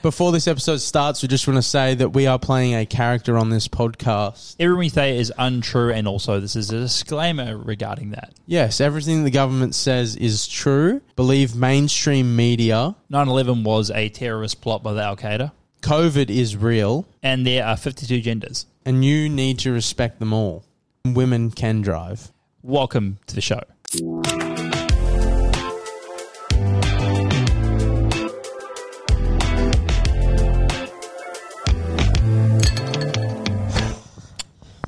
Before this episode starts, we just want to say that we are playing a character on this podcast. Everything we say is untrue, and also this is a disclaimer regarding that. Yes, everything the government says is true. Believe mainstream media. 9 11 was a terrorist plot by the Al Qaeda, COVID is real, and there are 52 genders. and you need to respect them all. Women can drive. Welcome to the show.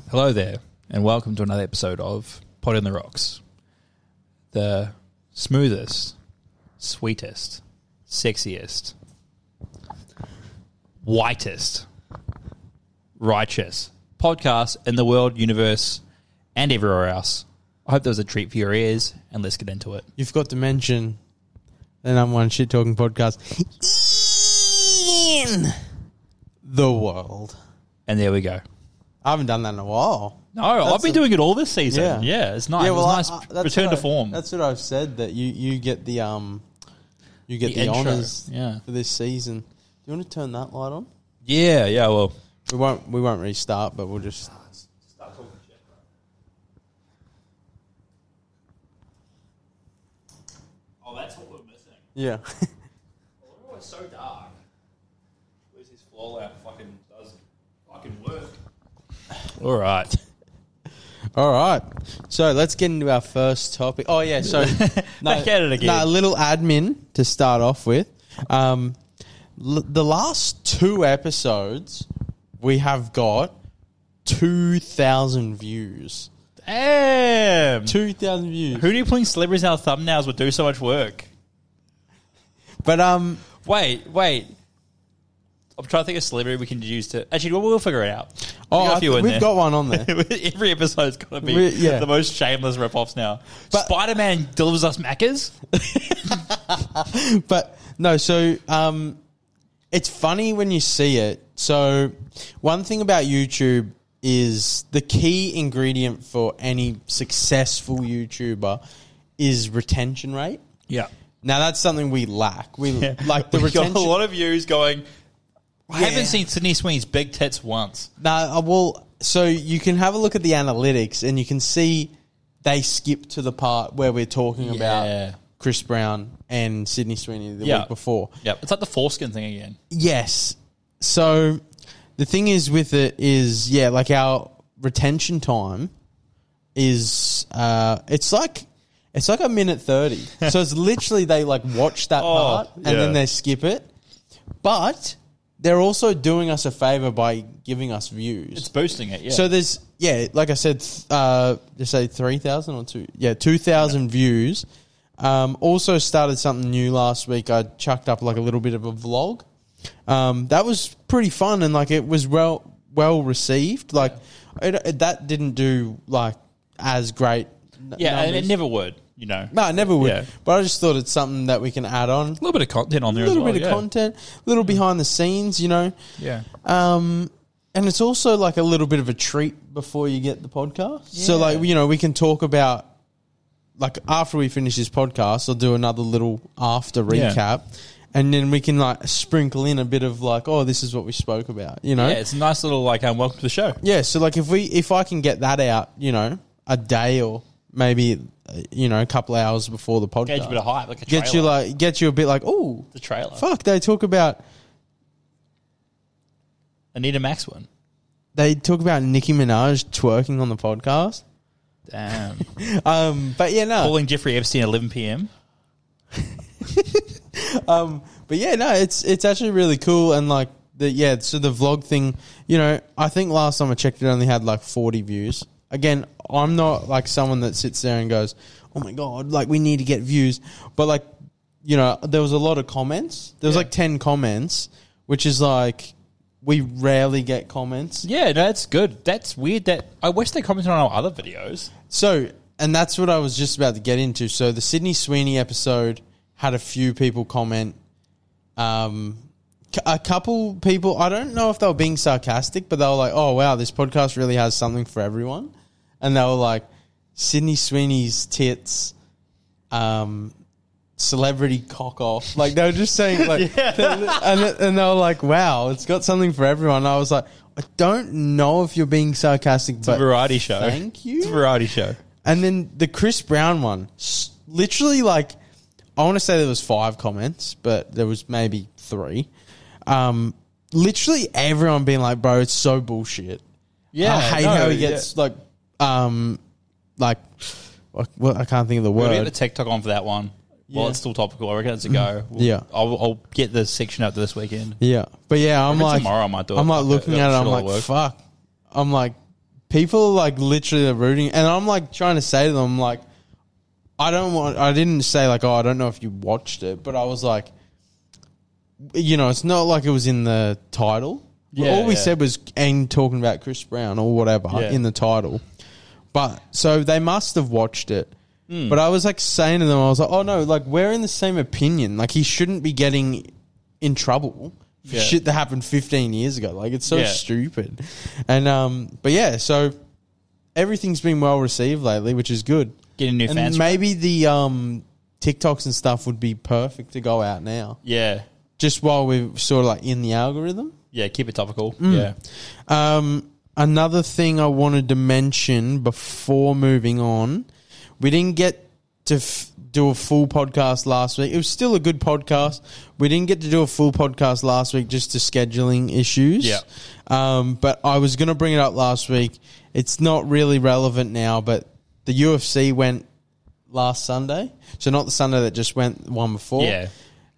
Hello there, and welcome to another episode of Pot in the Rocks. The smoothest, sweetest, sexiest, whitest, righteous podcast in the world, universe, and everywhere else. I hope there was a treat for your ears, and let's get into it. You've got to mention the number one shit talking podcast in the world. And there we go. I haven't done that in a while. No, I've been doing it all this season. Yeah. Yeah, it's nice. it's I- I- nice that's return what to I- form. That's what I've said. That you you get the um, you get The the, intro, honors yeah. for this season. Do you want to turn that light on? yeah, yeah. Well, We won't we won't restart, but we'll just. oh, that's what we're missing. Yeah, Oh, it's so dark. Where's his fallout? Fucking does fucking work. All right. all right. So let's get into our first topic. Oh yeah, so Back at it again. No, a little admin to start off with. Um, l- the last two episodes we have got two thousand views. Damn. Two thousand views. Who do you think celebrities in our thumbnails would do so much work? But um, Wait, wait. I'm trying to think of celebrity we can use to. Actually, we'll, we'll figure it out. oh, we got I a few think in we've there. got one on there. Every episode's got to be We- yeah. the most shameless rip-offs now. But- Spider-Man delivers us maccas. but no, so um, it's funny when you see it. So one thing about YouTube is the key ingredient for any successful YouTuber is retention rate. Yeah. Now that's something we lack. We like the we got a retention. lot of views going. I Yeah. haven't seen Sydney Sweeney's big tits once. Nah, uh, well, so you can have a look at the analytics and you can see they skip to the part where we're talking Yeah. about Chris Brown and Sydney Sweeney the Yeah. week before. Yep. It's like the foreskin thing again. Yes. So the thing is with it is yeah, like our retention time is uh it's like it's like a minute 30. so it's literally they like watch that part and Oh, yeah. then they skip it. But they're also doing us a favor by giving us views. It's boosting it. Yeah. So there's yeah, like I said, th- uh, just say three thousand or two, yeah, two thousand views. Um, also started something new last week. I chucked up like a little bit of a vlog. Um, that was pretty fun and like it was well well received. Like it, it- that didn't do like as great. n- yeah, and it numbers. never would. You know, No, it never would. Yeah. But I just thought it's something that we can add on. Mm. a little bit of content on there. A little as well, bit yeah. of content, a little behind the scenes, you know. Yeah. Um, and it's also like a little bit of a treat before you get the podcast. So, Yeah. like, you know, we can talk about, like, after we finish this podcast, I'll do another little after Yeah. recap. And then we can, like, sprinkle in a bit of, like, oh, this is what we spoke about, you know? Yeah. It's a nice little like um, welcome to the show. Yeah, so, like, if we, if I can get that out, you know, a day or maybe, uh, you know, a couple hours before the podcast. Gauge a bit of hype. Like a Get you, trailer. like, get you a bit like, oh, the trailer. fuck, they talk about, Anita Max one. they talk about Nicki Minaj twerking on the podcast. Damn. Um, but yeah, no. Calling Jeffrey Epstein at 11 p.m. Um, but yeah, no. It's it's actually really cool and like the yeah. So the vlog thing, you know, I think last time I checked, it only had like forty views. Again, I'm not like someone that sits there and goes, "Oh my god, like we need to get views," but like you know, there was a lot of comments. There was Yeah. like ten comments, which is like we rarely get comments. Yeah, no, that's good. That's weird. That I wish they commented on our other videos. So, and that's what I was just about to get into. So, the Sydney Sweeney episode had a few people comment. Um, c- a couple people, I don't know if they were being sarcastic, but they were like, oh, wow, this podcast really has something for everyone. And they were like, Sydney Sweeney's tits. Um, celebrity cock off. Like they were just saying like, and and they were like, wow, it's got something for everyone. And I was like, I don't know if you're being sarcastic, It's a but variety show. thank you. It's a variety show. And then the Chris Brown one, s- literally like, I want to say there was five comments, but there was maybe three. Um, literally everyone being like, "Bro, it's so bullshit." Yeah, I hate no, how he yeah. gets like, um, like, well, I can't think of the We'll word. get the TikTok on for that one. Well, Yeah. it's still topical. I reckon it's a go. We'll- Mm. Yeah. I'll, I'll get the section up to this weekend. Yeah, but yeah, I'm Maybe like tomorrow I might do it. I'm like Fuck it, looking that at it. I'm shit'll like work. fuck. I'm like people are like literally are rooting, and I'm like trying to say to them like I don't want. I didn't say like oh I don't know if you watched it, but I was like, you know, it's not like it was in the title. Yeah, All we yeah. said was and talking about Chris Brown or whatever Yeah. in the title, but so they must have watched it. Hmm. But I was like saying to them, I was like, oh no, like we're in the same opinion. Like he shouldn't be getting in trouble for Yeah. shit that happened 15 years ago. Like it's so Yeah. stupid. And um, but yeah, so everything's been well received lately, which is good. Getting new and fans. maybe the um TikToks and stuff would be perfect to go out now, yeah. just while we're sort of like in the algorithm. Yeah. Keep it topical. Mm. Yeah. Um, another thing I wanted to mention before moving on, we didn't get to f- do a full podcast last week. It was still a good podcast. We didn't get to do a full podcast last week just to scheduling issues. Yeah. Um, but I was going to bring it up last week. It's not really relevant now, but the UFC went last Sunday. So not the Sunday that just went, the one before. Yeah.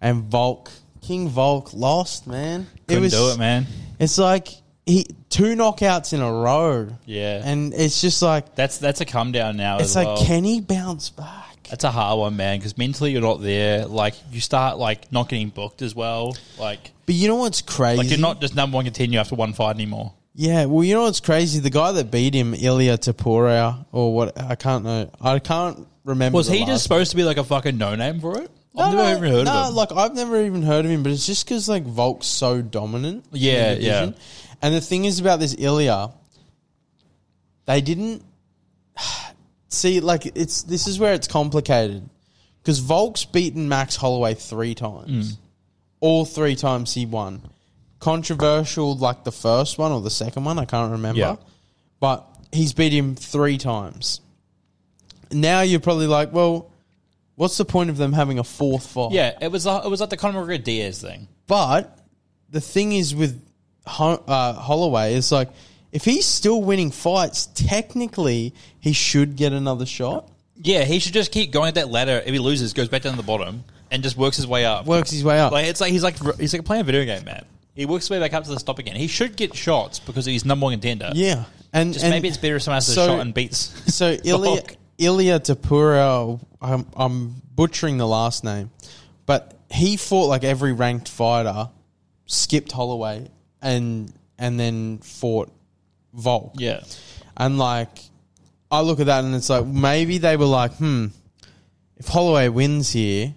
And Volk, King Volk lost, man. Couldn't do it, man. It's like he two knockouts in a row. Yeah. And it's just like That's that's a come down now. it's as like well. can he bounce back? That's a hard one, man. Because mentally you're not there. Like you start like not getting booked as well. Like But you know what's crazy? like you're not just number one continue after one fight anymore. yeah, well you know what's crazy? The guy that beat him, Ilya Taporia, or what I can't know. I can't remember. Was the he last- just supposed to be like a fucking no name for it? No, I've never no, even heard no, of him. like I've never even heard of him, but it's just because like Volk's so dominant. in the Yeah, division. yeah. And the thing is about this Ilya, they didn't see like it's this is where it's complicated because Volk's beaten Max Holloway three times, Mm. all three times he won. Controversial, like the first one or the second one, I can't remember. Yeah. But he's beat him three times. Now you're probably like, well, what's the point of them having a fourth fight? yeah, it was like, it was like the Conor McGregor Diaz thing. But the thing is with Ho- uh, Holloway is like, if he's still winning fights, technically he should get another shot. Yeah, he should just keep going at that ladder. If he loses, goes back down to the bottom and just works his way up. Works his way up. Like it's like he's like he's like playing a video game, man. He works his way back up to the top again. He should get shots because he's number one contender. yeah, and just and maybe it's better if someone has so- a shot and beats. so Ilya Fuck. Ilya Tapura. I'm, I'm butchering the last name, but he fought like every ranked fighter, skipped Holloway, and and then fought Volk. Yeah, And like, I look at that and it's like maybe they were like, hmm, if Holloway wins here,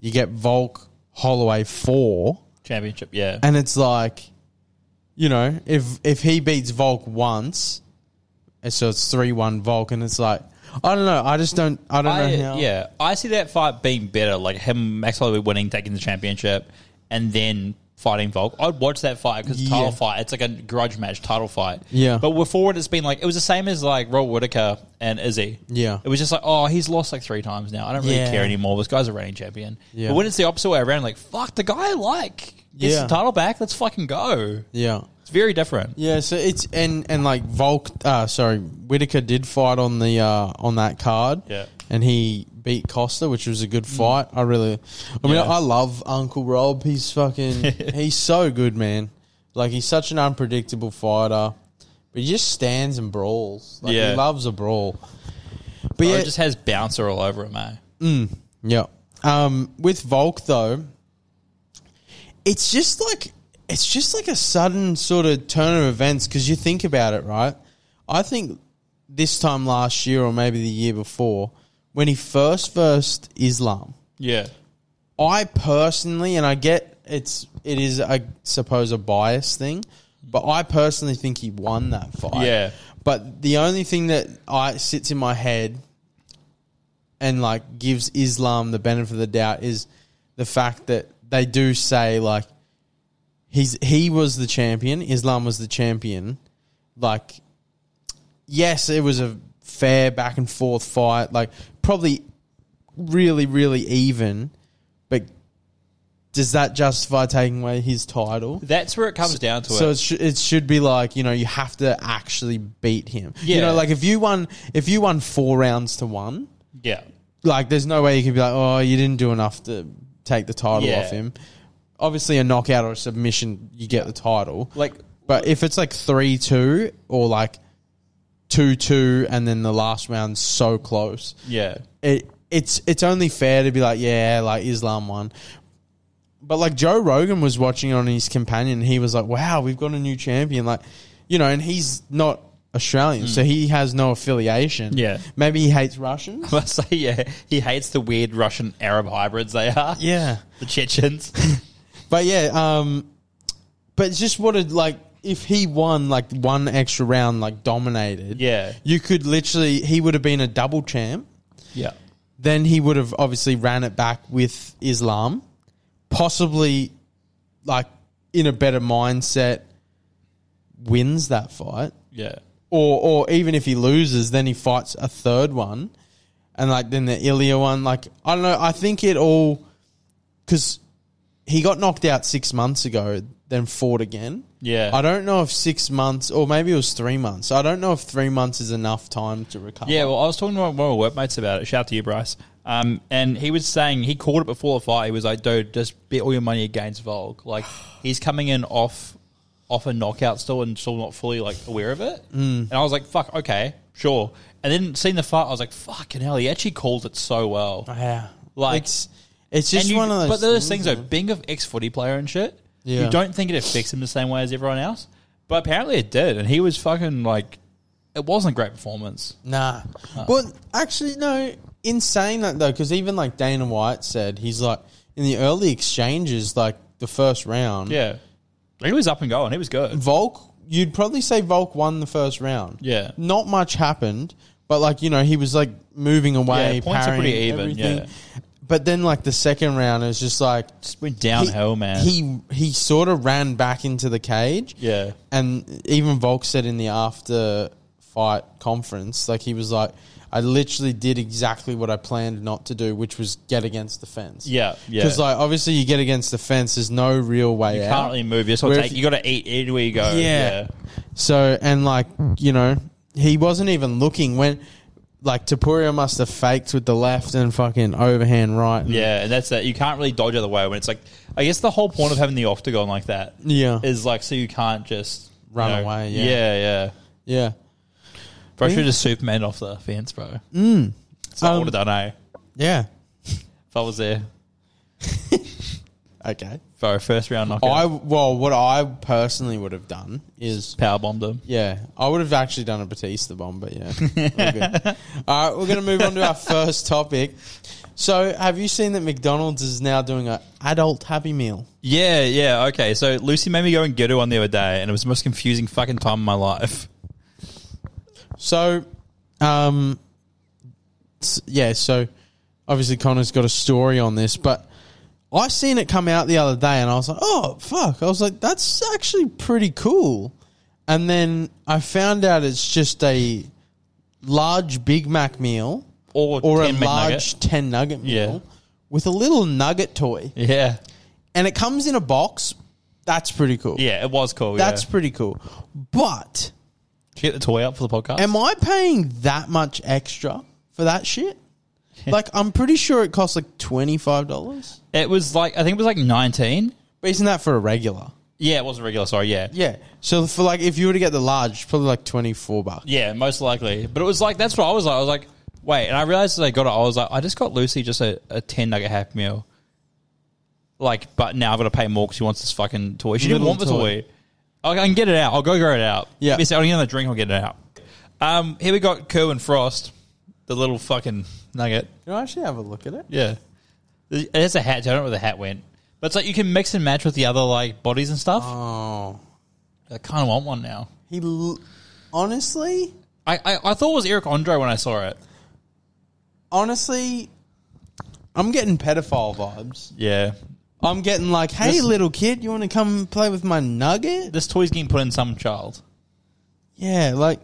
you get Volk Holloway four, championship. Yeah, and it's like, you know, if if he beats Volk once, and so it's three one Volk, and it's like, I don't know, I just don't, I don't I, know how. yeah. I see that fight being better, like him Max Holloway winning, taking the championship, and then fighting Volk. I'd watch that fight because title Yeah. fight. It's like a grudge match title fight. Yeah. but before it, it's been like it was the same as like Rob Whitaker and Izzy. Yeah. it was just like oh, he's lost like three times now. I don't really Yeah. care anymore. This guy's a reigning champion. Yeah. But when it's the opposite way around, like fuck the guy, I like gets Yeah. the title back. Let's fucking go. yeah. It's very different. Yeah, so it's and and like Volk, uh, sorry, Whitaker did fight on the uh, on that card. Yeah. Mm. and he beat Costa, which was a good fight. I really, I mean, Yeah. I love Uncle Rob. He's fucking, he's so good, man. Like he's such an unpredictable fighter, but he just stands and brawls. Like, Yeah. he loves a brawl. But Yeah. yeah, It just has bouncer all over eh? it, man. yeah. Um, with Volk though, it's just like it's just like a sudden sort of turn of events because you think about it, right? I think this time last year or maybe the year before, when he first versed Islam, Yeah, I personally, and I get it's it is I suppose a bias thing, but I personally think he won that fight. Yeah. But the only thing that I sits in my head and like gives Islam the benefit of the doubt is the fact that they do say like he's he was the champion, Islam was the champion. Like yes, it was a fair back and forth fight, like probably really really even, but does that justify taking away his title? That's where it comes down to So it. it, sh- it should be like you know you have to actually beat him. You Yeah. know, like if you won if you won four rounds to one, yeah. like there's no way you could be like, oh, you didn't do enough to take the title Yeah. off him. Obviously, a knockout or a submission, you get the title. Like But if it's like three two or like two two, and then the last round's so close, yeah. it it's it's only fair to be like, yeah, like Islam won. But like Joe Rogan was watching on his companion, he was like, "Wow, we've got a new champion!" Like, you know, and he's not Australian, so he has no affiliation. Hmm. Yeah. maybe he hates Russian. I must say, yeah, he hates the weird Russian Arab hybrids they are. Yeah, The Chechens. but yeah, um, but it's just what it like if he won like one extra round, like dominated. Yeah. you could literally he would have been a double champ. Yeah. then he would have obviously ran it back with Islam, possibly like in a better mindset, wins that fight, Yeah. or or even if he loses, then he fights a third one, and like then the Ilya one, like I don't know, I think it all because he got knocked out six months ago, then fought again. Yeah. I don't know if six months, or maybe it was three months. I don't know if three months is enough time to recover. Yeah, well, I was talking to one of my workmates about it. Shout out to you, Bryce. Um, and he was saying he called it before the fight. He was like, "Dude, just bet all your money against Volk. Like he's coming in off off a knockout still, and still not fully like aware of it." Mm. And I was like, "Fuck, okay, sure." And then seeing the fight, I was like, "Fucking hell, he actually called it so well." Yeah, Like- it's it's just and you- one of those. But those things, man. though, being of ex footy player and shit, Yeah. you don't think it affects him the same way as everyone else. But apparently it did, and he was fucking like, it wasn't a great performance. Nah. Uh. Well, actually, no. In saying that though, because even like Dana White said, he's like in the early exchanges, like the first round. Yeah, he was up and going. He was good. Volk, you'd probably say Volk won the first round. Yeah. Not much happened, but like you know, he was like moving away. Yeah, points are parrying, pretty even, everything. yeah. But then like the second round, it was just like Just went downhill, he, man. He he sort of ran back into the cage. yeah, and even Volk said in the after fight conference, like he was like, I literally did exactly what I planned not to do, which was get against the fence. yeah, yeah. Because like obviously you get against the fence, there's no real way you out. can't really move. You just gotta Where if take. You got to eat anywhere you go. Yeah. So and like you know, he wasn't even looking when like Tapuria must have faked with the left and fucking overhand right. and- yeah, and that's that. You can't really dodge other way when it's like. I guess the whole point of having the octagon like that is yeah, like so you can't just Run you know, away, yeah. yeah, yeah. yeah. Bro, Yeah. should have just Superman off the fence, bro. Mm. So I Um, would have done, eh? Yeah. If I was there Okay. for a first round knockout, I well, what I personally would have done is power bombed him. Yeah, I would have actually done a Batista bomb, but yeah. All good. All right, we're going to move on to our first topic. So, have you seen that McDonald's is now doing an adult Happy Meal? Yeah, yeah, okay. So Lucy made me go and get her one the other day, and it was the most confusing fucking time of my life. So, um, s- yeah, so obviously Connor's got a story on this, but I seen it come out the other day and I was like, oh, fuck. I was like, that's actually pretty cool. And then I found out it's just a large Big Mac meal. Or, or a 10 McNugget. large 10 nugget meal Yeah. with a little nugget toy Yeah. and it comes in a box that's pretty cool Yeah, it was cool. that's That's yeah. pretty cool but Did you get the toy out for the podcast. am i paying that much extra for that shit like i'm pretty sure it costs like $25 it was like I think it was like nineteen. but isn't that for a regular Yeah, it wasn't regular. Sorry, yeah, yeah so for like if you were to get the large it's probably like 24 bucks yeah, most likely. But it was like that's what I was like. I was like, wait, and I realized as I got it, I was like, I just got Lucy just a, a ten nugget happy meal. Like, but now I've got to pay more because she wants this fucking toy. She didn't Little want the toy. toy. I I can get it out. I'll go get it out. Yeah. Miss, I'll get another drink. I'll get it out. Um, here we got Kerwin Frost, the little fucking nugget. can i actually have a look at it Yeah. It has a hat. too. I don't know where the hat went. But it's like you can mix and match with the other like bodies and stuff. oh I kind of want one now. he l- honestly I, I, I thought it was Eric Andre when I saw it. honestly, I'm getting pedophile vibes. Yeah. I'm getting like, hey, This- little kid, you want to come play with my nugget? This toy's getting put in some child. Yeah, like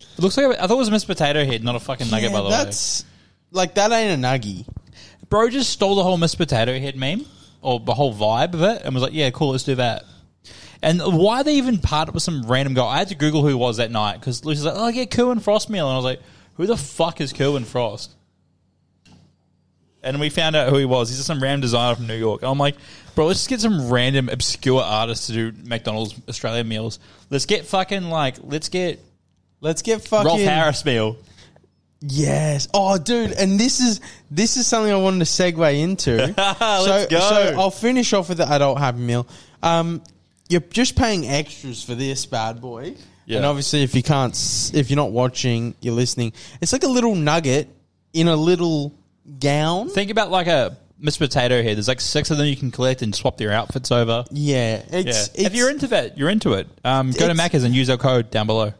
It looks like I thought it was a Miss Potato Head, not a fucking nugget, yeah, by the that's like that ain't a nuggy. way. Bro just stole the whole Miss Potato Head meme or the whole vibe of it and was like, yeah, cool, let's do that. And why they even partnered with some random guy? I had to Google who it was that night because Lucy's like, oh, yeah, Kerwin Frost meal. And I was like, who the fuck is Kerwin Frost? And we found out who he was. He's just some random designer from New York. And I'm like, bro, let's just get some random obscure artists to do McDonald's Australian meals. Let's get fucking like, let's get Let's get fucking Rolf Harris meal. Yes. Oh, dude, and this is this is something I wanted to segue into. so, go. so I'll finish off with the adult happy meal. Um, you're just paying extras for this bad boy, Yeah. and obviously, if you can't, s- if you're not watching, you're listening. It's like a little nugget in a little gown. Think about like a Miss Potato Head. There's like six of them you can collect and swap their outfits over. yeah, it's, Yeah. it's if you're into that, you're into it. Um, go to It's- Macca's and use our code down below.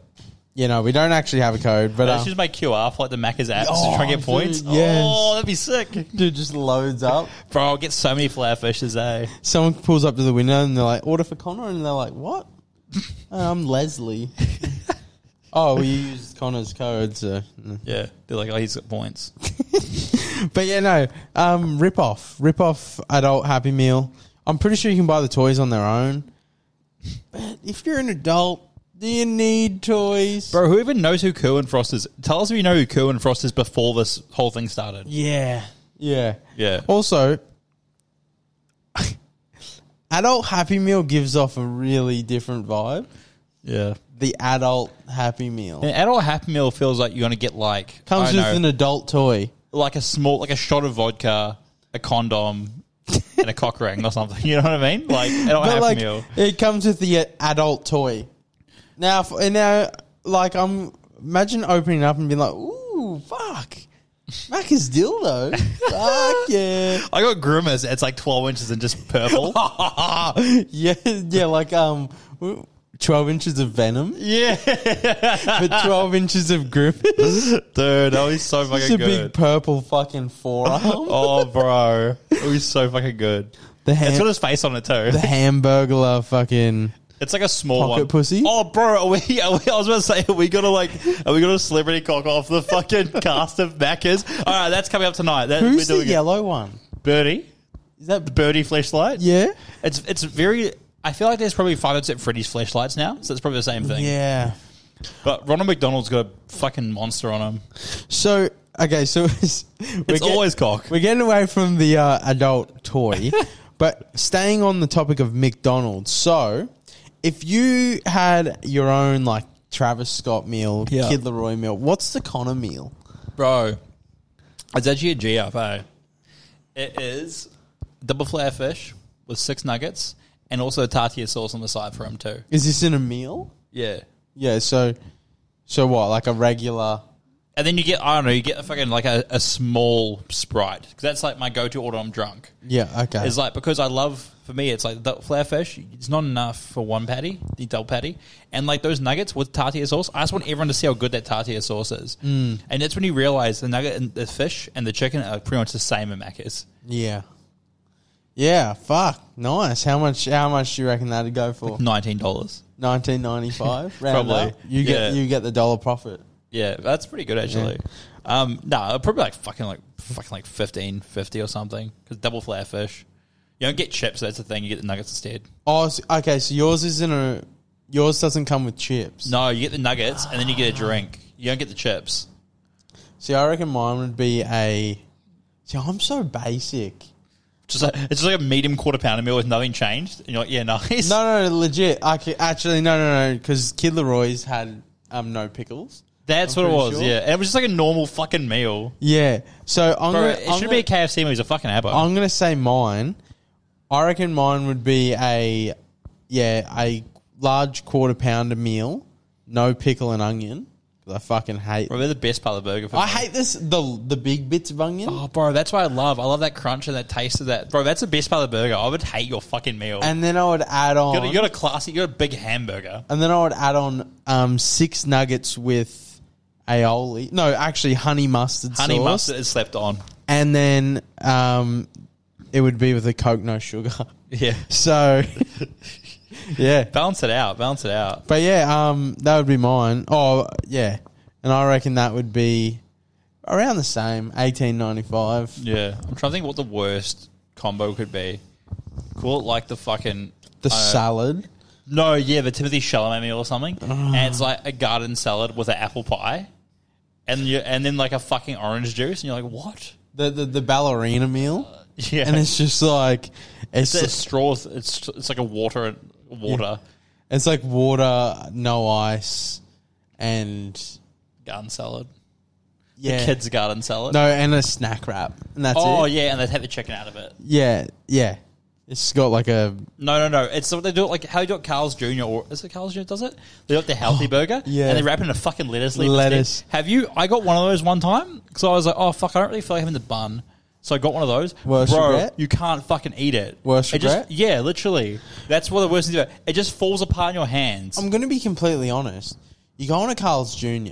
you know, we don't actually have a code, but Let's uh, use my QR for like the Macca's app to Oh, try and get points. dude, yes. Oh, that'd be sick. dude just loads up. Bro, I'll get so many flower fishes, eh? Someone pulls up to the window and they're like, "Order for Connor," and they're like, "What?" Uh, I'm Leslie. oh, well, you used Connor's code, so. mm. Yeah. They're like, oh, he's got points. But yeah, no. Um, rip off, rip off adult Happy Meal. I'm pretty sure you can buy the toys on their own. But if you're an adult, do you need toys? Bro, who even knows who Kerwin Frost is? Tell us if you know who Kerwin Frost is before this whole thing started. Yeah, yeah, Yeah. Also, adult Happy Meal gives off a really different vibe. Yeah. The adult Happy Meal. An adult Happy Meal feels like you're going to get like. comes I with don't know, an adult toy. like a small, like a shot of vodka, a condom, and a cock ring or something. You know what I mean? Like, I don't But have like, meal. it comes with the uh, adult toy. Now, f- and now, like I'm imagine opening up and being like, "Ooh, fuck, Mac is dildo, fuck yeah, I got grimace. It's like twelve inches and just purple. Oh, yeah, yeah." Like um, w- twelve inches of venom, yeah, but twelve inches of grimace. dude, that was so It's a fucking big good. purple fucking forearm. Oh, bro, it was so fucking good. The It's ham, got his face on it too. the hamburglar, fucking It's like a small Pocket one. pussy? Oh, bro, are we, are we? I was about to say, are we gonna like? Are we gonna celebrity cock off the fucking cast of Maccas? All right, that's coming up tonight. That, who's the we're doing it. yellow one? Birdie, Is that birdie flashlight. yeah, It's it's very. I feel like there's probably five minutes at Freddy's flashlights now, so it's probably the same thing. yeah. But Ronald McDonald's got a fucking monster on him. So okay, so it's, we're It's get- always cock. we're getting away from the uh, adult toy, but staying on the topic of McDonald's. So, if you had your own like Travis Scott meal, Yeah. Kid Leroy meal, what's the Connor meal? Bro, it's actually a GFO. It is double flare fish with six nuggets and also tartar sauce on the side for him too. Is this in a meal? Yeah. Yeah. So, so what? Like a regular? And then you get, I don't know, you get a fucking like a, a small Sprite. Because that's like my go to order when I'm drunk. Yeah. Okay. It's like because I love for me, it's like the flare fish. It's not enough for one patty, the double patty, and like those nuggets with tartar sauce. I just want everyone to see how good that tartar sauce is, mm. and that's when you realize the nugget and the fish and the chicken are pretty much the same in Macca's. yeah. Yeah. Fuck. Nice. How much? How much do you reckon that'd go for? Nineteen dollars. Nineteen ninety five. Probably. You get. Yeah. You get the dollar profit. Yeah, that's pretty good actually. Um, no, probably like fucking like fucking like fifteen fifty or something because double flare fish. You don't get chips. That's the thing. You get the nuggets instead. Oh, so- okay. So yours isn't a. Yours doesn't come with chips. No, you get the nuggets and then you get a drink. You don't get the chips. See, I reckon mine would be a. See, I'm so basic. Just like, it's just like a medium quarter pounder meal with nothing changed. And you're like, yeah, nice. No, no, no legit. I ca- actually no, no, no, because Kid Leroy's had um no pickles. That's I'm what it was. pretty sure. Yeah, and it was just like a normal fucking meal. Yeah, so I'm Bro, gonna. it I'm gonna, should be a KFC meal. It's a fucking apple. I'm gonna say mine. I reckon mine would be a, yeah, a large quarter pounder meal, no pickle and onion. 'cause I fucking hate. bro, they're the best part of the burger. For I me. hate this the the big bits of onion. Oh, bro, that's what I love. I love that crunch and that taste of that. Bro, that's the best part of the burger. I would hate your fucking meal. And then I would add you, on. got a, you got a classic. You got a big hamburger. And then I would add on um, six nuggets with aioli. No, actually, honey mustard Honey sauce. mustard is slept on. And then um, it would be with a Coke, no sugar. Yeah. So, yeah. Balance it out. Balance it out. But yeah, um, that would be mine. Oh, yeah. And I reckon that would be around the same, 1895. Yeah. I'm trying to think what the worst combo could be. Call it like the fucking The I uh, don't know. salad. No, yeah, the Timothy Chalamet meal or something, and Ah. it's like a garden salad with an apple pie, and you and then like a fucking orange juice, and you're like, what? The, the, the ballerina meal. Yeah, And it's just like, it's, it's, it's it's, straw. It's it's like a water water like water, no ice, and garden salad, yeah. kids garden salad. No, and a snack wrap. And that's oh it. yeah, and they take the chicken out of it. Yeah, yeah. It's got like a No, no, no. It's what they do. it Like how you do it, Carl's Jr. or is it Carl's Jr. Does it? They got the healthy burger, Oh, yeah. and they wrap it in a fucking lettuce leaf. Lettuce. instead. Have you? I got one of those one time because I was like, oh fuck, I don't really feel like having the bun, so I got one of those. Worst Bro, regret? you can't fucking eat it. Worst it just- regret? yeah, literally. That's one of the worst things. About. it. It just falls apart in your hands. I'm going to be completely honest. You go on a Carl's Jr.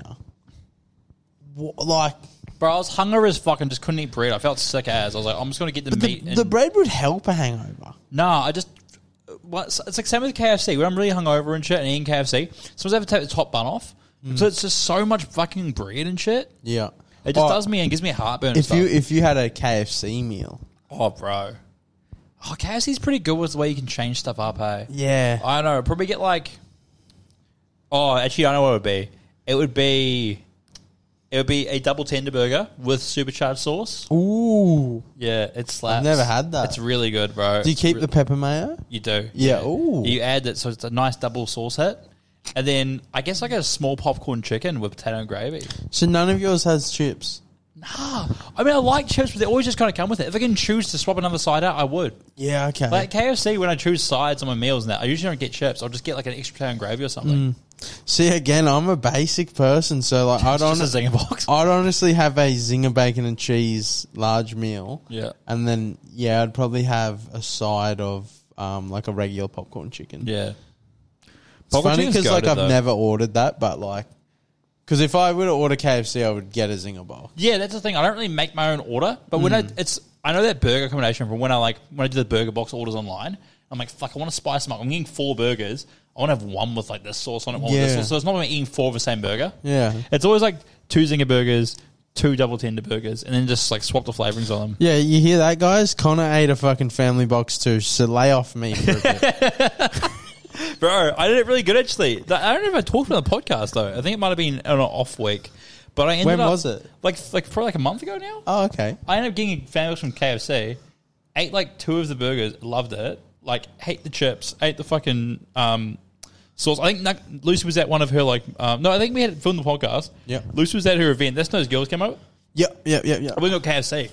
wha- Like Bro, I was hungry as fuck and just couldn't eat bread. I felt sick as. I was like, I'm just gonna get the the, meat. and the bread would help a hangover. Nah, I just. Well, it's it's like same with KFC. When I'm really hungover and shit and eating KFC, sometimes I have to take the top bun off. Mm. So it's just so much fucking bread and shit. Yeah, It just Oh, does me and gives me a heartburn. and If you stuff. if you had a KFC meal, oh, bro. Oh, KFC's pretty good with the way you can change stuff up, hey? yeah, I know. Probably get like. Oh, actually, I know what it would be. It would be. It would be a double tender burger with supercharged sauce. ooh, Yeah, it slaps. never had that. It's really good, bro. do you keep Re- the pepper mayo? You do. Yeah, ooh. You add that, so it's a nice double sauce hit. And then I guess like a small popcorn chicken with potato and gravy. So none of yours has chips. Nah, Ah. I mean I like chips, but they always just kind of come with it. If I can choose to swap another side out, I would. Yeah, okay. Like KFC, when I choose sides on my meals and that, I usually don't get chips. I'll just get like an extra potato and gravy or Mm. something. See, again, I'm a basic person, so like I'd It's just a honestly, zinger box. I'd honestly have a zinger bacon and cheese large meal. Yeah. and then yeah, I'd probably have a side of um like a regular popcorn chicken. Yeah. It's funny because like I've never. never ordered that, but like, because if I were to order KFC, I would get a zinger bowl. Yeah, that's the thing. I don't really make my own order, but when I it's I know that burger combination from when I like when I do the burger box orders online. I'm like, fuck, I want to spice them up. I'm getting four burgers. I want to have one with like this sauce on it, one with this Yeah. sauce. So it's not like I'm eating four of the same burger. Yeah, It's always like two zinger burgers, two double tender burgers, and then just like swap the flavorings on them. yeah, you hear that, guys? Connor ate a fucking family box too, so lay off me for a bit. Bro, I did it really good actually. Th- I don't know if I talked about the podcast though. I think it might have been on an off week, but I ended When up- was it? Like like probably like a month ago now. Oh, okay. I ended up getting a family box from KFC, ate like two of the burgers, loved it. Like, hate the chips, ate the fucking um, sauce. I think Nug- Lucy was at one of her, like, um, no, I think we had filmed the podcast. Yeah. Lucy was at her event. That's when those girls came over. Yep, yep, yep, yep. I went to KFC.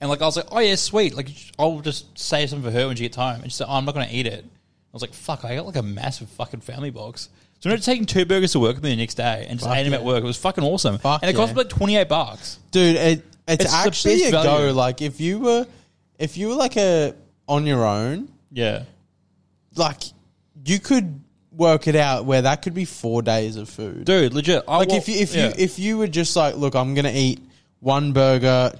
And, like, I was like, oh, yeah, sweet. Like, I'll just save some for her when she gets home. And she said, oh, I'm not going to eat it. I was like, fuck, I got like a massive fucking family box. So I ended up taking two burgers to work with me the next day and just Fuck ate them yeah. at work. It was fucking awesome. Fuck and it cost yeah. me like 28 bucks. dude it, it's, It's the actually best a value. go like if you were if you were like a on your own Yeah. like you could work it out where that could be four days of food Dude, legit. I like wa- if you if yeah. you if you were just like look i'm gonna eat one burger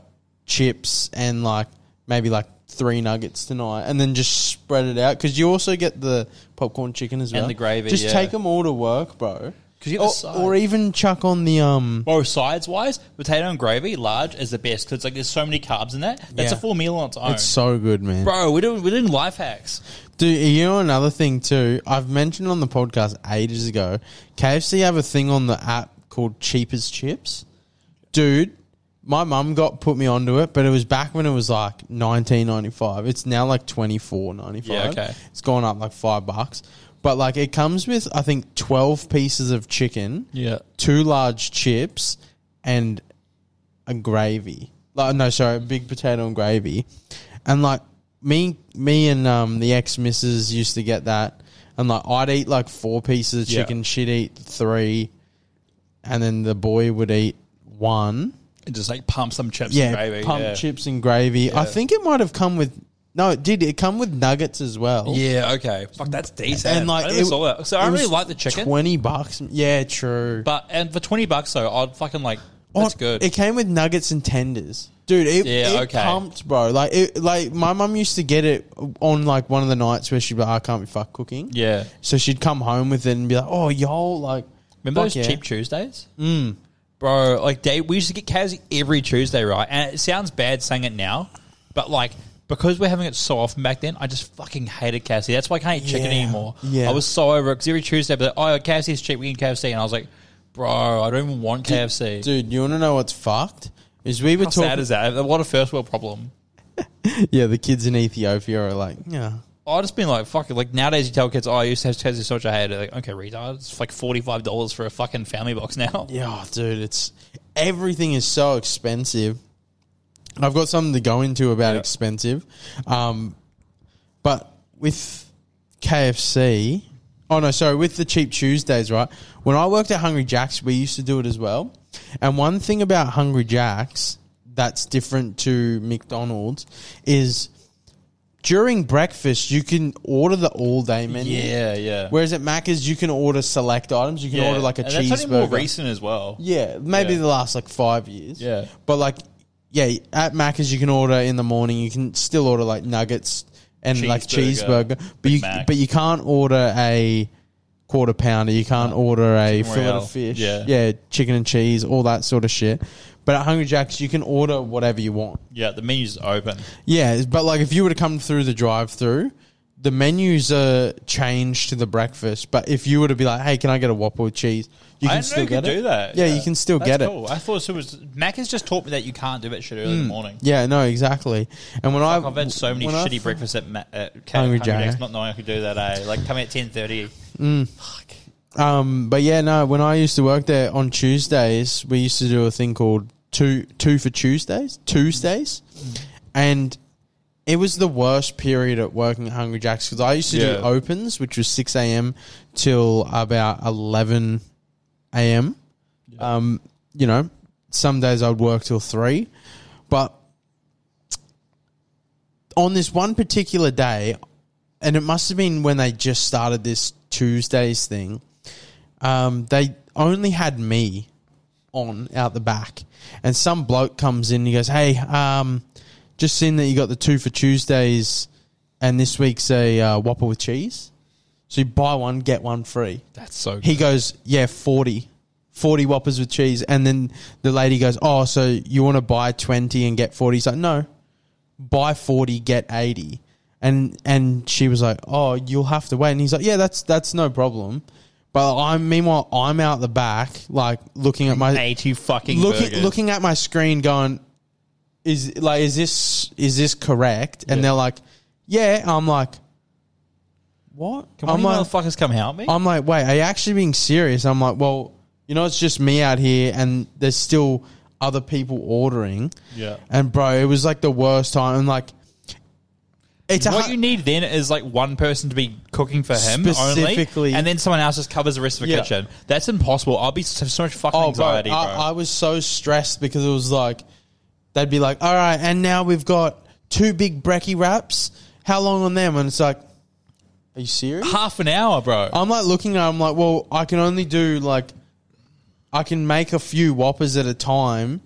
chips and like maybe like three nuggets tonight and then just spread it out because you also get the popcorn chicken as well the gravy, just yeah. take them all to work bro 'Cause you get the or, side. or even chuck on the um Bro, sides wise, potato and gravy large is the best because like there's so many carbs in that. That's Yeah. a full meal on its own. it's so good man Bro, we're doing we're doing life hacks. Dude, you know another thing too? I've mentioned on the podcast ages ago. KFC have a thing on the app called Cheapest Chips. Dude, my mum got put me onto it, but it was back when it was like nineteen ninety five. It's now like twenty four ninety Yeah, five. okay. It's gone up like five bucks. But like it comes with I think twelve pieces of chicken, Yeah. two large chips, and a gravy. Like no, sorry, a big potato and gravy. And like me, me and um the ex missus used to get that, and like I'd eat like four pieces of Yeah. chicken. She'd eat three, and then the boy would eat one. And just like pump some chips Yeah, and gravy. pump yeah. chips and gravy. I think it might have come with No, it did. It come with nuggets as well. Yeah, okay. Fuck, that's decent. And like I never it- saw that. So it I really was like the chicken, Twenty bucks. Yeah, true. but and for twenty bucks though, I'd fucking like. That's Oh, good. It came with nuggets and tenders, dude. It, Yeah, it okay. pumped, bro. Like, it, like my mum used to get it on like one of the nights where she'd be like, "I can't be fuck cooking." yeah. So she'd come home with it and be like, "Oh, y'all like Remember fuck those yeah. cheap Tuesdays? Mm. Bro, like they we used to get KFC every Tuesday, right? And it sounds bad saying it now, but like because we're having it so often back then, I just fucking hated KFC. That's why I can't eat chicken Yeah. anymore. Yeah. I was so over it because every Tuesday, I'd be like, oh, KFC is cheap. We can KFC, and I was like, bro, I don't even want KFC. dude? You want to know what's fucked? Is we were How sad talking. is that? What a first world problem. Yeah, the kids in Ethiopia are like, yeah, I just been like, fuck it. Like nowadays, you tell kids, oh, I used to have KFC so much I hated it. Like, okay, retard, it's like forty five dollars for a fucking family box now. yeah, oh, dude. It's everything is so expensive. I've got something to go into about Yeah. expensive, um, but with KFC, oh no, sorry, with the cheap Tuesdays, right? When I worked at Hungry Jack's, we used to do it as well. And one thing about Hungry Jack's that's different to McDonald's is during breakfast you can order the all day menu. Yeah, yeah. Whereas at Macca's, you can order select items. You can order like a and That's only more cheeseburger. recent as well. yeah, maybe Yeah. the last like five years. Yeah. but like, yeah, at Macca's you can order in the morning. You can still order like nuggets and like Cheeseburger, cheeseburger, but you Mac. but you can't order a quarter pounder. You can't order a Chicken fillet Royale. of fish. Yeah. yeah, chicken and cheese, all that sort of shit. But at Hungry Jack's, you can order whatever you want. Yeah, the menu's open. Yeah, but like if you were to come through the drive-through, the menus are changed to the breakfast. But if you were to be like, "Hey, can I get a Whopper with cheese?" you I can didn't know still you could get it. do that. Yeah, you can still That's get it. cool. I thought it was Mac has just taught me that you can't do that shit early in the morning. Yeah, no, exactly. And when Like, I I've had so many Mm. when I shitty breakfasts at, Ma- at Ca- Hungry Hungry, Jack. Jack's, not knowing I could do that. Eh? Like coming at ten thirty. Fuck. Um, but yeah, no. When I used to work there on Tuesdays, we used to do a thing called two two for Tuesdays, Tuesdays, and it was the worst period at working at Hungry Jack's because I used to Yeah. do opens, which was six a.m. till about eleven a.m. Um, you know, some days I'd work till three, but on this one particular day, and it must have been when they just started this Tuesdays thing. Um, they only had me on out the back, and some bloke comes in. and He goes, "Hey, um, just seen that you got the two for Tuesdays, and this week's a uh, Whopper with cheese. So you buy one, get one free." That's so. Good. He goes, "Yeah, 40. 40 Whoppers with cheese." And then the lady goes, "Oh, so you want to buy twenty and get 40? He's like, "No, buy 40 get 80 and and she was like oh you'll have to wait and he's like yeah that's that's no problem but i'm meanwhile i'm out the back like looking at my eighty fucking looking burgers. looking at my screen going is like is this is this correct and Yeah. they're like yeah i'm like what Can i'm one like of you motherfuckers come help me? i'm like wait are you actually being serious i'm like well you know it's just me out here and there's still other people ordering yeah. and bro, it was like the worst time. And like, it's a What hu- you need then is like one person to be cooking for him Specifically- only, and then someone else just covers the rest of the Yeah. kitchen. That's impossible. I'll be so, so much fucking oh, bro, anxiety, bro. I, I was so stressed because it was like they'd be like, all right, and now we've got two big brekkie wraps. How long on them? And it's like, are you serious? Half an hour, bro. I'm like looking at. it, I'm like, well, I can only do like, I can make a few whoppers at a time,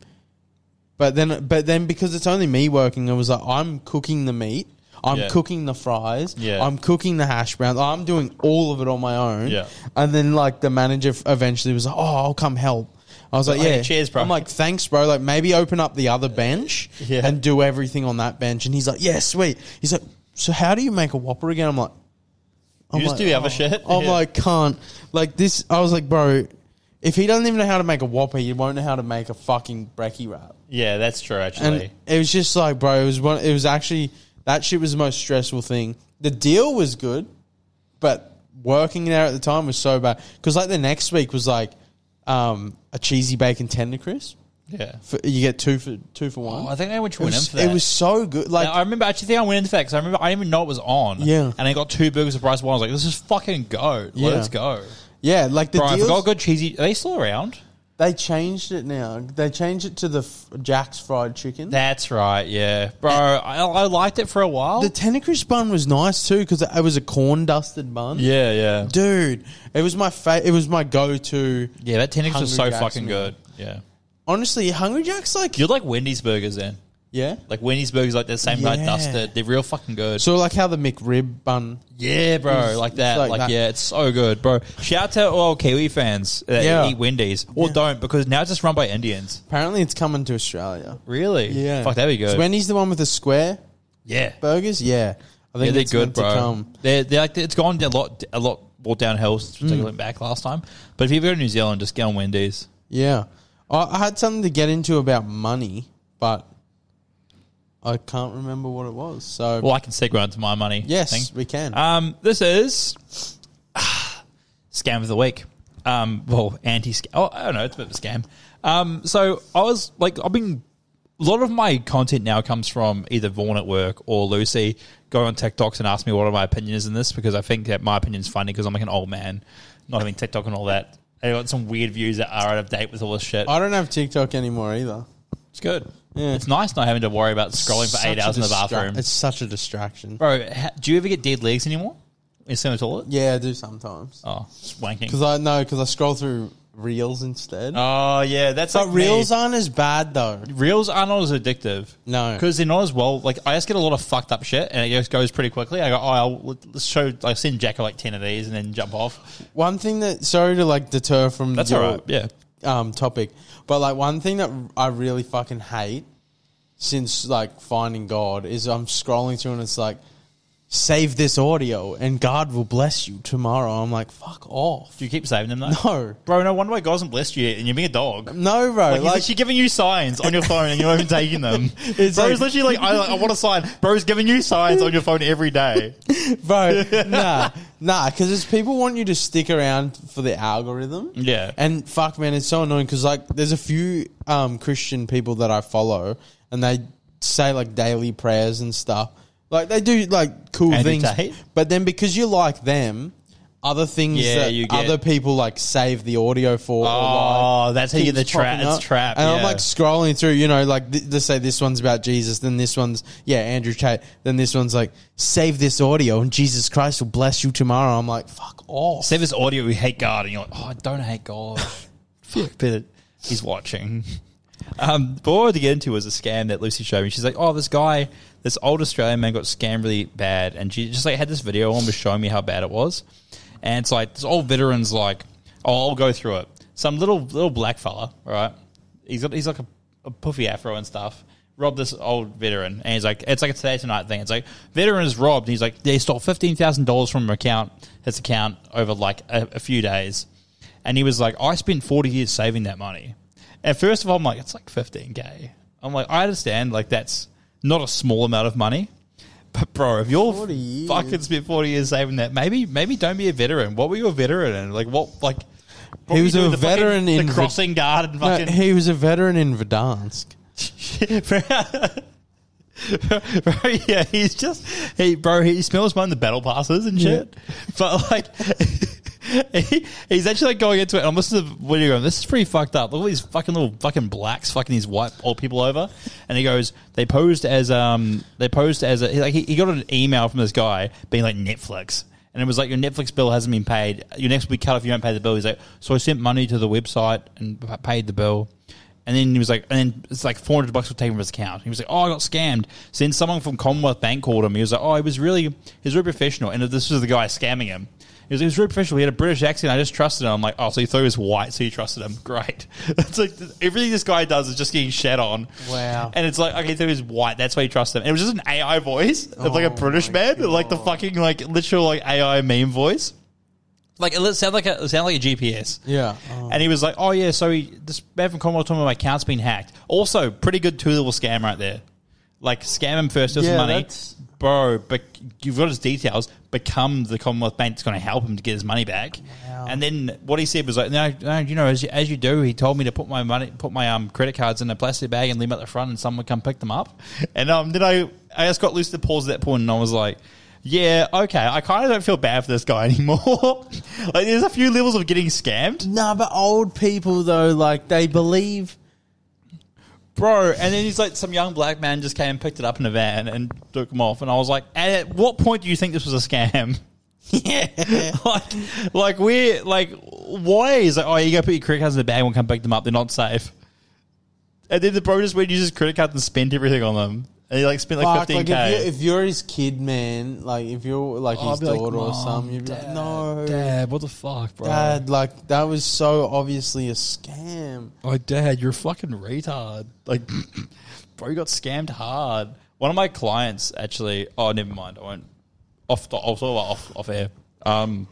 but then, but then because it's only me working, it was like I'm cooking the meat, I'm Yeah. cooking the fries, Yeah. I'm cooking the hash browns, I'm doing all of it on my own. Yeah. And then like the manager f- eventually was like, oh, I'll come help. I was like, Like, yeah, cheers, bro. I'm like, thanks, bro. Like, maybe open up the other bench Yeah. and do everything on that bench. And he's like, yeah, sweet. He's like, so how do you make a whopper again? I'm like, I'm you just like, do the other oh. shit. I'm Yeah. like, can't. Like this, I was like, bro, if he doesn't even know how to make a Whopper, you won't know how to make a fucking brekkie wrap. yeah, that's true. Actually, And it was just like, bro, it was one. It was actually that shit was the most stressful thing. The deal was good, but working there at the time was so bad because like the next week was like um, a cheesy bacon tender crisp. yeah. For, you get two for two for one. Oh, I think I went it to an in was, for that. it was so good. Like Now, I remember actually think I went in for that because I remember I didn't even know it was on. Yeah. and I got two burgers of rice. One, I was like, "This is fucking go. Yeah. Let's go." yeah, like the Bro, I deal. forgot good cheesy. Are they still around? They changed it now. They changed it to the f- Jack's fried chicken. That's right, yeah, bro. I, I liked it for a while. the Tenacris bun was nice too because it was a corn dusted bun. yeah, yeah, dude, it was my fa- It was my go to. yeah. That Tenix was Hungry so Jack's fucking meal. good. Yeah, Honestly, Hungry Jack's like you'd like Wendy's burgers then. yeah. Like Wendy's burgers, like the same guy Yeah. dusted. They're real fucking good. So like how the McRib bun. yeah, bro, It's- like it's that. Like, like that. yeah, it's so good, bro. Shout out to all Kiwi fans that Yeah. eat Wendy's or don't because now it's just run by Indians. Apparently, it's coming to Australia. Really? Yeah, Fuck, that'd be good. So Wendy's the one with the square yeah. burgers. Yeah, I Yeah, think they're it's good, meant to bro. come. They're, they're like it's gone a lot, a lot more downhill since Mm. we went back last time. But if you ever go to New Zealand, just go on Wendy's. Yeah, I, I had something to get into about money, but I can't remember what it was. So Well, I can segue onto my money. yes, thing. we can. Um, this is scam of the week. Um, well, anti scam. Oh, I don't know. It's a bit of a scam. Um, so I was like, I've been. A lot of my content now comes from either Vaughn at work or Lucy. Go on TikToks and ask me what are my opinion is in this because I think that my opinion's funny because I'm like an old man, not having TikTok and all that. I got some weird views that are out of date with all this shit. I don't have TikTok anymore either. It's good. Yeah. It's nice not having to worry about scrolling for Such eight a hours in the distra- bathroom. It's such a distraction. Bro, ha- do you ever get dead legs anymore? In cinema toilet? Yeah, I do sometimes Oh, just wanking. because I know because I scroll through reels instead. Oh yeah, that's but like reels me. aren't as bad though. reels are not as addictive. No. because they're not as well. Like I just get a lot of fucked up shit, and it just goes pretty quickly. I go, oh, I'll let's show. I send Jack like ten of these, and then jump off. One thing that sorry to like deter from That's your, all right. Yeah, um, topic, but like one thing that I really fucking hate since like finding God is I'm scrolling through and it's like save this audio and God will bless you tomorrow. I'm like fuck off. do you keep saving them though? No, bro. No wonder why God hasn't blessed you, yet, and you're being a dog. no, bro. Like, Like, he's literally giving you signs on your phone, and you're not even taking them. It's Bro's like- literally like, I, I want a sign. Bro's giving you signs on your phone every day. bro. Nah, nah, because it's people want you to stick around for the algorithm. Yeah. and fuck, man, it's so annoying because like there's a few um, Christian people that I follow, and they say like daily prayers and stuff. Like they do like cool Andrew things, Tate? but then because you like them, other things Yeah, that you get- other people like save the audio for. or, like, Oh, that's how you get the keeps trap. popping It's up. trap. And yeah. I'm like scrolling through, you know, like th- let's say this one's about Jesus, then this one's yeah Andrew Tate, then this one's like save this audio and Jesus Christ will bless you tomorrow. I'm like fuck off. Say this audio, we hate God, and you're like, oh, I don't hate God. Fuck, but he's watching. Um, but what I wanted to get into was a scam that Lucy showed me. She's like, oh, this guy, this old Australian man got scammed really bad, and she just like had this video on was showing me how bad it was, and it's like this old veteran's like, oh, I'll go through it. Some little little black fella, all right? He's got he's like a, a puffy afro and stuff. Robbed this old veteran, and he's like, it's like a today tonight thing. It's like veteran is robbed. And he's like, they stole fifteen thousand dollars from him account, his account over like a, a few days, and he was like, I spent forty years saving that money. And first of all, I'm like, it's like fifteen k. I'm like, I understand, like that's not a small amount of money, but bro, if you're 40 years. fucking spent forty years saving that, maybe maybe don't be a veteran. What were you a veteran in? Like what like. what He were was you a doing? The fucking- veteran in the Vid- crossing guard and No, fucking he was a veteran in Verdansk. bro, bro, yeah, he's just he, bro. He smells one of the battle passes and shit, but like, he, he's actually like going into it. And I'm listening to the video. Going, this is pretty fucked up. Look at all these fucking little fucking blacks fucking these white old people over. And he goes, they posed as um, they posed as a, he- like he, he got an email from this guy being like Netflix. And it was like your Netflix bill hasn't been paid. Your next will be cut if you don't pay the bill. He's like, so I sent money to the website and p- paid the bill. And then he was like, and then it's like 400 bucks were taken from his account. He was like, oh, I got scammed. So then someone from Commonwealth Bank called him. He was like, oh, he was really, he was really professional. And this was the guy scamming him. He was, he was really professional. He had a British accent. I just trusted him. I'm like, oh, so you thought he was white, so you trusted him. Great. That's like, everything this guy does is just getting shat on. Wow. And it's like, okay, so he's white. That's why you trust him. And it was just an AI voice of like a Oh British my man, like the God. fucking, like, literal, like AI meme voice. Like, it sounded like a, it sounded like a GPS. Yeah. Oh. And he was like, "Oh yeah, so he, this man from Commonwealth told me my account's been hacked." Also, pretty good two level scam right there. Like scam him first, his Yeah, money, that's- bro. But you've got his details. Become the Commonwealth Bank that's going to help him to get his money back. Wow. And then what he said was like, "No, no, you know, as you, as you do, he told me to put my money, put my um credit cards in a plastic bag and leave them at the front, and someone would come pick them up." And um, then I I just got loose to pause at that point, and I was like. yeah, okay, I kind of don't feel bad for this guy anymore. like, there's a few levels of getting scammed, No, but old people though, like they believe. bro. And then he's like, some young black man just came and picked it up in a van and took him off. And I was like, at what point do you think this was a scam? Yeah. like, like we're like, why is like, oh, you go put your credit cards in the bag, we'll come pick them up. They're not safe. And then the bro just went and used his credit cards and spent everything on them. And he like spent like Fuck, fifteen like if, k. you, if you're his kid, man, like if you're Oh, like his daughter or something, you'd be like, no, dad. what the fuck, bro? like that was so obviously a scam. Oh, dad, you're a fucking retard. like bro you got scammed hard one of my clients actually oh never mind i won't off the i'll talk about off, off air um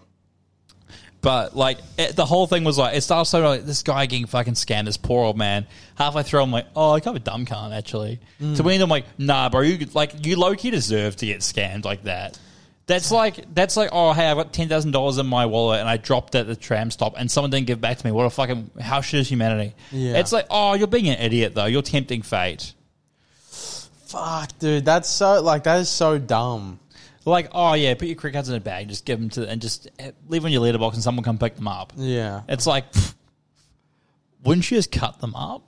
but like it, the whole thing was like it starts so like this guy getting fucking scammed this poor old man halfway through i'm like oh i kind of a dumb cunt actually to the end i'm like nah bro you like you low-key deserve to get scammed like that that's like that's like oh hey I've got ten thousand dollars in my wallet and I dropped it at the tram stop and someone didn't give back to me. What a fucking how shit is humanity? Yeah. It's like oh you're being an idiot though. You're tempting fate. Fuck, dude, that's so like that is so dumb. Like oh yeah, put your credit cards in a bag, just give them to and just eh, leave on your letterbox and someone come pick them up. Yeah, It's like pff, wouldn't you just cut them up?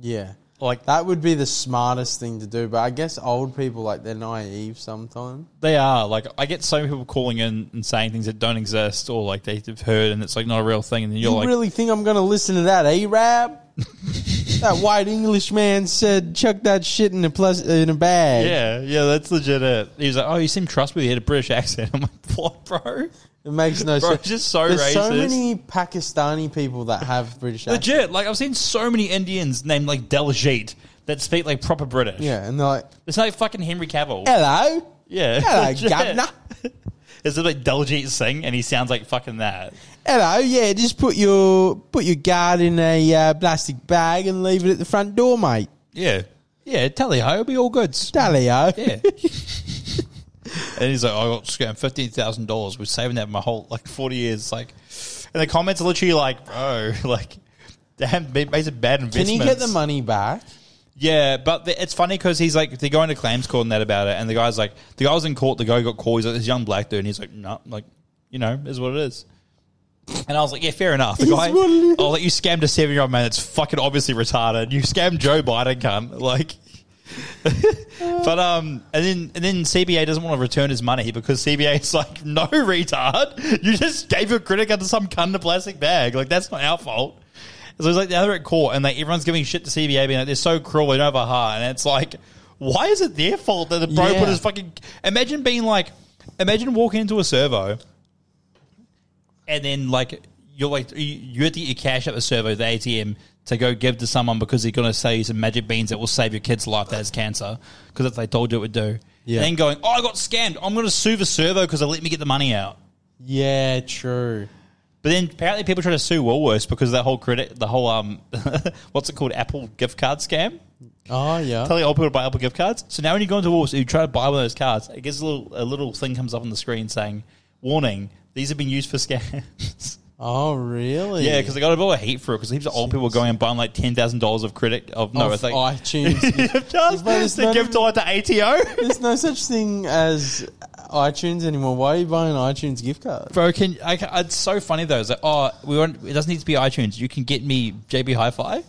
yeah, Like that would be the smartest thing to do. But I guess old people like they're naive sometimes. they are like I get so many people calling in and saying things that don't exist or like they've heard and it's like not a real thing and then you're You like really think I'm gonna listen to that Arab? that white English man said, "Chuck that shit in a plus in a bag." Yeah, yeah, that's legit. It. He was like, "Oh, you seem trustworthy." He had a British accent. I'm like, "What, bro? It makes no Bro, sense. it's just so There's racist." so many Pakistani people that have British accents. Legit. Like, I've seen so many Indians named like Deljeet that speak like proper British. Yeah, and they're like, it's like fucking Henry Cavill. "Hello, yeah, hello, legit. governor. Is it like Deljeet Singh, and he sounds like fucking that? Hello, yeah, just put your put your guard in a uh, plastic bag and leave it at the front door, mate. Yeah, yeah. Tally ho, it'll be all good. Dalio. Yeah. and he's like, I got scammed fifteen thousand dollars. We're saving that my whole like forty years. Like, and the comments are literally like, bro, like, damn, made made some bad Can investments. you get the money back? Yeah, but the, it's funny because he's like, they're going to claims court and that about it. And the guy's like, the guy was in court, the guy got called. He's like, this young black dude. And he's like, no, like, you know, is what it is. And I was like, yeah, fair enough. The Is guy, what it is. I'll let you scammed a seven year old man that's fucking obviously retarded. You scammed Joe Biden, cunt. Like, but, um, and then, and then CBA doesn't want to return his money because CBA is like, no, retard. You just gave your credit card to some cunt in a plastic bag. Like, that's not our fault. So it's like the other at court, and like everyone's giving shit to CBA, being like they're so cruel, they don't have a heart, and it's like, why is it their fault that the bro Yeah. put his fucking? Imagine being like, imagine walking into a servo, and then like you're like you, you have to get your cash at the servo, the ATM, to go give to someone because they're gonna sell you some magic beans that will save your kid's life that has cancer because if they told you it would do. Yeah. And then going, oh, I got scammed. I'm gonna sue the servo because they let me get the money out. Yeah, true. But then apparently people try to sue Woolworths because of that whole credit, the whole um, what's it called, Apple gift card scam. Oh yeah. Telling old people to buy Apple gift cards. So now when you go into Woolworths, you try to buy one of those cards. It gets a little a little thing comes up on the screen saying, "Warning: These have been used for scams." Oh really? yeah, because they got a bit of heat for it because heaps of old people were going and buying like ten thousand dollars of credit of no, Off I think. iTunes. Just But it's the not gift card to ATO. There's no such thing as iTunes anymore. Why are you buying an iTunes gift card? Bro, can, I, ca- it's so funny though. It's like, oh, we want, it doesn't need to be iTunes. You can get me JB Hi-Fi.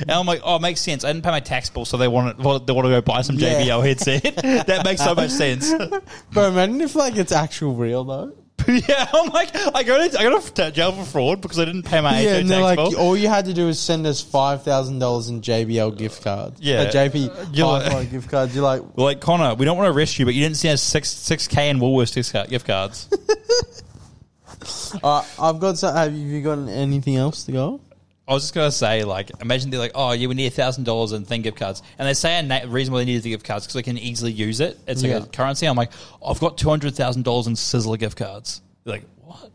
And I'm like, oh, it makes sense. I didn't pay my tax bill, so they want to, they want to go buy some Yeah. JBL headset. that makes so much sense. Bro, imagine if like it's actual real though. yeah, I'm like, I go to I got to jail for fraud because I didn't pay my Yeah, ATO and they're tax like, bill. all you had to do is send us five thousand dollars in JBL gift cards. Yeah. Uh, a JP You're like- Hi-Fi gift cards. You're like, We're like Connor, we don't want to arrest you, but you didn't send us six six k in Woolworths gift card- gift cards. Uh, I've got some. Have you got anything else to go? I was just gonna say, like, imagine they're like, "Oh, yeah, we need thousand dollars in thing gift cards," and they say a na- reason why they need the gift cards because they can easily use it. It's like Yeah. a currency. I'm like, I've got two hundred thousand dollars in Sizzler gift cards. They're like, what?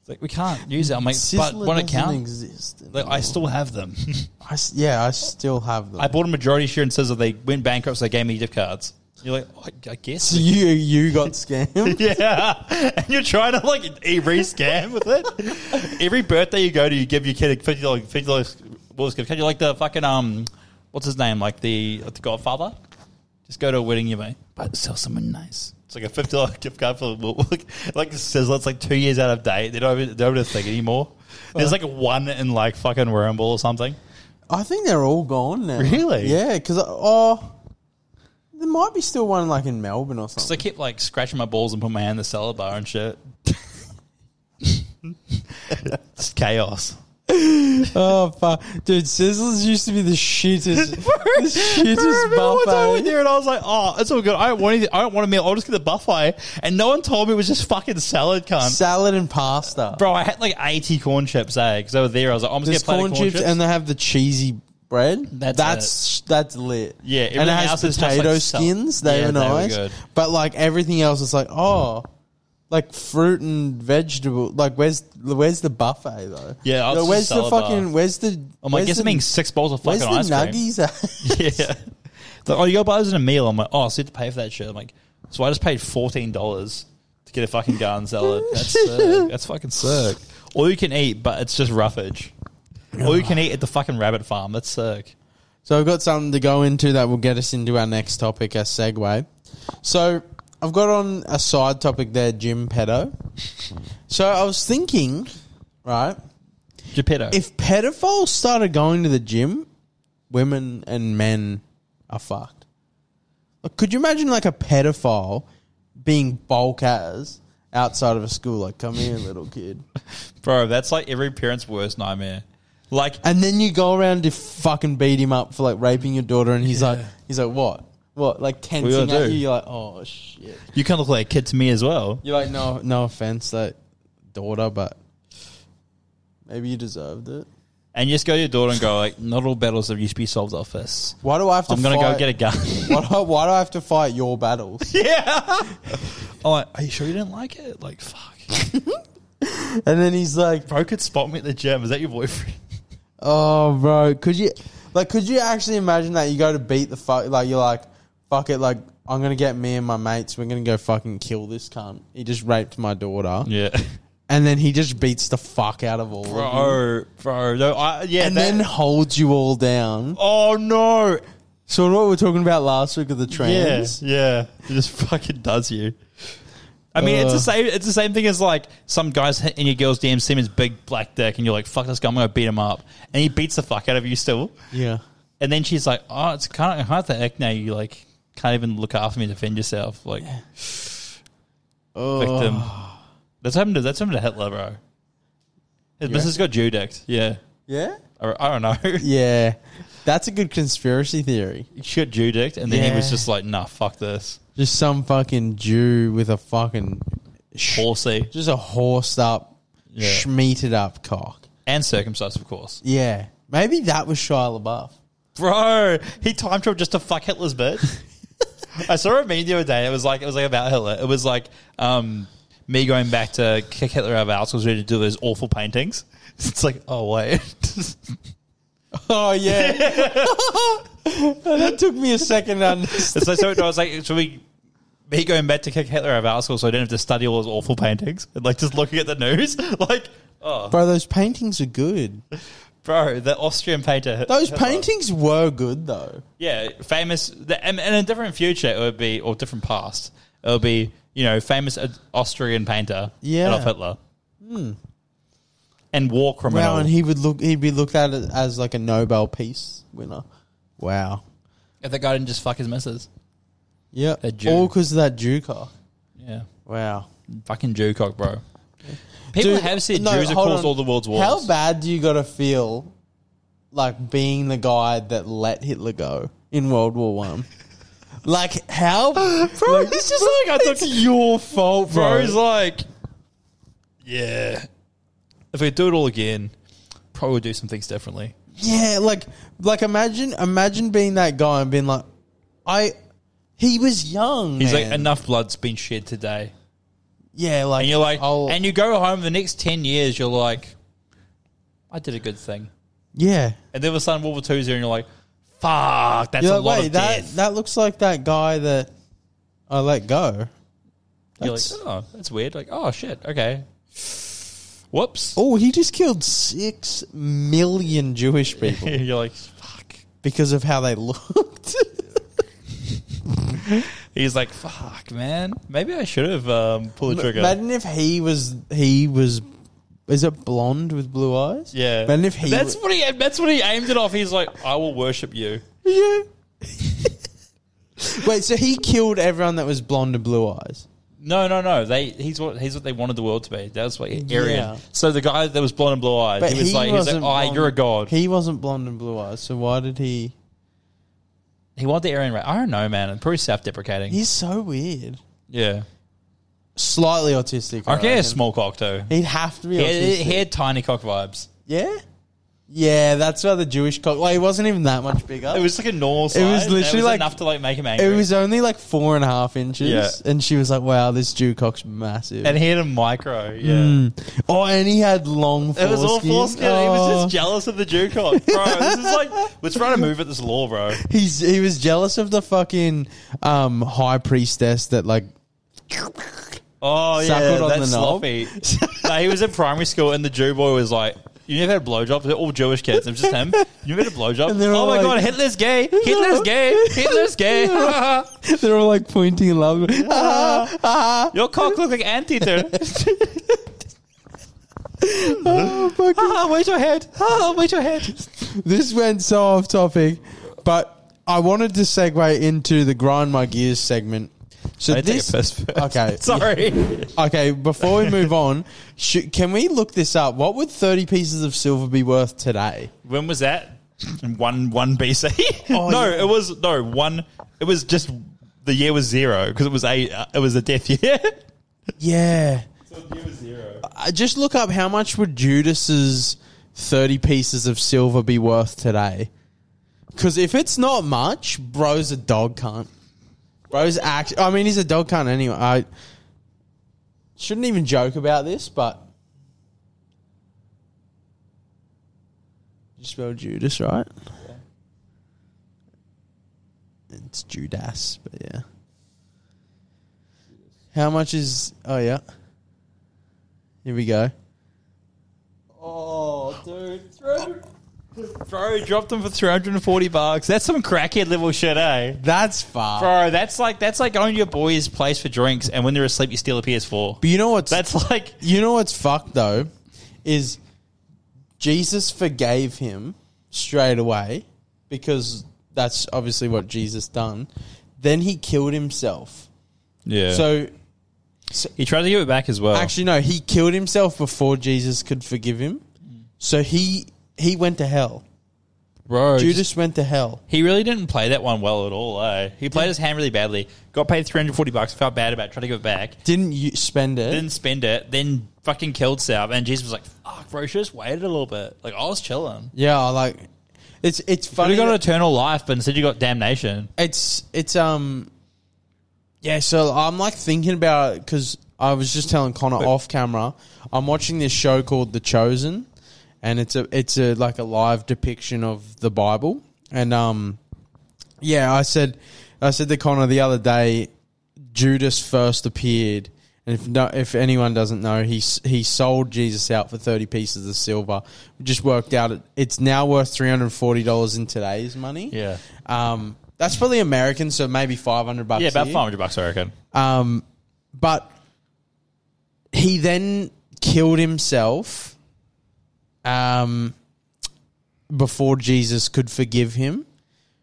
It's like we can't use it. I'm like, but Sizzler won't it doesn't count? Exist Like, I still have them. I s- yeah, I still have them. I bought a majority share in Sizzler. They went bankrupt, so they gave me gift cards. You're like, I, I guess. so you you got scammed. Yeah, and you're trying to like re-scam with it. Every birthday you go to, you give your kid a fifty dollars fifty dollars Woolworths gift card. You're like the fucking um, what's his name? Like the, like the Godfather. Just go to a wedding, you may. but sell someone nice. It's like a fifty dollar gift card for Wiltwood. Like it says, it's like two years out of date. They don't even, they don't even think anymore. There's like one in like fucking Wormble or something. I think they're all gone now. Really? Yeah, because oh, there might be still one like in Melbourne or So I something. kept like scratching my balls and putting my hand in the salad bar and shit. It's chaos. oh fuck, dude, Sizzlers used to be the shittest, the shittest Remember one time I went buffet. there and I was like, "Oh, it's all good. I don't want anything. I don't want a meal. I'll just get the buffet." And no one told me it was just fucking salad, cunt. Um, Salad and pasta. Bro, I had like eighty corn chips, eh? Because over there, I was like, "I'm just There's gonna play corn, chips, and they have the cheesy bread. That's that's that's lit. Yeah, and it everything has else is just, potato like, sal- skins. They Yeah, were they were nice, good. but like everything else is like oh, like fruit and vegetable. Like where's where's the buffet though? Yeah, I Like, was just where's the salad bar. fucking where's the? I'm like, where's "Guess the- it means six bowls of where's fucking the ice cream." nuggies? at? Yeah. It's like, oh, you go buy this in a meal. I'm like, "Oh, so you have to pay for that shit." I'm like, "So I just paid fourteen dollars to get a fucking garden salad. That's sick. That's fucking sick. All you can eat, but it's just roughage. All you can eat at the fucking rabbit farm. That's sick." So I've got something to go into that will get us into our next topic, a segue. So I've got on a side topic there, Jim Pedo. So I was thinking, right, Geppetto. if pedophiles started going to the gym, women and men are fucked. Like, could you imagine like a pedophile being bulk as outside of a school? Like, come here, little kid. Bro, that's like every parent's worst nightmare. Like, And then you go around to fucking beat him up for like raping your daughter, and he's like, he's like, what? What? Like tensing gonna at do? you. You're like, oh shit. You kind of look like a kid to me as well. You're like, no, no offense, that daughter, but maybe you deserved it. and you just go to your daughter and go, like, not all battles have used to be solved off fists. Why do I have to? I'm going to go fight- get a gun. Why do, I, why do I have to fight your battles? I'm like, are you sure you didn't like it? Like, fuck. and then he's like, Bro could spot me at the gym. Is that your boyfriend? oh, bro, could you, like, could you actually imagine that you go to beat the fuck, like, you're like, fuck it, like, I'm gonna get me and my mates, we're gonna go fucking kill this cunt. He just raped my daughter, Yeah. and then he just beats the fuck out of all. of you. Bro, bro. No, I, yeah. and that- then holds you all down. Oh, no. So what we were talking about last week of the trans. Yeah. Yeah. It just fucking does you. I mean, it's the Uh. same. It's the same thing as like some guys hit in your girl's DM seem his big black dick, and you're like, "Fuck this guy, I'm gonna beat him up," and he beats the fuck out of you still. Yeah. And then she's like, "Oh, it's kind of hard to act now. You like can't even look after me, defend yourself." Like Oh. victim. That's happened. To, that's happened to Hitler, bro. His Yeah. business got judicked. Yeah. Yeah? I, I don't know. Yeah. That's a good conspiracy theory. Shit judicked, and then he was Yeah. just like, "Nah, fuck this, Just some fucking Jew with a fucking sh- horsey," just a horsed up, Yeah. schmeated up cock. and circumcised, of course. Yeah. Maybe that was Shia LaBeouf. Bro, he time traveled just to fuck Hitler's bitch. I saw a meme the other day. It was like it was like about Hitler. It was like um, me going back to kick Hitler out of our schools, ready to do those awful paintings. It's like, oh wait, Oh yeah. that took me a second to understand. It's like, so I was like, should we be going back to kick Hitler out of our school so I didn't have to study all those awful paintings? And like just looking at the news, like, oh, Bro, those paintings are good. bro, the Austrian painter. Hit- Those Hitler. paintings were good though. Yeah, famous. The, and in a different future, it would be, or different past, it would be, you know, famous uh, Austrian painter Yeah. Hmm. Adolf Hitler. And war criminal. Wow, and he would look. He'd be looked at as like a Nobel Peace winner. Wow. If that guy didn't just fuck his missus. Yeah. That Jew. All because of that Jew car. Yeah. Wow. Fucking Jew cock, bro. People Dude, have said no, Jews have hold caused on. all the world's wars. How bad do you got to feel, like being the guy that let Hitler go in World War One? like how, bro? it's just like, I It's your fault, Bro, bro. he's like, yeah. If we do it all again, Probably do some things differently. Yeah, like like imagine imagine being that guy and being like, I. He was young. He's man. like, enough blood's been shed today. Yeah, like And you're like, I'll- and you go home the next 10 years, you're like, I did a good thing. yeah. And then all of a sudden, World War Two is there, and you're like, fuck, that's You're a lot like, wait, of that death. that looks like that guy that I let go. You're That's- like, oh, that's weird. Like, oh, shit, okay. Whoops. Oh, he just killed six million Jewish people you're like, fuck. because of how they looked. He's like, fuck, man. Maybe I should have um, pulled the trigger. Imagine if he was he was is it blonde with blue eyes? yeah. Imagine if he that's wa- what he that's what he aimed it off. He's like, I will worship you. Yeah. Wait, so he killed everyone that was blonde and blue eyes. No, no, no. They he's what he's what they wanted the world to be. That's what Aryan. Yeah. So the guy that was blonde and blue eyed, But he was he like, he's like, wasn't oh, blonde. you're a god. He, He wasn't blonde and blue eyes, so why did he? wanted the Aryan race. I don't know, man. I'm pretty self deprecating. He's so weird. Yeah. Slightly autistic. I I reckon reckon. a small cock too. He'd have to be He had, autistic. he had tiny cock vibes. yeah, yeah. That's why the Jewish cock. Like, he wasn't even that much bigger. It was like a normal size. It was and literally like- enough to like make him angry. It was only like four and a half inches, Yeah. and she was like, "Wow, this Jew cock's massive." and he had a micro. Yeah. Mm. Oh, and he had long. It was all foreskin. foreskin. He was Oh. just jealous of the Jew cock, bro. this is like we're trying to move at this law, bro. He's he was jealous of the fucking um, high priestess that like Oh yeah, Suckled on that's the knob. sloppy. no, he was in primary school, and the Jew boy was like, "You never had blowjobs? They're all Jewish kids. It was just him. You never had a blowjob? And they were Oh my like- god, Hitler's gay. Hitler's gay. Hitler's gay. they're all like pointing Ah, and laughing. Your cock looked like anteater. oh, fucking- ah, wait your head. Ah, wait your head. this went so off topic, but I wanted to segue into the grind my gears segment. So I take a this piss first. okay, Sorry. okay. Before we move on, sh- can we look this up? What would thirty pieces of silver be worth today? When was that? One one BC. Oh, no, yeah. it was no one. It was just the year was zero because it was a uh, it was a death year. Yeah, so the year was zero. I just look up how much would Judas's thirty pieces of silver be worth today? Because if it's not much, bro's a dog cunt. Bro's act. I mean, he's a dog cunt anyway. I shouldn't even joke about this, but you spell Judas right? It's Judas, but yeah. How much is? Oh yeah. Here we go. Oh, dude. Bro, dropped them for 340 bucks. That's some crackhead level shit, eh? That's far. Bro, that's like that's like going to your boy's place for drinks and when they're asleep you steal a PS4. But you know what's That's like you know what's fucked though, is Jesus forgave him straight away because that's obviously what Jesus done. Then he killed himself. Yeah. So So he tried to give it back as well. actually, no, he killed himself before Jesus could forgive him. So he he went to hell. bro, Judas went to hell. he really didn't play that one well at all, eh? He played his hand really badly. Got paid 340 bucks, felt bad about it, tried to give it back. Didn't you spend it? Didn't spend it, then fucking killed Sal. And Jesus was like, fuck, bro, should just waited a little bit. Like, I was chilling. yeah, I like it's it's But funny. you got that- eternal life, but instead you got damnation. it's it's um yeah so i'm like thinking about it because i was just telling connor off camera i'm watching this show called the chosen and it's a it's a like a live depiction of the bible and um yeah i said i said to connor the other day judas first appeared and if no, if anyone doesn't know, he s- he sold Jesus out for thirty pieces of silver. We just worked out it, it's now worth three hundred forty dollars in today's money. Yeah. Um, that's probably American, so maybe five hundred bucks. Yeah, about here. 500 bucks, I reckon. Um, but he then killed himself. Um, before Jesus could forgive him,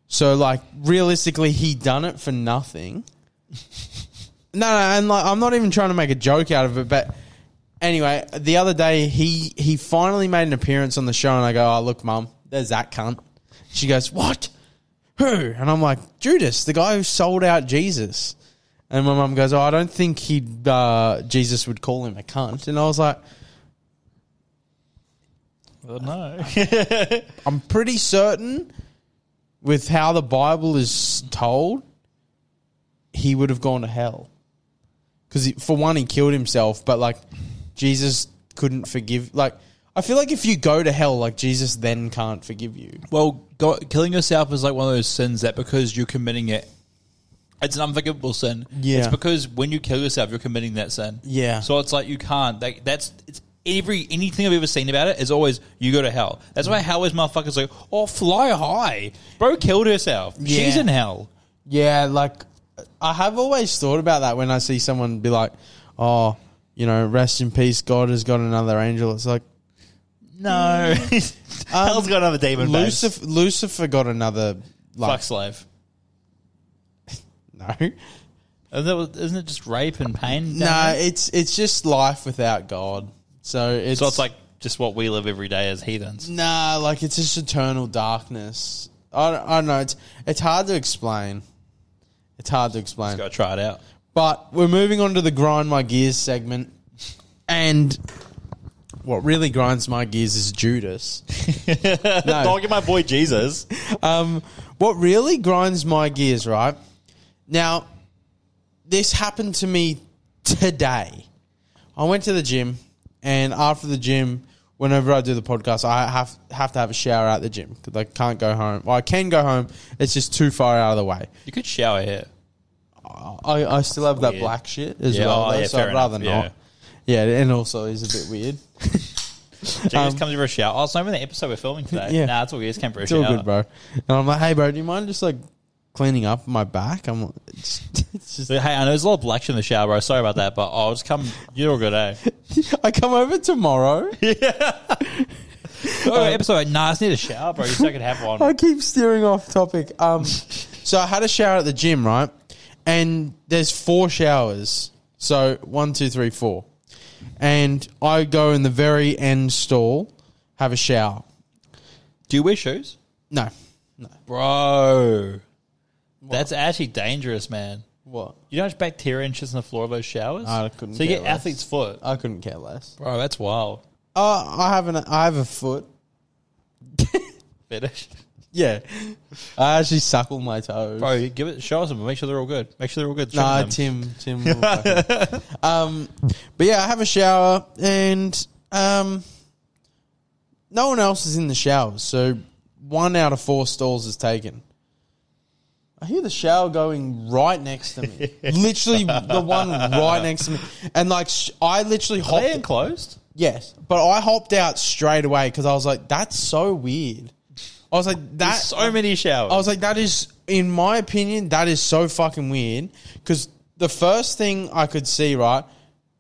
so like realistically, he done it for nothing. no, no, and like I'm not even trying to make a joke out of it, but anyway, the other day he he finally made an appearance on the show, and I go, "Oh, look, mum, there's that cunt." She goes, "What? Who?" And I'm like, "Judas, the guy who sold out Jesus." And my mum goes, "Oh, I don't think he uh, Jesus would call him a cunt." And I was like, Well, no. "I'm pretty certain, with how the Bible is told, he would have gone to hell because for one, he killed himself, but like Jesus couldn't forgive. Like, I feel like if you go to hell, like Jesus then can't forgive you. Well, go, killing yourself is like one of those sins that because you're committing it, it's an unforgivable sin. Yeah. It's because when you kill yourself, you're committing that sin. Yeah. So it's like you can't. Like that's it's every anything I've ever seen about it is always you go to hell. That's why hell is motherfuckers like oh fly high, bro killed herself. Yeah. She's in hell. Yeah, like I have always thought about that when I see someone be like, "Oh, you know, rest in peace. God has got another angel." It's like No. Hell's got another demon base. Um, Lucifer. Lucifer got another. Like, Fuck slave. no, Isn't that what- isn't it just rape and pain? down no. there? It's it's just life without God. So it's So it's like just what we live every day as heathens. nah, like it's just eternal darkness. I don't, I don't know. It's it's hard to explain. It's hard to explain. Got to try it out. But we're moving on to the grind my gears segment, and what really grinds my gears is Judas. no, Dog at my boy Jesus. um, what really grinds my gears, right? Now, this happened to me today. I went to the gym, and after the gym, whenever I do the podcast, I have have to have a shower at the gym because I can't go home. Well, I can go home; it's just too far out of the way. You could shower here. I, I still have that Weird. black shit as Yeah, well, oh, though, yeah, so fair I'd rather enough, not. Yeah. and also he's a bit weird. Jesus comes over a shower. Oh, it's not even the episode we're filming today. Um, Yeah. Nah, it's all good. He just came for a It's all shower. good, bro. And I'm like, hey, bro, do you mind just like cleaning up my back? I'm like, it's, it's just. So, hey, I know there's a lot of black shit in the shower, bro. Sorry about that, but I'll just come. You're all good, eh? I come over tomorrow. Oh, episode. Nah, I just need a shower, bro. You still could have one. Um, I keep steering off topic. Um, so I had a shower at the gym, right? And there's four showers. So one, two, three, four. And I go in the very end stall, have a shower. Do you wear shoes? No, Bro. That's actually dangerous, man. what? You know how much bacteria and shit's on the floor of those showers? I couldn't So you care get less. athlete's foot. I couldn't care less. Bro, that's wild. Uh, I have an I have a foot. Fetish. Yeah, I actually suckle my toes. Bro, you give it, show us them. Make sure they're all good. Make sure they're all good. Show Nah, them. Tim. Tim. will fucking- um, but yeah, I have a shower, and um, no one else is in the showers, so one out of four stalls is taken. I hear the shower going right next to me. literally, the one right next to me, and like sh- I literally Are hopped. they enclosed? Yes, but I hopped out straight away because I was like, "That's so weird." I was like, "That." There's so many showers. I was like, that is, in my opinion, that is so fucking weird. Because the first thing I could see, right,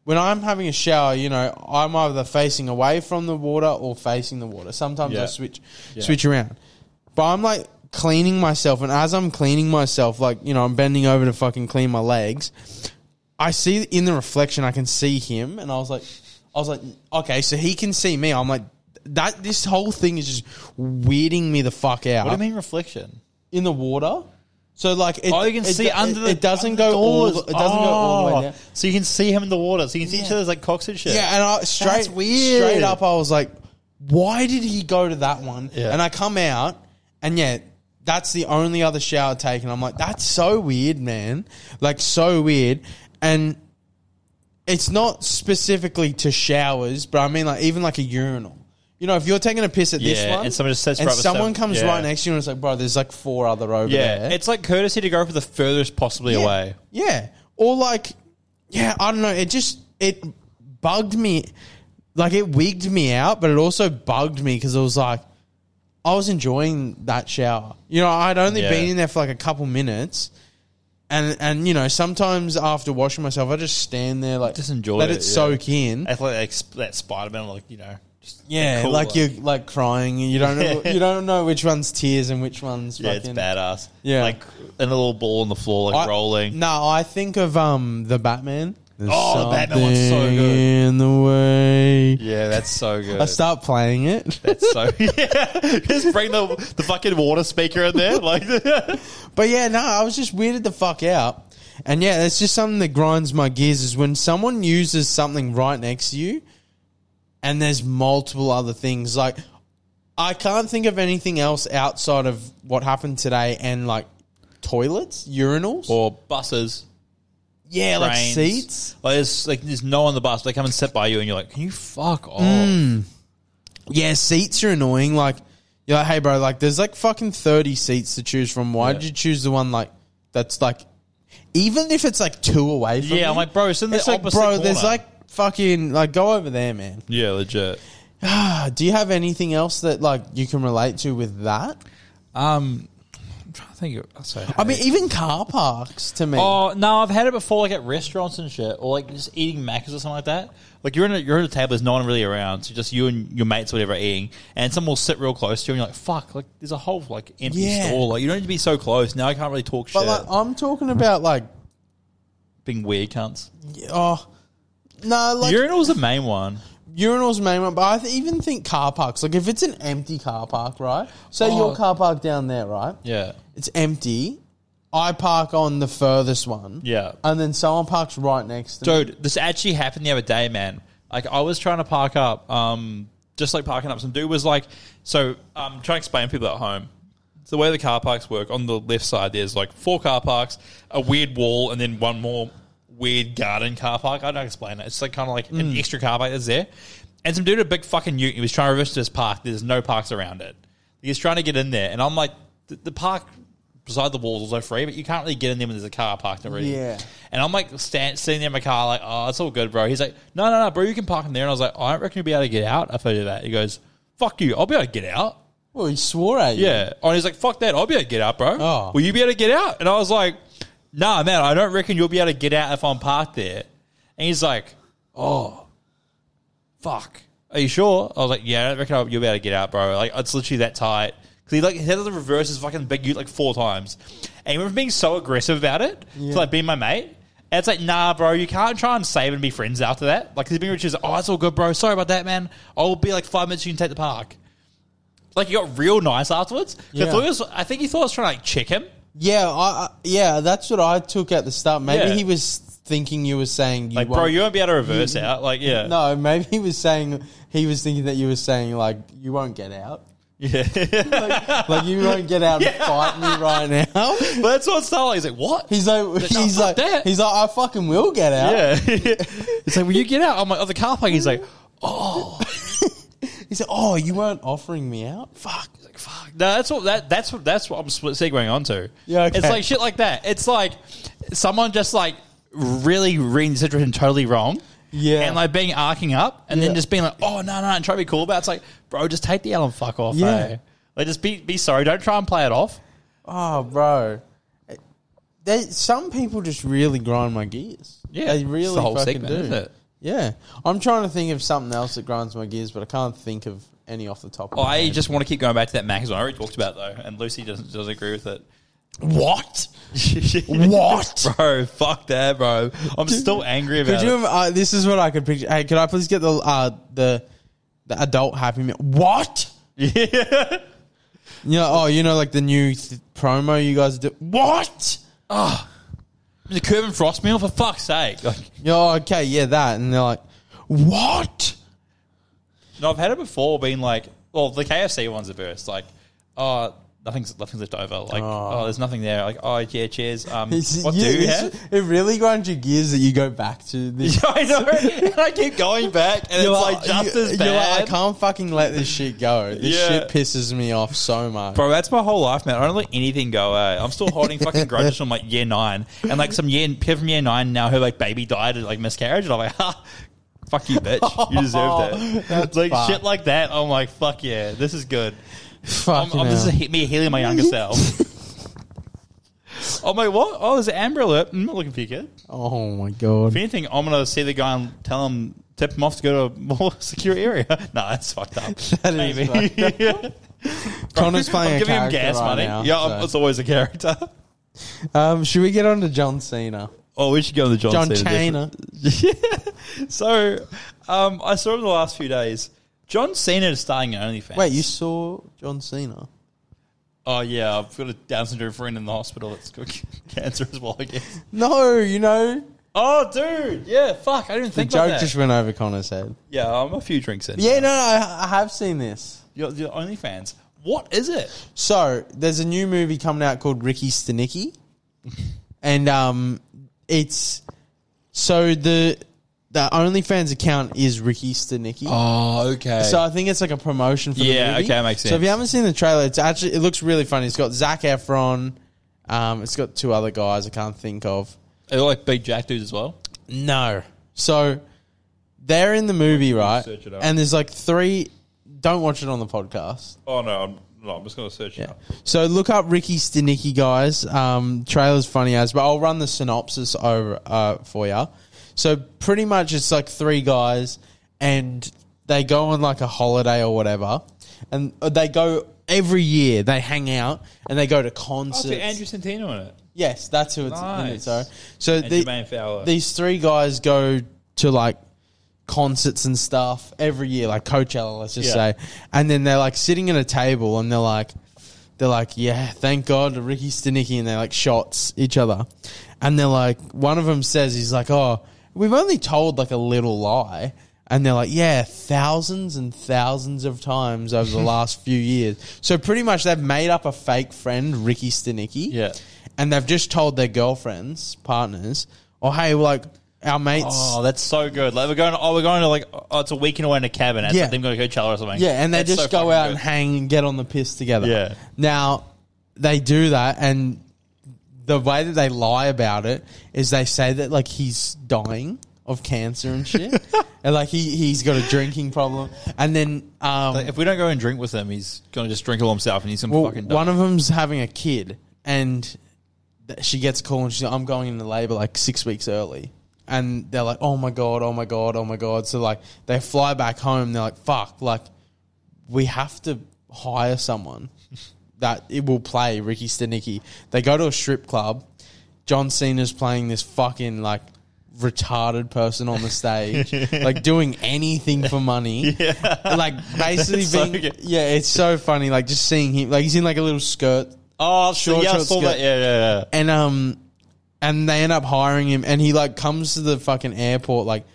when I'm having a shower, you know, I'm either facing away from the water or facing the water. Sometimes I Yeah. switch switch around, but I'm like cleaning myself, and as I'm cleaning myself, like you know, I'm bending over to fucking clean my legs. I see in the reflection, I can see him, and I was like, I was like, okay, so he can see me. I'm like. That this whole thing is just weirding me the fuck out what do you mean reflection? in the water. So like, it, Uh, Oh, you can it- see it, under the It doesn't under go the all. The, doors. it doesn't go all the way Oh, down. So you can see him in the water. So you can see each Yeah. other's like cocks and shit. Yeah, and I straight That's weird. straight up, I was like, why did he go to that one? Yeah. And I come out, and yeah, that's the only other shower taken. I'm like, that's so weird, man. Like so weird, and it's not specifically to showers, but I mean like even like a urinal. You know, if you're taking a piss at this Yeah, one, and someone just sets and right beside- someone comes yeah. right next to you, and it's like, bro, there's like four other over Yeah. there. It's like courtesy to go for the furthest possibly yeah. away. Yeah. Or like, yeah, I don't know. It just it bugged me, like it wigged me out, but it also bugged me because it was like I was enjoying that shower. You know, I'd only Yeah. been in there for like a couple minutes. And, and you know sometimes after washing myself I just stand there like Just enjoy let it, it, yeah. soak in It's like that, exp- that Spider Man, like, you know. Just yeah cool, like, you're like crying and you don't know, Yeah. you don't know which one's tears and which one's Yeah, it's fucking badass. Yeah. Like a little ball on the floor, like I- rolling. No, I think of um the Batman. Oh, the Batman one's so Something good. In the way, Yeah, that's so good. I start playing it, That's so yeah. Just bring the the fucking water speaker in there, like but yeah, no, I was just weirded the fuck out, and yeah, that's just something that grinds my gears is when someone uses something right next to you, and there's multiple other things like. I can't think of anything else outside of what happened today and like toilets, urinals. or buses, yeah, like trains. seats. Like there's like there's no one on the bus. They come and sit by you, and you're like, "Can you fuck off?" Yeah, seats are annoying. Like, you're like, hey, bro, like, there's like fucking 30 seats to choose from. Why did you choose the one, like, that's like, even if it's like two away from Yeah, you, I'm like, bro, it's in the it's like, bro, opposite corner. there's like fucking, like, go over there, man. yeah, legit. Uh, Ah, Do you have anything else that, like, you can relate to oh, with that? Um, I'm trying to think. Of, so I mean, even car parks to me. Oh no, I've had it before, like at restaurants and shit, or like just eating macas or something like that. Like you're in a, you're at a table, there's no one really around, so just you and your mates, or whatever, are eating, and someone will sit real close to you, and you're like, "Fuck!" Like there's a whole like empty Yeah. store. Like you don't need to be so close. Now I can't really talk but shit. like, I'm talking about like, being weird cunts. oh, no, like Urinal's the main one. urinals main one, but I th- even think car parks. Like if it's an empty car park, right? Say Oh. your car park down there, right? Yeah, It's empty. I park on the furthest one. yeah. And then someone parks right next to me. Dude, this actually happened the other day, man. Like I was trying to park up, um, just like parking up. Some dude was like, so I'm um, trying to explain to people at home. So the way the car parks work on the left side, there's like four car parks, a weird wall, and then one more weird garden car park. I don't know how to explain it. It's like kind of like an extra car park that's there. And some dude had a big fucking Newton. He was trying to reverse to this park. There's no parks around it. He's trying to get in there, and I'm like, the, the park beside the walls is also free, but you can't really get in there when there's a car parked already. Yeah. And I'm like stand, sitting there in my car, like, oh, it's all good, bro. He's like, no, no, no, bro, you can park in there. And I was like, I don't reckon you'll be able to get out if I do that. He goes, fuck you, I'll be able to get out. Well, he swore at you. Yeah. And he's like, fuck that, I'll be able to get out, bro. Oh. Will you be able to get out? And I was like, nah, man, I don't reckon you'll be able to get out if I'm parked there. And he's like, oh, fuck. Are you sure? I was like, yeah, I don't reckon I'll- you'll be able to get out, bro. Like, it's literally that tight. Because he, like, he had to reverse his fucking big ute like four times. And he remember being so aggressive about it Yeah. to, like, being my mate. And it's like, nah, bro, you can't try and save and be friends after that. Like, he's being rich. He's like, oh, it's all good, bro. Sorry about that, man. I'll be like five minutes. You can take the park. Like, he got real nice afterwards. 'Cause Yeah. I, thought he was, I think he thought I was trying to, like, check him. Yeah, I, I, yeah, that's what I took at the start. Maybe Yeah. he was thinking you were saying you Like, won't- bro, you won't be able to reverse out. Like, yeah. No, maybe he was saying he was thinking that you were saying like you won't get out. Yeah. Like you won't get out and fight me right now. but that's what it started like. He's like, what? He's like no, he's fuck like that. he's like I fucking will get out. Yeah. it's like, will you get out? I'm like, oh, the car park. He's like, He said, "Oh, you weren't offering me out? Fuck." Like, fuck. No, that's what that that's what that's what I'm split segueing onto. Yeah, okay. it's like shit like that. It's like someone just like really reading the situation totally wrong. Yeah. and like being arcing up, and Yeah. then just being like, "Oh no, no," and try to be cool about. it. It's like, bro, just take the L and fuck off. Yeah. eh? like just be be sorry. Don't try and play it off. Oh, bro. They, some people just really grind my gears. Yeah, they it's really the whole fucking segment, do. isn't it? Yeah, I'm trying to think of something else that grinds my gears, but I can't think of any off the top. of my Oh, I head. just want to keep going back to that Max one I already talked about though, and Lucy doesn't doesn't agree with it. what? what, bro? Fuck that, bro. I'm still angry about Could you? it. have- Uh, this is what I could picture. Hey, could I please get the uh, the the adult happy meal? What? Yeah. You know, oh, you know, like the new th- promo you guys do. What? The curb and frost meal for fuck's sake. Like, You know, okay, yeah, that, and they're like, what? No, I've had it before. Being like, well, the KFC one's the best. Like, oh, nothing's nothing's left over. Like, Oh. oh, there's nothing there. Like, oh yeah, cheers. Um, It's- what yeah, do you it's- have? It really grinds your gears that you go back to this. Yeah, I know, and I keep going back, and You're it's like just you- as you're like, I bad. can't fucking let this shit go. This Yeah. shit pisses me off so much. Bro, that's my whole life, man. I don't let anything go. Eh? I'm still holding fucking grudges from like year nine, and like some year people from year nine now her like baby died and like miscarriage, and I'm like, ha, fuck you, bitch. You deserve that. That's like fucked. shit like that. I'm like, fuck yeah, this is good. I'm, Fucking I'm, this hell. is he- me healing my younger self. I'm like, what? Oh, there's an Amber Alert. I'm not looking for you, kid. oh my If god. anything, I'm going to see the guy and tell him, tip him off to go to a more secure area. no, that's fucked up. That is fucked Connor's playing I'm a giving him character gas right money. now, yeah, I'm- so. it's always a character. Um, should we get on to John Cena? Oh, we should go to the John, John Cena different- Cena. So, um, I saw him the last few days. John Cena is starting an OnlyFans. Wait, you saw John Cena? Oh, yeah. I've got a Down syndrome friend in the hospital that's got cancer as well, I guess. No, you know Oh, dude. Yeah, fuck. I didn't the think about joke that. just went over Connor's head. yeah, I'm a few drinks in. Yeah, no, no, I, I have seen this. You're, you're OnlyFans. What is it? So there's a new movie coming out called Ricky Stenicki, and um, it's so the the OnlyFans account is Ricky Stenicki. Oh, okay. So I think it's like a promotion for the Yeah, movie. okay, that makes So if you sense. haven't seen the trailer, it's actually it looks really funny. It's got Zach Efron. Um, it's got two other guys I can't think of. Are they like big jack dudes as well? No. So they're in the movie, right? Search it up. And there's like three. Don't watch it on the podcast. Oh, no. I'm No, I'm just going to search it Yeah. up. So look up Ricky Stenicki, guys. Um, trailer's funny as, but I'll run the synopsis over uh, for you. So pretty much, it's like three guys, and they go on like a holiday or whatever, and uh, they go every year. They hang out and they go to Oh, concerts. it's got Andrew Santino in it. Yes, that's who it's in it. Nice. Sorry. So And the- Jermaine Fowler. these three guys go to like concerts and stuff every year, like Coachella, let's just Yeah. say. And then they're like sitting at a table and they're like, they're like, yeah, thank God, Ricky Stenicki, and they're like shots each other. And they're like, one of them says, he's like, oh, we've only told like a little lie. And they're like, yeah, thousands and thousands of times over the last few years. So pretty much they've made up a fake friend, Ricky Stenicki Yeah. and they've just told their girlfriends, partners, oh hey, like our mates. Oh, that's so good. Like we're going. To, oh, we're going to like. Oh, it's a weekend away in a cabin. Yeah. Yeah, them going to Coachella or something. yeah, and they That's just so go fucking out good. and hang and get on the piss together. Yeah. Now they do that, and the way that they lie about it is they say that like he's dying of cancer and shit, and like he he's got a drinking problem, and then um, Like, if we don't go and drink with him, he's going to just drink all himself, and he's going to Well, fucking die. one of them's having a kid, and th- she gets a call and she's like, "I'm going into labor like six weeks early," and they're like, "Oh my god, oh my god, oh my god!" So like they fly back home. They're like, "Fuck!" Like we have to hire someone that it will play Ricky Stenicki. They go to a strip club. John Cena's playing this fucking like retarded person on the stage, like doing anything for money. Like basically It's so being good. yeah, it's so funny. Like just seeing him, like he's in like a little skirt, oh, Short, short, yeah, I short saw skirt. that. Yeah, yeah, yeah. and um, and they end up hiring him, and he like comes to the fucking airport, like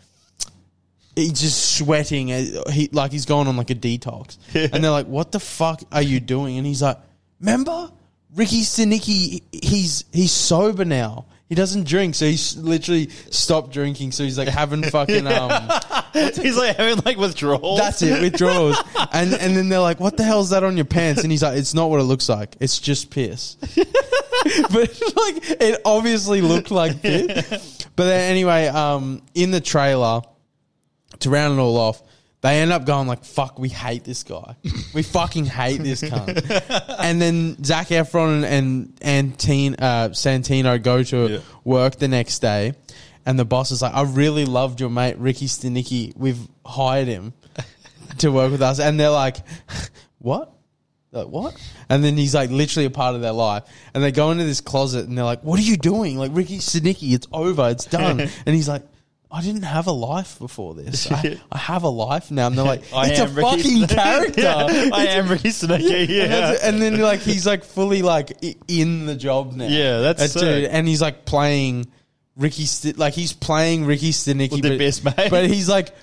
he's just sweating, uh, he like he's going on like a detox, and they're like, "What the fuck are you doing?" And he's like, "Remember, Ricky Stenicki, he's he's sober now." He doesn't drink, so he's literally stopped drinking. So he's like having fucking um, he's like having like withdrawals. That's it, withdrawals. and and then they're like, "What the hell's that on your pants?" And he's like, "It's not what it looks like. It's just piss." but like, it obviously looked like piss. But then anyway, um, in the trailer, to round it all off, they end up going like, "Fuck, we hate this guy. We fucking hate this cunt." and then Zach Efron and, and Antin, uh, Santino go to Yeah. work the next day, and the boss is like, "I really loved your mate Ricky Stenicki. We've hired him to work with us," and they're like, "What?" They're Like what? And then he's like literally a part of their life. And they go into this closet and they're like, What are you doing? Like Ricky Sinicki, it's over, it's done. and he's like, I didn't have a life before this. I, I have a life now. And they're like, I It's a am Ricky fucking Stenicki." character. Yeah, I am Ricky Snake. And, that's- Yeah, and then like he's like fully like i- in the job now. Yeah, that's Uh, sick. And he's like playing Ricky, St- like he's playing Ricky Stenicki, With the best mate. But he's like,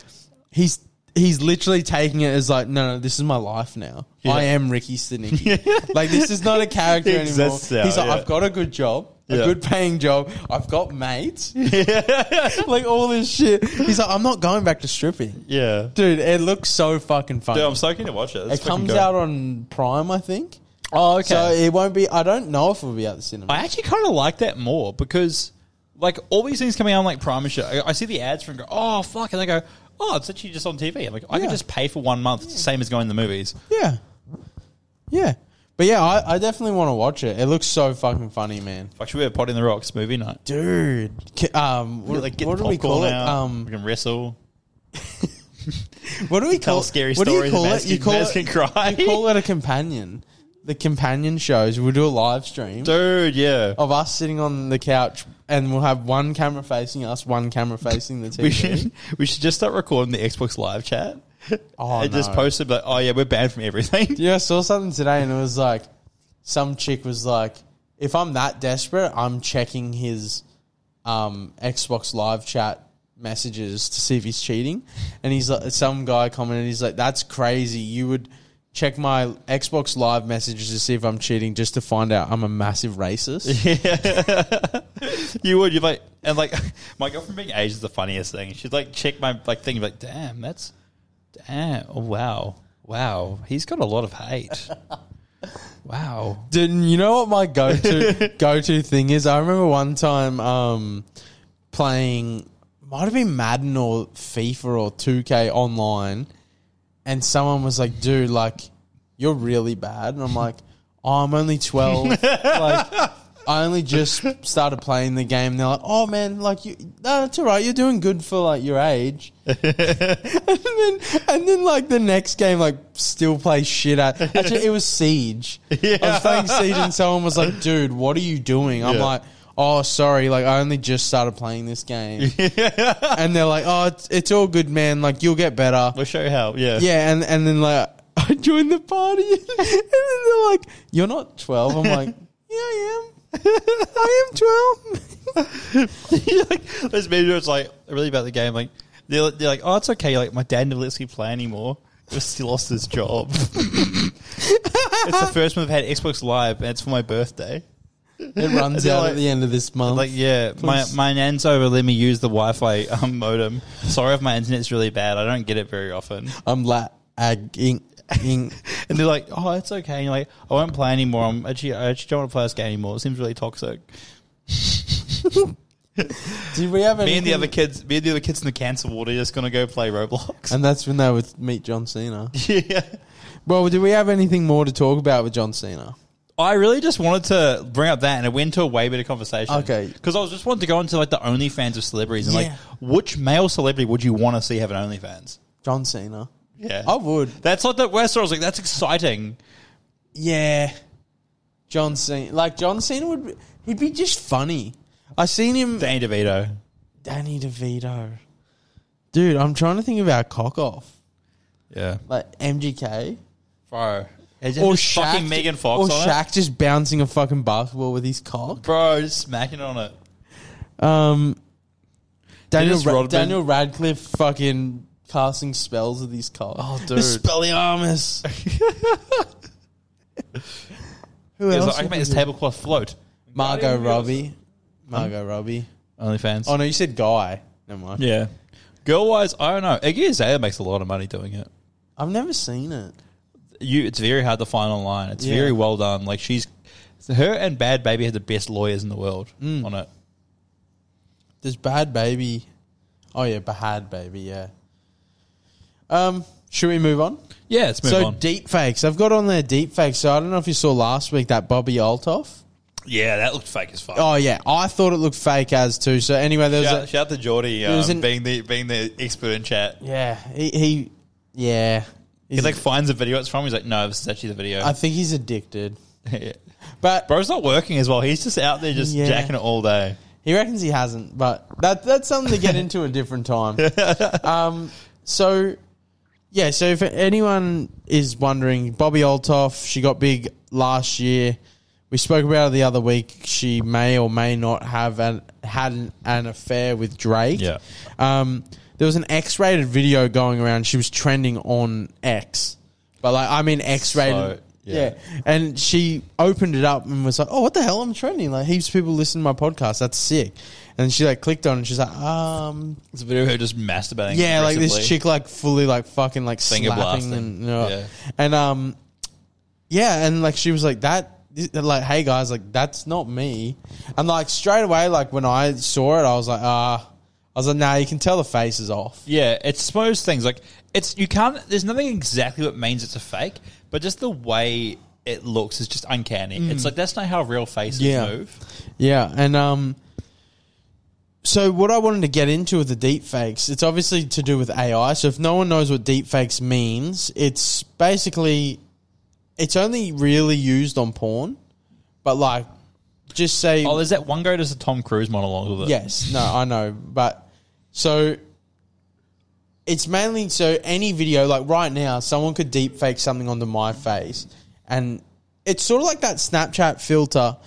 he's he's literally taking it as like, no, no, this is my life now. I am Ricky Stenicki. like this is not a character He anymore. exists now, he's like, yeah. I've got a good job, a Yeah. good paying job. I've got mates, like all this shit. He's like, I'm not going back to stripping, yeah. dude. It looks so fucking funny. Dude, I'm so keen to watch it. It's It fucking comes good. out on Prime, I think. Oh, okay. So it won't be. I don't know if it'll be at the cinema. I actually kind of like that more because, like, all these things coming out on, like, Prime and shit. I, I see the ads for it and go, oh, fuck. And I go, oh, it's actually just on TV. I'm like, I Yeah. could just pay for one month. It's the same as going to the movies. yeah, yeah, but yeah, I, I definitely want to watch it. It looks so fucking funny, man. Fuck, should we have Pot in the Rocks movie night? Dude, K- um, what, Like, get what do we popcorn call it? out. we Um, can wrestle. what do we Tell call scary what do stories. you call and it? You Maz call can- Maz it, can cry. you call it a companion. The companion shows. We'll do a live stream Dude, yeah. of us sitting on the couch, and we'll have one camera facing us, one camera facing the TV. We should we should just start recording the Xbox Live chat. Oh, and just no. posted like, oh yeah, we're banned from everything. Yeah, I saw something today and it was like some chick was like, if I'm that desperate, I'm checking his um, Xbox live chat messages to see if he's cheating. And he's like, some guy commented, he's like, that's crazy. You would check my Xbox live messages to see if I'm cheating just to find out I'm a massive racist. you would, you'd like, and like, my girlfriend being Asian is the funniest thing. She'd like check my like thing, like, damn, that's, damn, oh, wow, wow, he's got a lot of hate. Wow, Dude, and you know what my go to go to thing is? I remember one time um, playing might have been Madden or FIFA or 2K online, and someone was like, "Dude, like, you're really bad. And I'm like, oh, I'm only 12. like, I only just started playing the game. They're like, oh, man, like, you, no, it's all right. You're doing good for, like, your age. and, then, and then, like, the next game, like, still play shit at. Actually, it was Siege. I was playing Siege and someone was like, dude, what are you doing? I'm Yeah. like, oh, sorry. Like, I only just started playing this game. and they're like, oh, it's, it's all good, man. Like, you'll get better. We'll show you how. Yeah. Yeah, and, and then like I joined the party, and then they're like, "You're not 12. I'm like, "Yeah, I am. I am 12." like, this video is like really about the game. Like they're, they're like, oh, it's okay. Like my dad never lets me play anymore. Just he lost his job. it's the first one I've had Xbox Live, and it's for my birthday. It runs They're out like- at the end of this month. Like, yeah, my Please. my nan's over. Let me use the Wi-Fi um, modem. Sorry if my internet's really bad. I don't get it very often. I'm lagging. ing. And they're like, oh, it's okay. And you're like, I won't play anymore. I'm actually, I actually don't want to play this game anymore. It seems really toxic. Did we have Me and anything- the other kids, me and the other kids in the cancer ward are just gonna go play Roblox. And that's when they would meet John Cena. yeah. Well, do we have anything more to talk about with John Cena? I really just wanted to bring up that, and it went into a way better conversation. Okay. because I was just wanting to go into like the OnlyFans of celebrities and Yeah. like which male celebrity would you want to see have an OnlyFans? John Cena. Yeah, I would. That's like the West. I was like, that's exciting. Yeah. John Cena. Like John Cena would be, he'd be just funny. I seen him Danny DeVito. Danny DeVito. Dude, I'm trying to think about cock off. Yeah, Like MGK. bro. Or or Shaq. fucking Megan Fox Or on Shaq just bouncing a fucking basketball with his it, cock. bro, just smacking on it. Um Daniel, Dennis Ra- Rodman. Daniel Radcliffe fucking casting spells with his cock. Oh, dude. Expelliarmus. Who He was else? like, I can make this tablecloth float. Margot Robbie. Margot Robbie. OnlyFans. Oh no, you said guy. Never mind. yeah. Girl wise, I don't know. Iggy Azalea makes a lot of money doing it. I've never seen it. you it's very hard to find online. It's Yeah. very well done. Like she's her and Bad Baby had the best lawyers in the world Mm. on it. There's Bad Baby. Oh yeah, Bad Baby. Yeah. Um, should we move on? Yeah, let's move so on. deep fakes. I've got on there deep fakes. So I don't know if you saw last week that Bobby Altoff. yeah, that looked fake as fuck. Oh yeah, I thought it looked fake as too. So anyway, there was shout, a, shout out to Geordie was um, an- being the being the expert in chat. yeah he, he yeah. He He's, like finds the video it's from. He's like, no, this is actually the video. I think he's addicted, Yeah. but Bro's not working as well. He's just out there just Yeah. jacking it all day. He reckons he hasn't, but that that's something to get into a different time. Um, so yeah, so if anyone is wondering, Bobby Altoff, she got big last year. We spoke about it the other week. She may or may not have an, had an, an affair with Drake. Yeah. Um, there was an X-rated video going around. She was trending on X, but like I mean X-rated. So, yeah. yeah, and she opened it up and was like, "Oh, what the hell? I'm trending. Like heaps of people listen to my podcast. That's sick." And she like clicked on it and she's like, "Um, It's a video of her just masturbating. yeah, like this aggressively. chick like fully like fucking like Finger slapping blasting. and you know. Yeah. and um, yeah, and like she was like that." Like, hey guys, like that's not me, and like straight away, like when I saw it, I was like, ah, I was like, nah, you can tell the face is off. Yeah, it's one of those things. Like it's you can't. There's nothing exactly what means it's a fake, but just the way it looks is just uncanny. It's like that's not how real faces Mm. Yeah. move. Yeah, and um, so what I wanted to get into with the deepfakes, it's obviously to do with AI. So if no one knows what deepfakes means, it's basically it's only really used on porn, but like just say Oh, there's that one guy who does a Tom Cruise monologue with it. yes, no, I know, but so it's mainly so any video like right now, someone could deepfake something onto my face, and it's sort of like that Snapchat filter,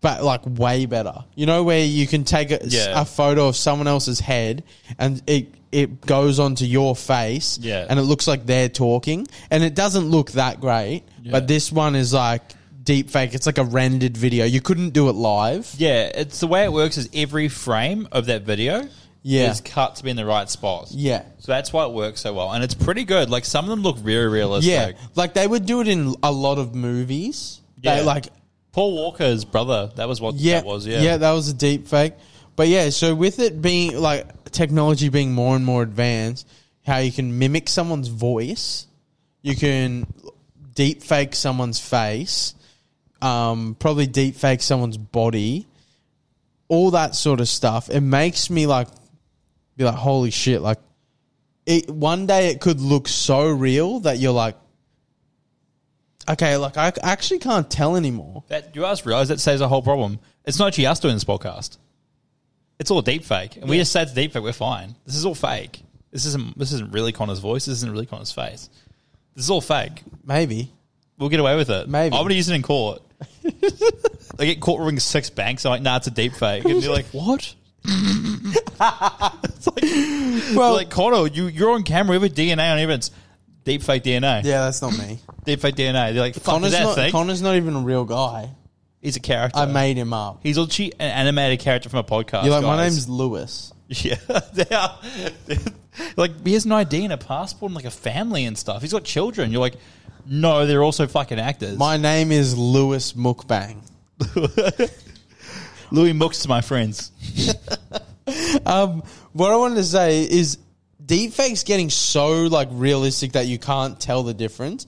but like way better. You know where you can take a, Yeah. a photo of someone else's head and it it goes onto your face, Yeah. and it looks like they're talking, and it doesn't look that great, but this one is like deepfake. It's like a rendered video. You couldn't do it live. Yeah, it's the way it works is every frame of that video Yeah. is cut to be in the right spot. Yeah. So that's why it works so well. And it's pretty good. Like some of them look very realistic. Yeah, like they would do it in a lot of movies. Yeah. They like Paul Walker's brother, that was what yeah, that was, yeah. that was a deep fake. But yeah, so with it being like technology being more and more advanced, how you can mimic someone's voice, you can deep fake someone's face, um, probably deep fake someone's body, all that sort of stuff. It makes me like be like, holy shit! Like, it one day it could look so real that you're like, okay, like I actually can't tell anymore. That you guys realize that saves a whole problem. It's not actually us doing this podcast. It's all deep fake, and we just say it's deep fake. We're fine. This is all fake. This isn't. This isn't really Connor's voice. This isn't really Connor's face. This is all fake. Maybe. We'll get away with it. Maybe. I'm gonna use it in court. I get caught robbing six banks. I'm like, nah, it's a deep fake. And you're like, what? Well, like Connor, you you're on camera. We have DNA on evidence. Deep fake DNA. yeah, that's not me. Deep fake DNA. They're like, fuck is Connor's that not, thing? Connor's not even a real guy. He's a character. I made him up. He's literally an animated character from a podcast. You're like, my guys." name's Lewis. Yeah. They are- like, he has an ID and a passport and like a family and stuff. He's got children. You're like, no, they're also fucking actors. My name is Lewis Mukbang. Louis Mooks to my friends. Um, what I wanted to say is deepfakes getting so like realistic that you can't tell the difference.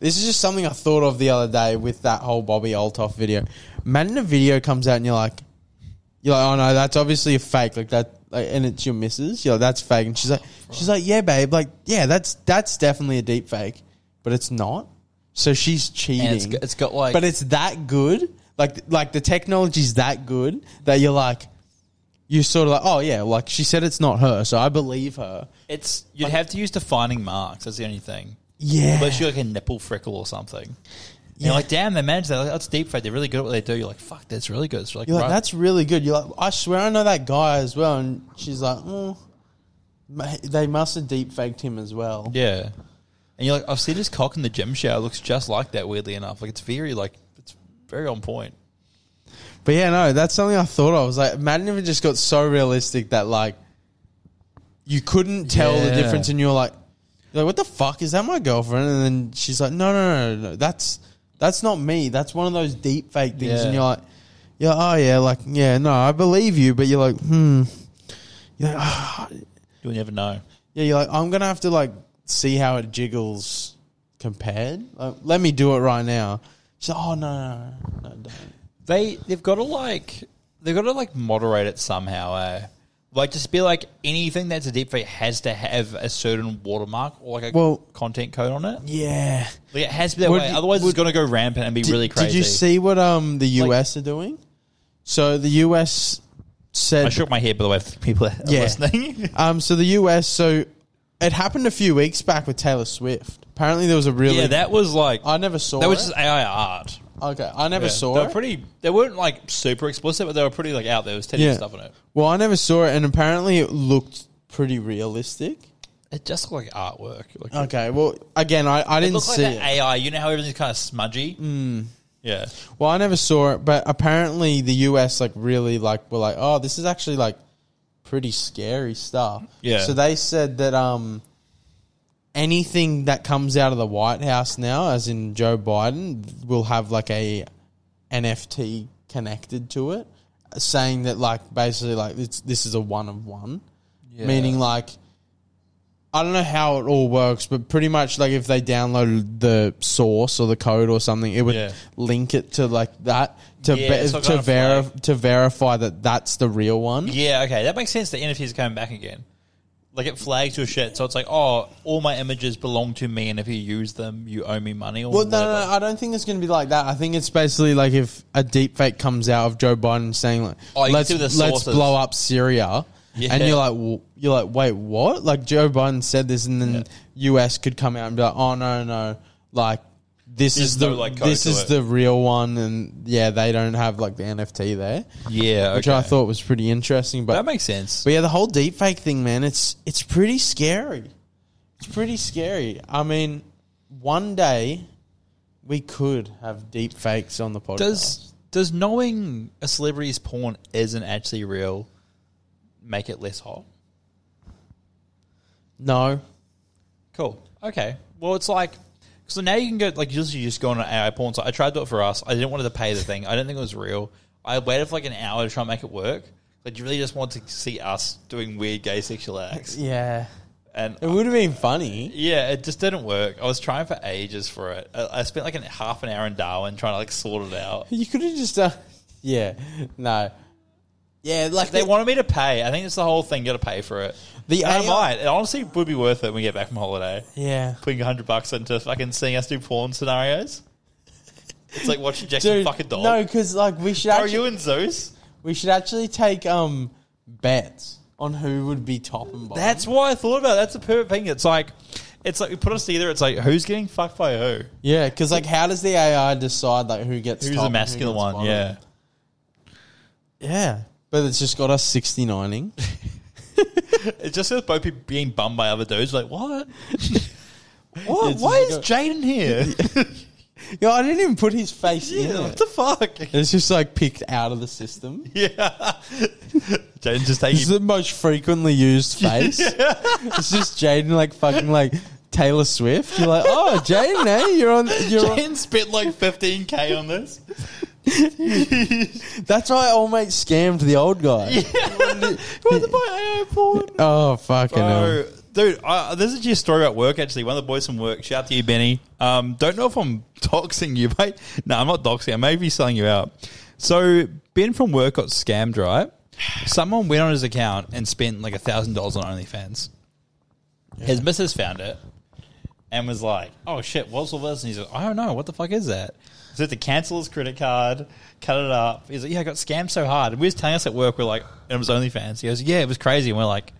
This is just something I thought of the other day with that whole Bobby Oltoff video. Imagine a video comes out and you're like, you're like, oh no, that's obviously a fake. Like that, like, and it's your missus. You're like, that's fake. And she's like, she's like, yeah, babe, like, yeah, that's that's definitely a deep fake, but it's not. So she's cheating. And it's got- it's got, like- but it's that good. Like, like the technology's that good that you're like, you're sort of like, oh yeah, like she said it's not her, so I believe her. It's you'd have to use defining marks. That's the only thing. Yeah, Unless you're like a nipple freckle or something. And You're like, damn, they managed that. Like, that's deep fake. They're really good at what they do. You're like, fuck, that's really good. It's like, you're like, right. that's really good. You're like, I swear I know that guy as well. And she's like, oh, ma- they must have deep faked him as well. yeah. And you're like, I've seen his cock in the gym shower. It looks just like that. Weirdly enough, like it's very like it's very on point. But yeah, no, that's something I thought of. Was like, imagine if it just got so realistic that like you couldn't tell the Yeah. difference, and you're like, you're like, what the fuck is that? My girlfriend? And then she's like, no, no, no, no, no, that's that's not me. That's one of those deep fake things, Yeah. and you're like, you're like, oh yeah, like yeah, no, I believe you, but you're like, hmm, you're like, ah. You'll never know. yeah, you're like, I'm gonna have to like see how it jiggles compared. Like, let me do it right now. She's like, oh no, no, no, no, don't. They they've got to like they've got to like moderate it somehow. Eh? Like just be like anything that's a deepfake has to have a certain watermark or like a Well- content code on it. yeah. Like it has to be that Would way. you- Otherwise, would- it's going to go rampant and be really crazy. Did you see what um the Like- US are doing? So the US I said shook my head by the way. For people that are Yeah. listening. um so the US so it happened a few weeks back with Taylor Swift. Apparently there was a really yeah, that was like I never saw that was it. just AI art. okay, I never Yeah. saw they were it. pretty. They weren't like super explicit, but they were pretty like out there. There was teddy yeah. stuff on it. Well, I never saw it and apparently it looked pretty realistic. It just looked like artwork. Like, Okay, well again, I, I it didn't looked like see that it. Hmm. AI. You know how everything's kind of smudgy. Yeah, Well, I never saw it, but apparently the US like really like were like, oh, this is actually like pretty scary stuff. Yeah. So they said that um anything that comes out of the White House now, as in Joe Biden, will have like a NFT connected to it, saying that like basically like it's, this is a one of one, meaning like I don't know how it all works, but pretty much like if they downloaded the source or the code or something, it would Yeah. link it to like that to Yeah, ver- it's like to on a verify flag. to verify that that's the real one. yeah. Okay, that makes sense. The NFTs are coming back again. Like it flags your shit, so it's like, oh, all my images belong to me, and if you use them, you owe me money. Or Well, no, whatever. no, no, I don't think it's going to be like that. I think it's basically like if a deep fake comes out of Joe Biden saying like, Oh, you can "Let's see the let's sources. blow up Syria," Yeah. and you're like, w- "You're like, wait, what?" Like Joe Biden said this, and then U.S. could come out and be like, "Oh no, no, like this There's is the no, like, code this to is it." the real one," and yeah, they don't have like the NFT there, Yeah, which I thought was pretty interesting. But that makes sense. but yeah, the whole deep fake thing, man, it's it's pretty scary. It's pretty scary. I mean, one day we could have deep fakes on the podcast. Does does knowing a celebrity's porn isn't actually real make it less hot? no. Cool. Okay. Well, it's like so now you can go like usually you just go on an AI porn site. I tried to do it for us. I didn't want to pay the thing. I didn't think it was real. I waited for like an hour to try and make it work. Like you really just want to see us doing weird gay sexual acts. Yeah. and It would have been funny. yeah, it just didn't work. I was trying for ages for it. I, I spent like an half an hour in Darwin trying to like sort it out. You could have just done. Yeah. No. Yeah, like They the- wanted me to pay. I think it's the whole thing. Got to pay for it. The And I AI might. It honestly would be worth it when we get back from holiday. Yeah. Putting hundred bucks into fucking seeing us do porn scenarios. It's like watching Jackson fuck a dog. No, because like we should Are actually, you and Zeus? we should actually take um bets on who would be top and bottom. That's what I thought about. That's the perfect thing. It's like, it's like we put us together. It's like who's getting fucked by who? yeah, because like how does the AI decide like who gets Who's top the and who masculine gets one? bottom? Yeah. yeah. But it's just got us sixty nining. It's just with both people being bummed by other dudes. Like what? what? It's Why is just Jaden here? Yo, I didn't even put his face in. yeah, what It. the fuck? It's just like picked out of the system. Yeah. Jaden just It's taking the most frequently used face. It's just Jaden like fucking like Taylor Swift. You're like, oh Jaden, eh? You're on. You're on. Jaden spent like 15k on this. That's why old mate scammed the old guy. Why the buy AI porn? Oh fucking hell. Bro, dude, I, this is just a story about work. Actually, one of the boys from work. Shout out to you, Benny. Um, don't know if I'm doxing you, mate. No, I'm not doxing. I may be selling you out. So Ben from work got scammed, right? Someone went on his account and spent like a thousand dollars on OnlyFans. His missus found it and was like, "Oh shit, what's all this?" And he's like, "I don't know. What the fuck is that?" So he had to cancel his credit card, cut it up. He's like, "Yeah, I got scammed so hard." And we was telling us at work, we're like, "And it was OnlyFans." He goes, "Yeah, it was crazy." And we're like,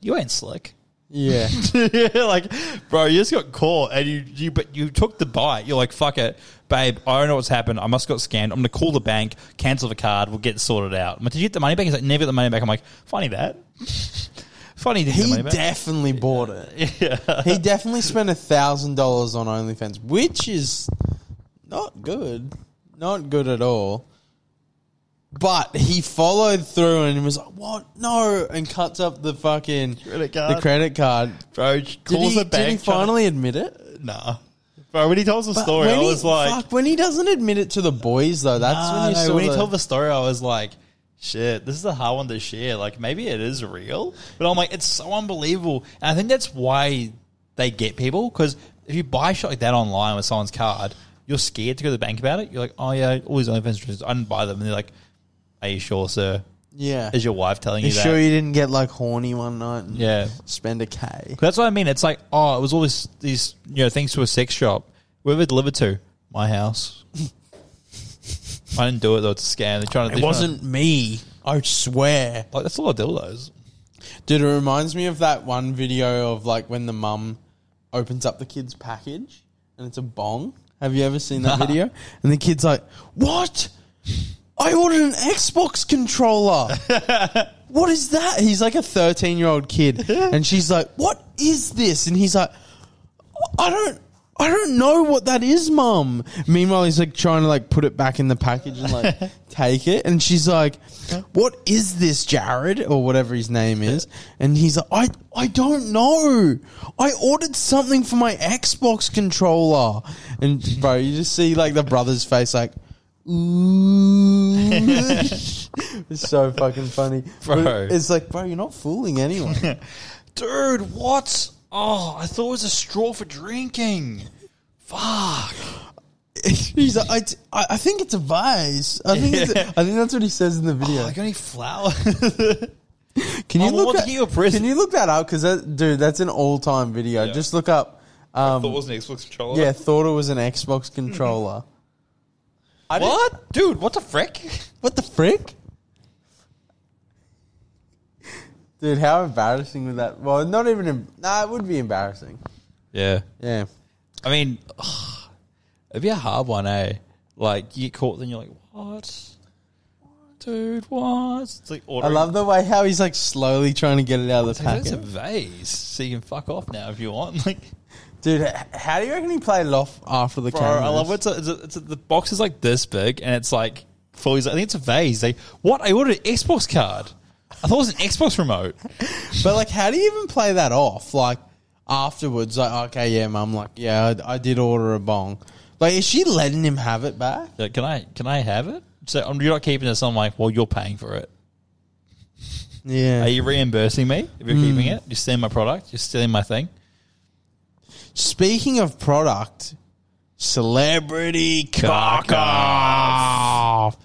"You ain't slick." Yeah. like, bro, you just got caught, and you, you but you took the bite. You're like, fuck it, babe. I don't know what's happened. I must have got scammed. I'm gonna call the bank, cancel the card. We'll get it sorted out. But did you get the money back? He's like, never got the money back. I'm like, funny that. funny you didn't get the He money back. definitely bought it. He definitely spent a thousand dollars on OnlyFans, which is not good. Not good at all. But he followed through and was like, What? No and cuts up the fucking Credit the card. credit card. bro, Did, calls he, the did bank. he trying to- finally admit it? nah, bro. When he tells the But story, I when he- was like, fuck, when he doesn't admit it to the boys though, that's Ah, when no, you saw when he the- told the story, I was like, shit, this is a hard one to share. Like, maybe it is real, but I'm like, it's so unbelievable. And I think that's why they get people because if you buy shit like that online with someone's card, you're scared to go to the bank about it. You're like, oh yeah, all these OnlyFans dresses, I didn't buy them. And they're like, are you sure, sir? Yeah. Is your wife telling you, You that? sure you didn't get like horny one night and yeah. spend a K? That's what I mean. It's like, oh, it was all this, these you know things to a sex shop. Where were they delivered to? My house. I didn't do it though. It's a scam. They're trying to. It they're trying to- wasn't me. I swear. Like that's a lot of dildos. Dude, it reminds me of that one video of like when the mum opens up the kid's package and it's a bong. Have you ever seen that video? And the kid's like, What? I ordered an Xbox controller. what is that? He's like a 13 year old kid. And she's like, What is this? And he's like, I don't. I don't know what that is, mum. Meanwhile, he's like trying to like put it back in the package and like take it. And she's like, What is this, Jared? Or whatever his name is. And he's like, I, I don't know. I ordered something for my Xbox controller. And bro, you just see like the brother's face like, Ooh. it's so fucking funny. Bro. It's like, bro, you're not fooling anyone. Dude, what? Oh, I thought it was a straw for drinking. Fuck. Oh, He's like, I, t- I I think it's a vice. I think it's a, I think that's what he says in the video. Oh, I got any flour? can you I look want to that, get you a present. Can you look that up? Because that, dude, that's an all time video. Just look up. Um, was an Xbox controller. yeah, thought it was an Xbox controller. What? Dude, what the frick? What the frick? Dude, how embarrassing would that? Well, not even. Em- nah, it would be embarrassing. Yeah. Yeah. I mean, it'd be a hard one, eh? Like, you get caught, then you're like, what? Dude, what? It's like I ordering love the way how he's like slowly trying to get it out of the That's a packet. vase, so you can fuck off now if you want. Like, Dude, h- how do you reckon he played it off after the Bro, camera? I love it. It's a, it's a, it's a, the box is like this big, and it's like fully. I think it's a vase. Like, what? I ordered an Xbox card. I thought it was an Xbox remote. But like, how do you even play that off? Like afterwards, like okay, yeah, mum, like yeah, I, I did order a bong. Like, is she letting him have it back? Like, can I? Can I have it? So um, you're not keeping this. I'm like, well, you're paying for it. Yeah. Are you reimbursing me if you're keeping Hmm. it? You're stealing my product. You're stealing my thing. Speaking of product, celebrity cock Cock off.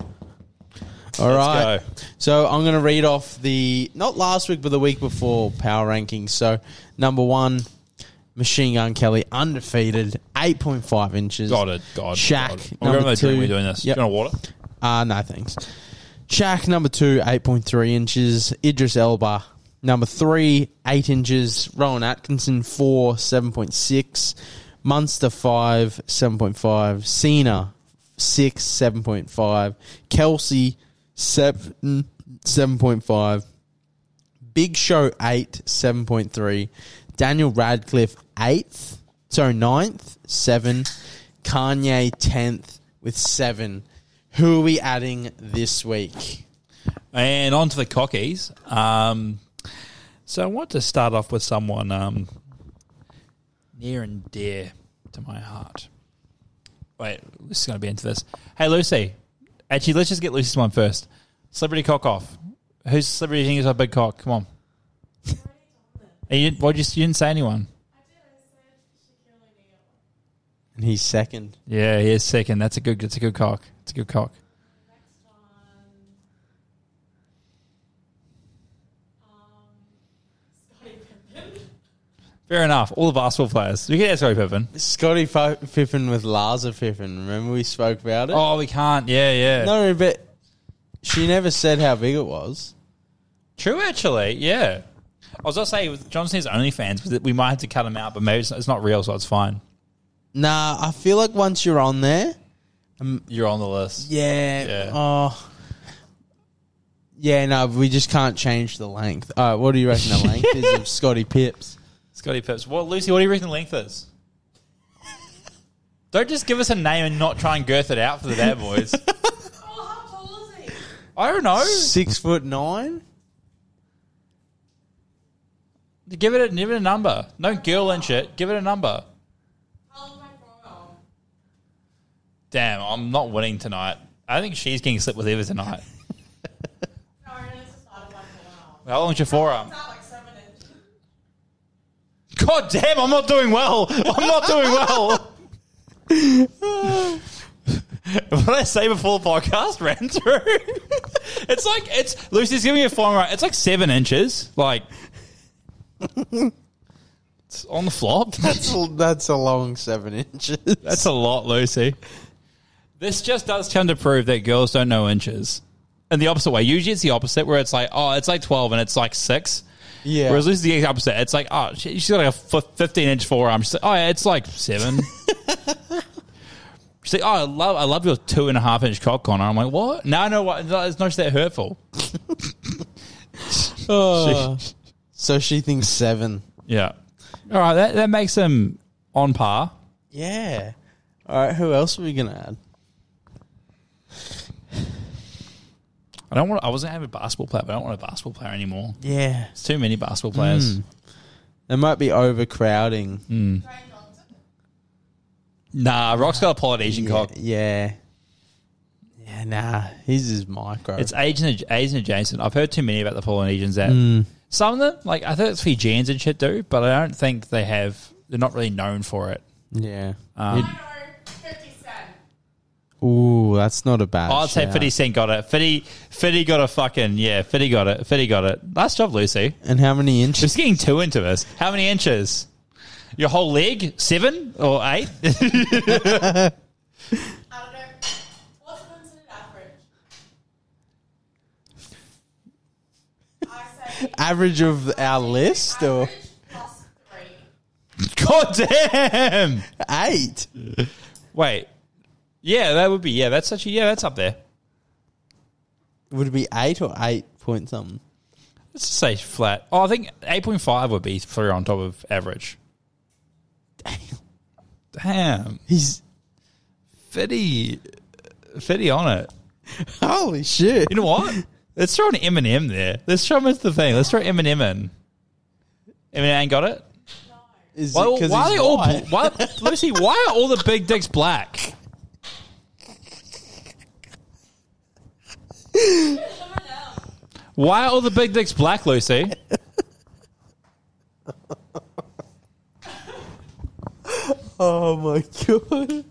All right. go. So I'm going to read off the not last week, but the week before power rankings. So number one, Machine Gun Kelly, undefeated, eight point five inches. Got it. Got it. Shaq, Got it. number We're going to two. We're doing this. Yep. You want water? Uh, no thanks. Shaq, number two, 8.3 inches. Idris Elba, number three, 8 inches. Rowan Atkinson, four, 7.6. Munster, five, 7.5. Cena, six, 7.5. Kelsey, seven, 7.5. Big Show 8, 7.3. Daniel Radcliffe 8th, so 9th, 7. Kanye 10th with 7. Who are we adding this week? And on to the cockies. Um, so I want to start off with someone um, near and dear to my heart. Wait, this is going to be into this. Hey, Lucy. Actually, let's just get Lucy's one first. Celebrity cock off. Who's celebrity you think is a big cock? Come on. you, didn't- why'd you, you didn't say anyone. And he's second. Yeah, he is second. That's a good. That's a good cock. It's a good cock. Um, Fair enough. All the basketball players. We can ask Scottie Pippen. Scotty Fo- Pippen with Larsa Pippen. Remember we spoke about it? Oh, we can't. Yeah, yeah. No, but she never said how big it was. True, actually. Yeah. I was going to say, with John Cena's OnlyFans, but we might have to cut him out, but maybe it's not, it's not real, so it's fine. Nah, I feel like once you're on there, You're on the list. Yeah. Yeah. Oh. Yeah, no, we just can't change the length. All right, what do you reckon the length is of Scotty Pips? Scotty Pips. Well, Lucy, what do you reckon the length is? Don't just give us a name and not try and girth it out for the bad boys. Oh, how tall is he? I don't know. Six foot nine? Give it a give it a number. No girl and shit. Give it a number. How long am I wrong? Damn, I'm not winning tonight. I think she's getting slipped with Eva tonight. No, it's just out of my forearm. How long's your forearm? It's not like seven inches. God damn, I'm not doing well. I'm not doing well. what did I say before the podcast ran through? it's like it's Lucy's giving me a form right. It's like seven inches. Like it's on the flop. That's a, that's a long seven inches. That's a lot, Lucy. This just does tend to prove that girls don't know inches. And the opposite way. Usually it's the opposite where it's like, oh, it's like 12 and it's like 6. yeah. Whereas Lucy's the opposite. It's like, oh, she, she's got like a f- 15 inch forearm. She's like, oh, yeah, it's like 7. she's like, oh, I love, I love your two and a half inch cock, Connor. I'm like, what? No, no, what? No, it's not that hurtful. Oh. so she thinks seven. Yeah. All right, that, that makes him on par. Yeah. All right, who else are we going to add? I don't want. I was gonna have a basketball player, but I don't want a basketball player anymore. Yeah. It's too many basketball players. Mm. It might be overcrowding. Dwayne Johnson. Nah, Rock's got a Polynesian Yeah, cock. yeah. Yeah, nah. His is micro. It's Asian, Asian adjacent. I've heard too many about the Polynesians that Mm. some of them, like I think it's Fijians and shit, do, but I don't think they have. They're not really known for it. yeah. I know 50 Cent. Ooh, that's not a bad I'd say shout. Fifty Cent got it. Fifty, Fifty got a fucking yeah. Fifty got it. Fifty got it. Last job, Lucy. And how many inches? Just getting too into this. How many inches? Your whole leg? Seven or eight? I don't know. What's considered average? I say average of our list or average plus three. God damn! eight? Wait, yeah, that would be yeah. That's actually yeah. That's up there. Would it be eight or eight point something? Let's just say flat. Oh, I think eight point five would be three on top of average. Damn, He's fifty, fifty on it. holy shit. You know what? Let's throw an Eminem there. Let's throw him into the thing. Let's throw Eminem in. Eminem ain't got it. Is Why, it 'cause why are he's they all? white? bl- Why, Lucy? Why are all the big dicks black? Someone else. Why are all the big dicks black, Lucy? Oh my god.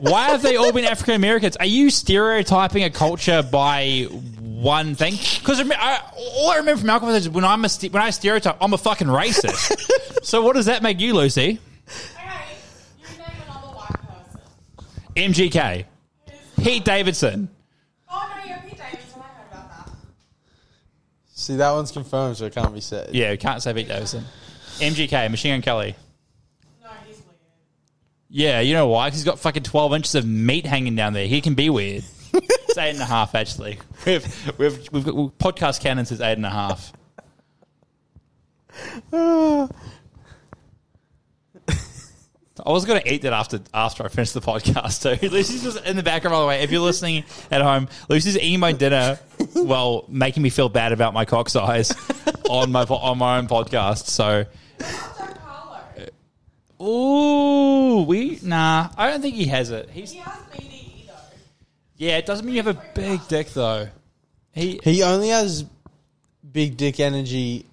Why have they all been African Americans? Are you stereotyping a culture by one thing? Because all I remember from our conversation is when I'm a ste- when I stereotype, I'm a fucking racist. so what does that make you, Lucy? Alright, you name another white person. MGK, Pete Davidson. Oh no, you're Pete Davidson. I heard about that. See, that one's confirmed, so it can't be said. Yeah, can't say Pete Davidson. MGK, Machine Gun Kelly. No, he's weird. Yeah, you know why? 'Cause he's got fucking 12 inches of meat hanging down there. He can be weird. it's eight and a half, actually. We've, we've, we've got, podcast canon says eight and a half. I was going to eat that after after I finished the podcast, too. Lucy's just in the background, by the way. If you're listening at home, Lucy's eating my dinner while making me feel bad about my cock size on my, po- on my own podcast. So. Don Carlo. Ooh, we nah. I don't think he has it. He's He has BDE though. yeah. It doesn't mean you have a big dick though. He He only has big dick energy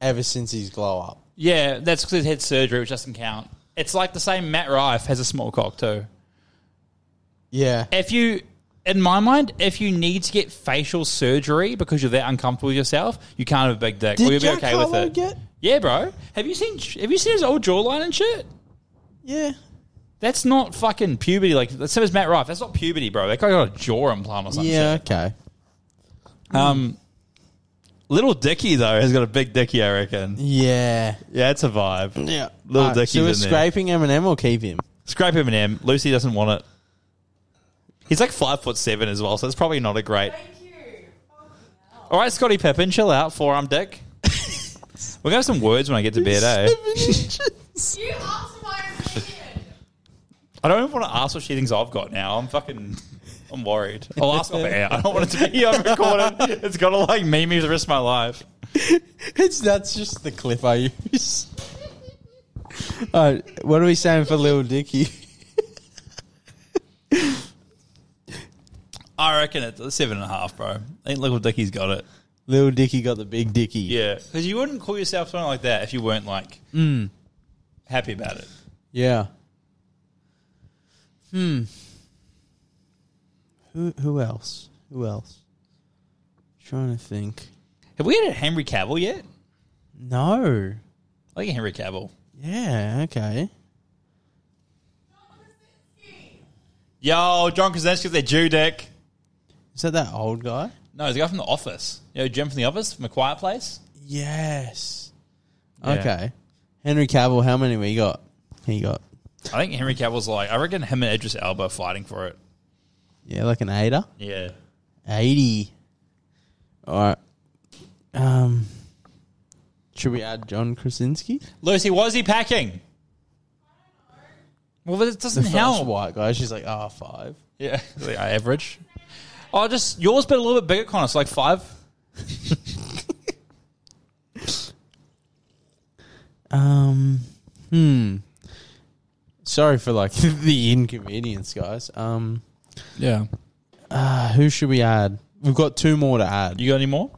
ever since his glow up. yeah. That's because he's had surgery, which doesn't count. It's like the same. Matt Rife has a small cock too. Yeah. If you, in my mind, if you need to get facial surgery because you're that uncomfortable with yourself, you can't have a big dick. Did Will you be Jack okay with Harlow it? get- yeah, bro. Have you seen? Have you seen his old jawline and shit? Yeah. That's not fucking puberty. Like, the same as Matt Rife. That's not puberty, bro. That guy got a jaw implant or something. Yeah, okay. Um, little Dicky though has got a big Dicky, I reckon. Yeah. Yeah, it's a vibe. Yeah. Little Alright, Dicky's So we're in there. scraping Eminem or keep him? Scrape him and him. Lucy doesn't want it. He's like five foot seven as well, so it's probably not a great. Thank you. Fucking hell. All right, Scotty Pippen, chill out, forearm dick. We're gonna have some words when I get to bed, eh? You asked my opinion. I don't even want to ask what she thinks I've got now. I'm fucking. I'm worried. I'll ask off air. I don't want it to be on recorded. It's gotta like meme me for the rest of my life. It's that's just the clip I use. All right, what are we saying for Lil Dicky? I reckon it's seven and a half, bro. I think little Dicky's got it. Lil Dicky got the big Dicky. Yeah, because you wouldn't call yourself something like that if you weren't like happy about it. Yeah. Hmm. Who who else? Who else? Trying to think. Have we had a Henry Cavill yet? No. I think Henry Cavill. Yeah, okay. Yo, John Krasinski's their Jew dick. Is that that old guy? No, he's a guy from The Office. You know, Jim from The Office, from A Quiet Place. Yes. Yeah. Okay. Henry Cavill, how many we got? He got I think Henry Cavill's like, I reckon him and Idris Elba are fighting for it. yeah, like an eighter. Yeah. 80. All right. Um, should we add John Krasinski? Lucy, what is he packing? Well, that doesn't First help. white guy. She's like, ah, five. Yeah, the average. Oh, just yours, but a little bit bigger, Connor. It's like five. Um, hmm. Sorry for like the inconvenience, guys. Um, Yeah. uh, who should we add? We've got two more to add. You got any more?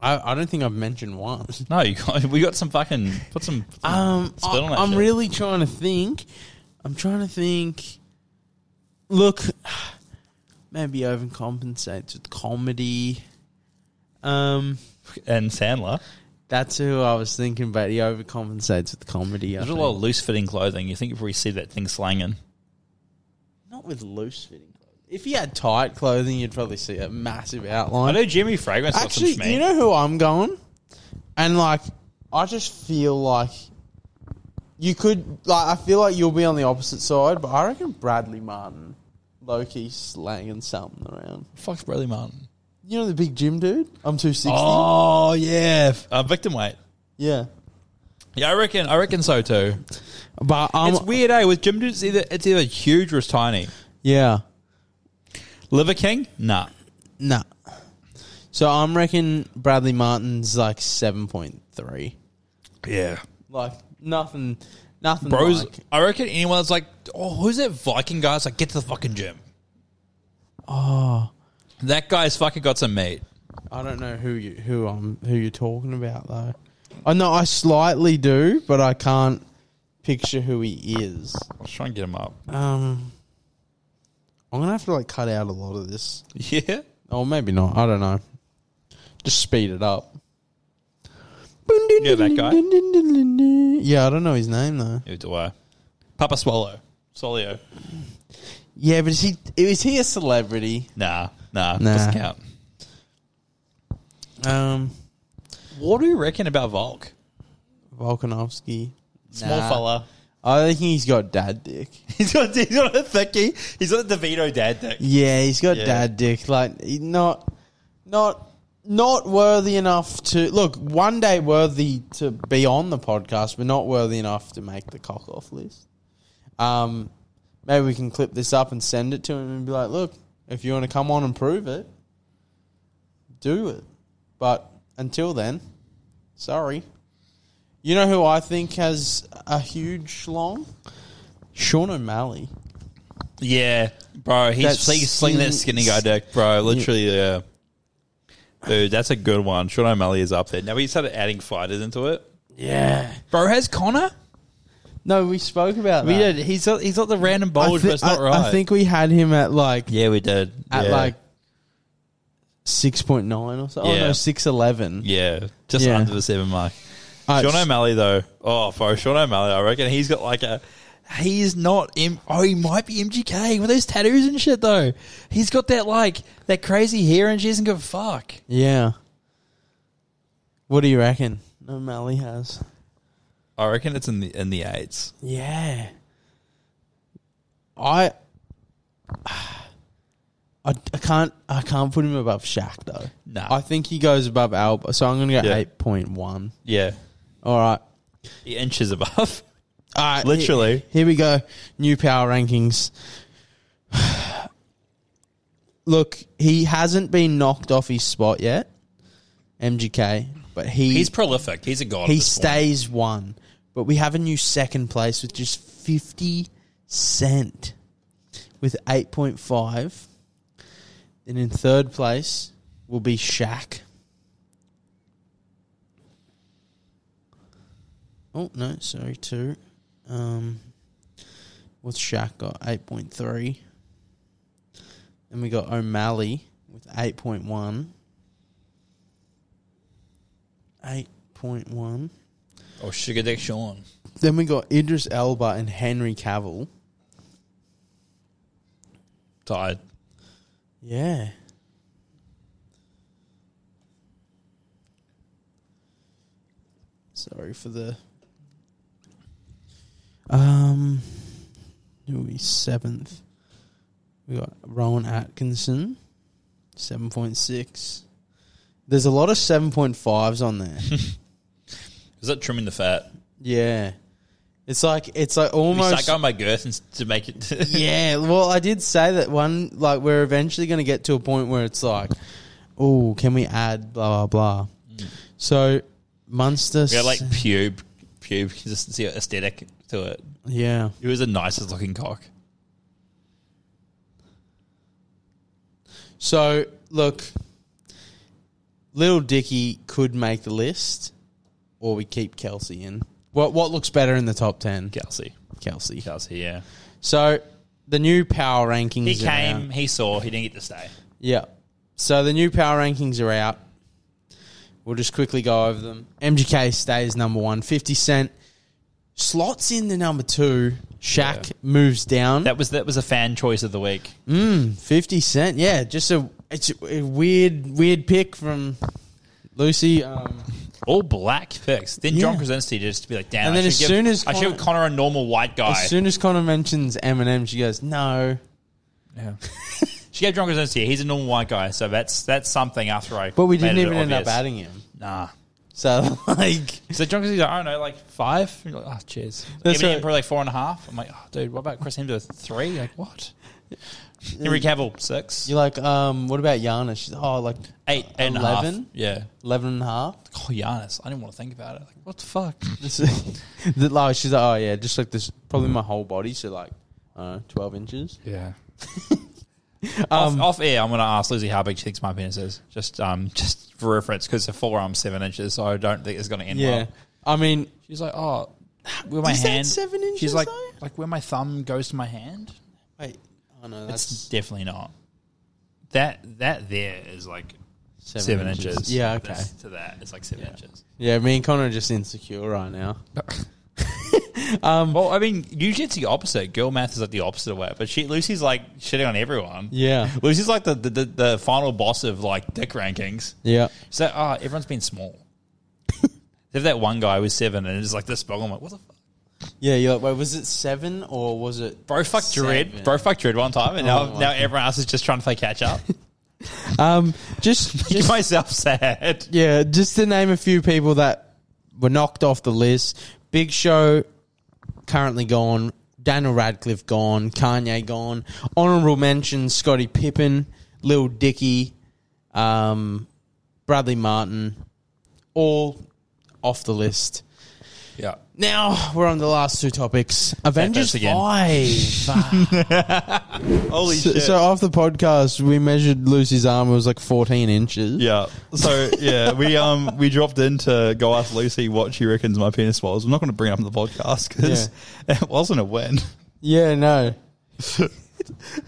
I, I don't think I've mentioned one. No, you got, we got some fucking put some. put some Um, spit I, on that I'm shit. really trying to think. I'm trying to think. Look, maybe overcompensates with comedy. Um, and Sandler. that's who I was thinking, but he overcompensates with comedy. I There's a think. lot of loose fitting clothing. You think you probably see that thing slanging. Not with loose fitting clothing. If he had tight clothing, you'd probably see a massive I outline. know Jimmy Fragrance got some Actually, schmeat. you know who I'm going? And like, I just feel like you could like I feel like you'll be on the opposite side, but I reckon Bradley Martin, low key slanging something around. Fuck's Bradley Martin. You know the big gym dude? I'm 260. Oh yeah, uh, victim weight. Yeah. Yeah, I reckon. I reckon so too. But I'm it's weird, eh? With Jim, it's either it's either huge or it's tiny. yeah. Liver King, nah. Nah. So I'm reckon Bradley Martin's like 7.3. Yeah, Like nothing nothing bros. like- I reckon anyone that's like, oh, who's that Viking guy? It's like, get to the fucking gym. Oh, that guy's fucking got some meat. I don't know who you who I'm who you're talking about though. I know I slightly do, but I can't picture who he is. I was trying to get him up. Um, I'm gonna have to like cut out a lot of this, Yeah. or maybe not. I don't know. Just speed it up. Yeah, that guy. Yeah, I don't know his name though. Who do I? Papa Swallow. Solio. Yeah, but is he is he a celebrity? Nah, nah, Nah. doesn't count. Um, What do you reckon about Volk? Volkanovski. Small Nah. fella. I think he's got dad dick. He's got, he's got a thicky. He's got a DeVito dad dick. Yeah, he's got Yeah. dad dick. Like he- not, not, not worthy enough to look. One day worthy to be on the podcast, but not worthy enough to make the cock off list. Um, maybe we can clip this up and send it to him and be like, look, if you want to come on and prove it, do it. But until then, sorry. You know who I think has a huge schlong? Sean O'Malley. Yeah, bro. He's That he's slinging that skin- skinny guy deck, bro. Literally, yeah. Dude, that's a good one. Sean O'Malley is up there. Now we started adding fighters into it. Yeah. Bro has Connor. No, we spoke about We that. did. He's not, he's not the random I bulge, thi- but it's not I, right. I think we had him at like Yeah, we did. at Yeah. like six point nine or so. Oh Yeah. no, six eleven. yeah, just Yeah. under the seven mark. Uh, Sean O'Malley though, oh, bro, Sean O'Malley, I reckon he's got like a. He's not. M- oh, he might be MGK with those tattoos and shit though. He's got that like that crazy hair and she doesn't give a fuck. yeah. What do you reckon? O'Malley has. I reckon it's in the in the eights. Yeah. I. I, I can't I can't put him above Shaq though. Nah. I think he goes above Alba, so I'm gonna go Yeah. eight point one. Yeah, All right, the inches above. all right. he- Literally. Here we go. New power rankings. Look, he hasn't been knocked off his spot yet, MGK, but he He's prolific. He's a god. he stays one. But we have a new second place with just 50 cent with 8.5. And in third place will be Shaq. Oh, no, sorry, two. Um, what's Shaq got? 8.3. And we got O'Malley with 8.1. 8.1. Oh, sugar dick Sean. Then we got Idris Elba and Henry Cavill. Tired. Yeah. Sorry for the. Um, who are we seventh? We got Rowan Atkinson, seven point six. There's a lot of seven point fives on there. Is that trimming the fat? yeah, it's like it's like almost Almost. on my girth and s- to make it. yeah, well, I did say that one. Like, we're eventually going to get to a point where it's like, oh, can we add blah blah blah? So Munster, Yeah, Mm. like pube, pube consistency aesthetic to it. yeah, It was the nicest looking cock. So look, little Dicky could make the list, or we keep Kelsey in. What what looks better in the top ten? Kelsey. Kelsey. Kelsey, yeah. So the new power rankings. He are out. came, he saw, he didn't get to stay. Yeah. So the new power rankings are out. We'll just quickly go over them. MGK stays number one. 50 Cent slots in the number two. Shaq moves down. That was that was a fan choice of the week. Mm, 50 Cent. Yeah, just a it's a weird weird pick from Lucy. Um, All black picks. Then John Yeah. Krasinski just to be like, damn. And I then should as give- soon as I should give Connor a normal white guy. as soon as Connor mentions Eminem, she goes, "No." yeah. she gave John Krasinski. He's a normal white guy, so that's that's something. After I, But we made didn't it even end up obvious. adding him. Nah. So like, So John Krasinski's like, I don't know, like five. You're like, oh, cheers. That's Giving him right. probably like four and a half. I'm like, oh, dude, what about Chris Hemsworth? Three. Like what? Henry Cavill six, you're like, um, what about Yana? She's oh, like eight, eight and a half. 11? Yeah. 11 and a half. Oh, Giannis. I didn't want to think about it. Like, what the fuck? This- the, like she's like, oh yeah, just like this, probably my whole body. So like, I don't know, twelve inches. Yeah. Um, off, off air, I'm going to ask Lizzie how big she thinks my penis is, just um, just for reference, because her forearm's seven inches, so I don't think it's going to end yeah. well. I mean, She's like, oh, where my Is that hand? seven inches, She's like, though? like where my thumb goes to my hand. wait. Oh no, It's that's definitely not. That that there is like seven, inches. Yeah, okay. This to that, it's like seven inches. Yeah, me and Connor are just insecure right now. Um, Well, I mean, usually it's the opposite. Girl math is like the opposite of it, but she Lucy's like shitting on everyone. Yeah. Lucy's like the the, the, the final boss of like dick rankings. Yeah. She's like, oh, everyone's been small. There's that one guy was seven, and it's like this big. I'm like, what the fuck? Yeah, you're like, wait, was it seven or was it Bro fucked seven? Dread. Bro fucked Dread one time, and Oh now my now everyone else is just trying to play catch up. Um just, Making just myself sad. Yeah, just to name a few people that were knocked off the list. Big Show currently gone. Daniel Radcliffe gone. Kanye gone. Honorable mentions: Scottie Pippen, Lil Dicky, um, Bradley Martin, all off the list. Yeah. Now we're on the last two topics. Avengers again. Five. Holy so, so off the podcast, we measured Lucy's arm. It was like fourteen inches. Yeah. So yeah, we um we dropped in to go ask Lucy what she reckons my penis was. I'm not going to bring it up on the podcast because it wasn't a win. Yeah. No.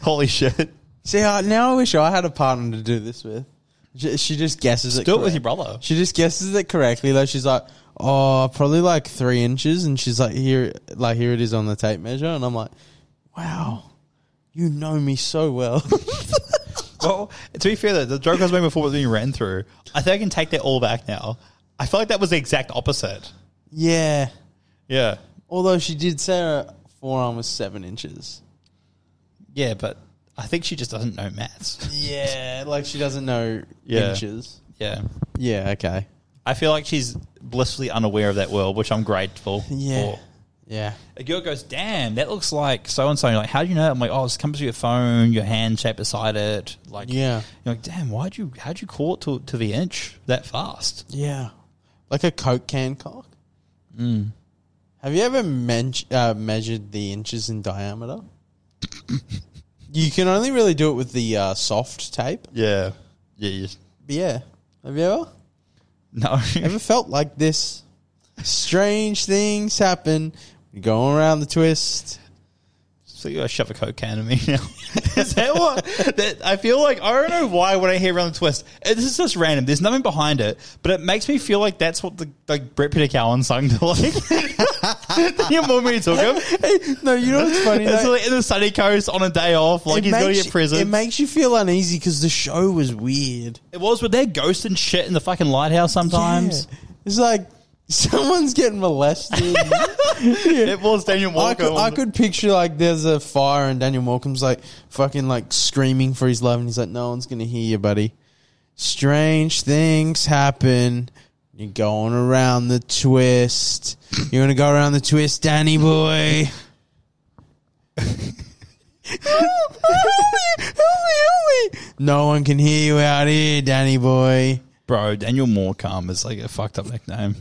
Holy shit! See, I, now I wish I had a partner to do this with. She, she just guesses it. Do it with correct. your brother. She just guesses it correctly though. She's like, oh, probably like three inches, and she's like, here, like here it is on the tape measure, and I'm like, wow, you know me so well. Well, to be fair, though, the joke I was making before was being ran through. I think I can take that all back now. I feel like that was the exact opposite. yeah. Yeah. Although she did say her forearm was seven inches. Yeah, but I think she just doesn't know maths. Yeah, like she doesn't know Yeah. inches. Yeah. Yeah. Okay. I feel like she's blissfully unaware of that world, which I'm grateful Yeah. for. Yeah. A girl goes, "Damn, that looks like so and so." Like, how do you know? I'm like, "Oh, it comes to your phone, your hand shape beside it." Like, Yeah. You're like, "Damn, why'd you how'd you call it to to the inch that fast?" Yeah, like a coke can cock. Mm. Have you ever men- uh, measured the inches in diameter? you can only really do it with the uh, soft tape. Yeah, yeah, you- But yeah, have you ever no. ever felt like this? Strange things happen. Going around the twist. so you gotta shove a coke can in me now. Is that what? That I feel like I don't know why when I hear around the twist, it- this is just random. There's nothing behind it, but it makes me feel like that's what the like Brett Peter Cowan sung to like. you more me to talk of. no, you know what's funny? It's though? like in the sunny coast on a day off, like he's gonna makes- get prison. It makes you feel uneasy because the show was weird. It was with their ghosts and shit in the fucking lighthouse sometimes. Yeah. It's like someone's getting molested. It was Daniel I Morgan. could, I could picture like there's a fire and Daniel Malcolm's like fucking like screaming for his love and he's like, no one's gonna hear you, buddy. Strange things happen. You're going around the twist. You're gonna go around the twist, Danny boy. No one can hear you out here, Danny boy. Bro, Daniel Morecambe is like a fucked up nickname.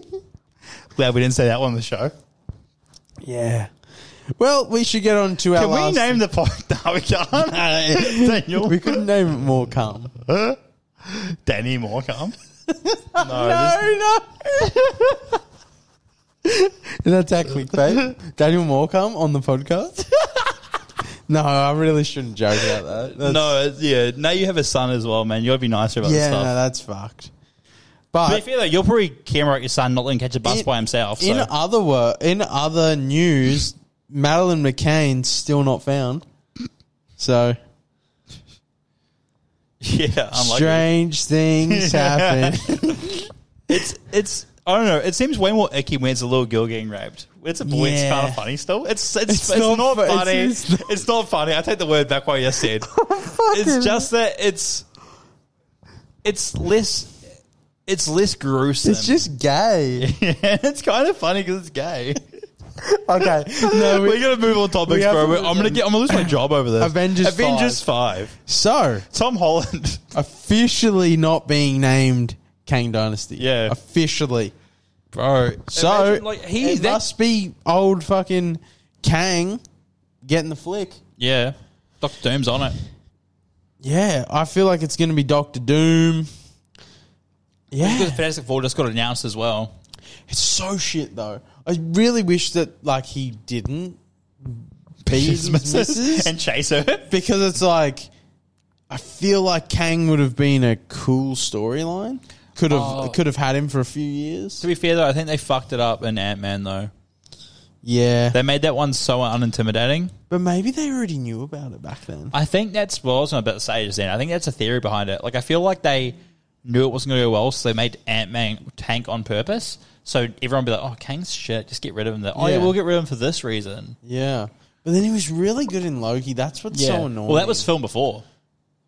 Glad we didn't say that one on the show. Yeah. Well, we should get on to our Can we last. name the podcast? No, we can't. Daniel. we couldn't name it more calm. Danny Morecambe. no, this- no. That's our clickbait. Daniel Morecambe on the podcast. no, I really shouldn't joke about that. That's, no, it's- yeah. Now you have a son as well, man. You gotta be nicer about this yeah, stuff. no, that's fucked. to be But fair though, you'll probably camera at your son, not let him catch a bus In- by himself. So. in other wor- in other news, Madeline McCain's still not found. So yeah, unlikely. strange things happen. It's it's I don't know. It seems way more icky when it's a little girl getting raped. It's a boy. It's Yeah. kind of funny still. It's it's, It's it's, not not, fu- it's- funny. it's It's, not- not funny. I take the word back. What I just said. it's just that it's it's less it's less gruesome. it's just gay. yeah, it's kind of funny because it's gay. Okay, no, We're we- gonna move on topics, have bro. to I'm gonna get. I'm gonna lose my job over this. Avengers Avengers five. so Tom Holland. officially not being named Kang Dynasty. Yeah. officially. Bro, So Imagine, like, he- it that- must be old fucking Kang getting the flick. Yeah. Doctor Doom's on it. Yeah, I feel like it's going to be Doctor Doom. Because Yeah, Fantastic Four just got announced as well. it's so shit though. I really wish that like he didn't be his missus and chase her. because it's like I feel like Kang would have been a cool storyline. Could have Oh. could have had him for a few years. to be fair though, I think they fucked it up in Ant Man though. Yeah, They made that one so unintimidating. but maybe they already knew about it back then. I think that's what I was about to say just then. I think that's a theory behind it. Like I feel like they knew it wasn't going to go well, so they made Ant Man tank on purpose. So everyone be like, "Oh, Kang's shit. Just get rid of him." They're, oh yeah. Yeah. we'll get rid of him for this reason. Yeah, but then he was really good in Loki. That's what's so annoying. Well, that was filmed before.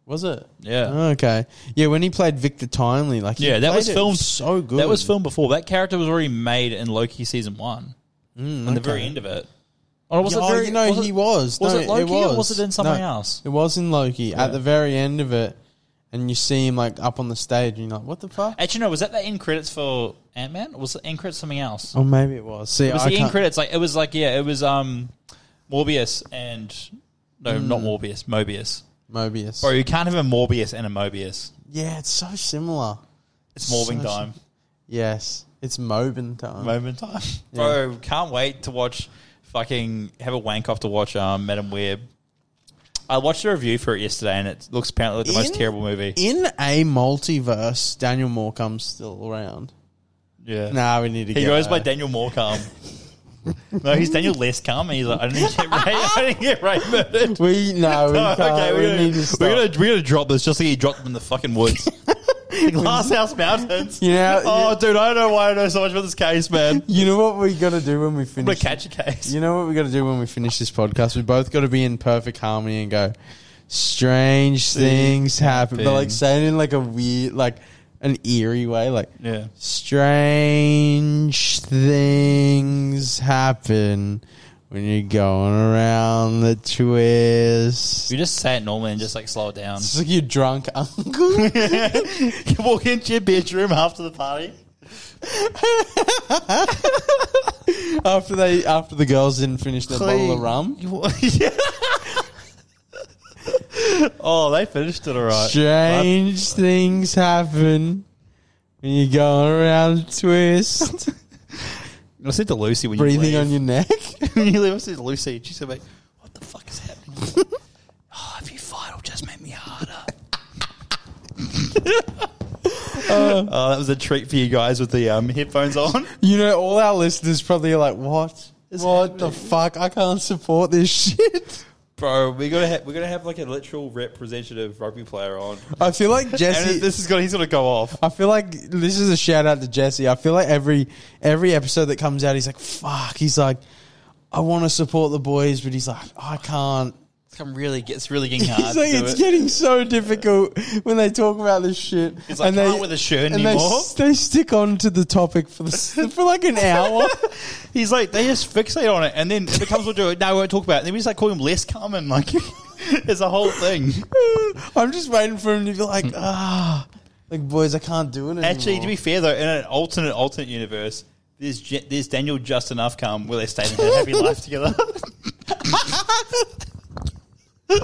was it. Yeah. Oh, Okay. Yeah, when he played Victor Timely, like he yeah, that played was it filmed so good. That was filmed before. That character was already made in Loki season one, mm, the very end of it. Or was oh, it very, you know, was it- he was. was No, it Loki it was. or was it in something No, else? It was in Loki at the very end of it, and you see him like up on the stage, and you're like, "What the fuck?" Actually, no. Was that the end credits for Ant Man? Was the end credits something else? Or maybe it was. See, It was Oh, I the end can't- credits like it was like yeah, it was um Morbius and no, not Mm. Morbius, Mobius. Mobius. Bro, you can't have a Morbius and a Mobius. Yeah, it's so similar. It's Morbing So- time. Yes, it's Mobin time. Moment time. Bro, can't wait to watch fucking have a wank off to watch um Madam Web. I watched a review for it yesterday and it looks apparently like the most In- terrible movie. In a multiverse, Daniel Morecome's still around. yeah. Nah, we need to. He get goes her. by Daniel Morecambe. no, he's Daniel Less Cum. He's like, I didn't get right. I didn't get right murdered. We no, we can't. okay, we we're gonna, need to stop. we're gonna we're gonna drop this just like he dropped them in the fucking woods, the glass house mountains. You know- oh, you- dude, I don't know why I know so much about this case, man. I'm you know what we got to do when we gonna finish catch a case. You know what we got to do when we finish this podcast? We both got to be in perfect harmony and go. Strange things happen, but like happen. saying it in like a weird, like an eerie way, like Yeah. strange things happen when you're going around the twist. You just say it normally and just like slow it down. It's like your drunk uncle. you walk into your bedroom after the party. after they, after the girls didn't finish their bottle of rum. You wa- Yeah. oh, they finished it all right. Strange things happen when you're going around a twist. I said to Lucy when you breathing leave. on your neck. when you leave, I said to Lucy, and she's like, "What the fuck is happening?" oh, if you fight, it'll just make me harder. oh, that was a treat for you guys with the um, headphones on. You know, all our listeners probably are like, "What? What the fuck? I can't support this shit." Bro, we gotta ha- we're gonna have like a literal representative rugby player on, I feel like Jesse. and this is gonna he's gonna go off. I feel like this is a shout out to Jesse. I feel like every every episode that comes out, he's like, "Fuck." He's like, "I want to support the boys," but he's like, "I can't." I'm really, it's really getting He's hard. like, to do "It's it. getting so difficult when they talk about this shit." He's like, "Can't with a shirt and they, anymore." s- they stick on to the topic for the, s- for like an hour. He's like, they just fixate on it, and then it becomes what do. Now we won't talk about it. And then we just like call him less common. Like, it's a whole thing. I'm just waiting for him to be like, ah, like boys, I can't do it anymore. Actually, to be fair though, in an alternate alternate universe, there's Je- there's Daniel just enough come where they stay in a happy life together.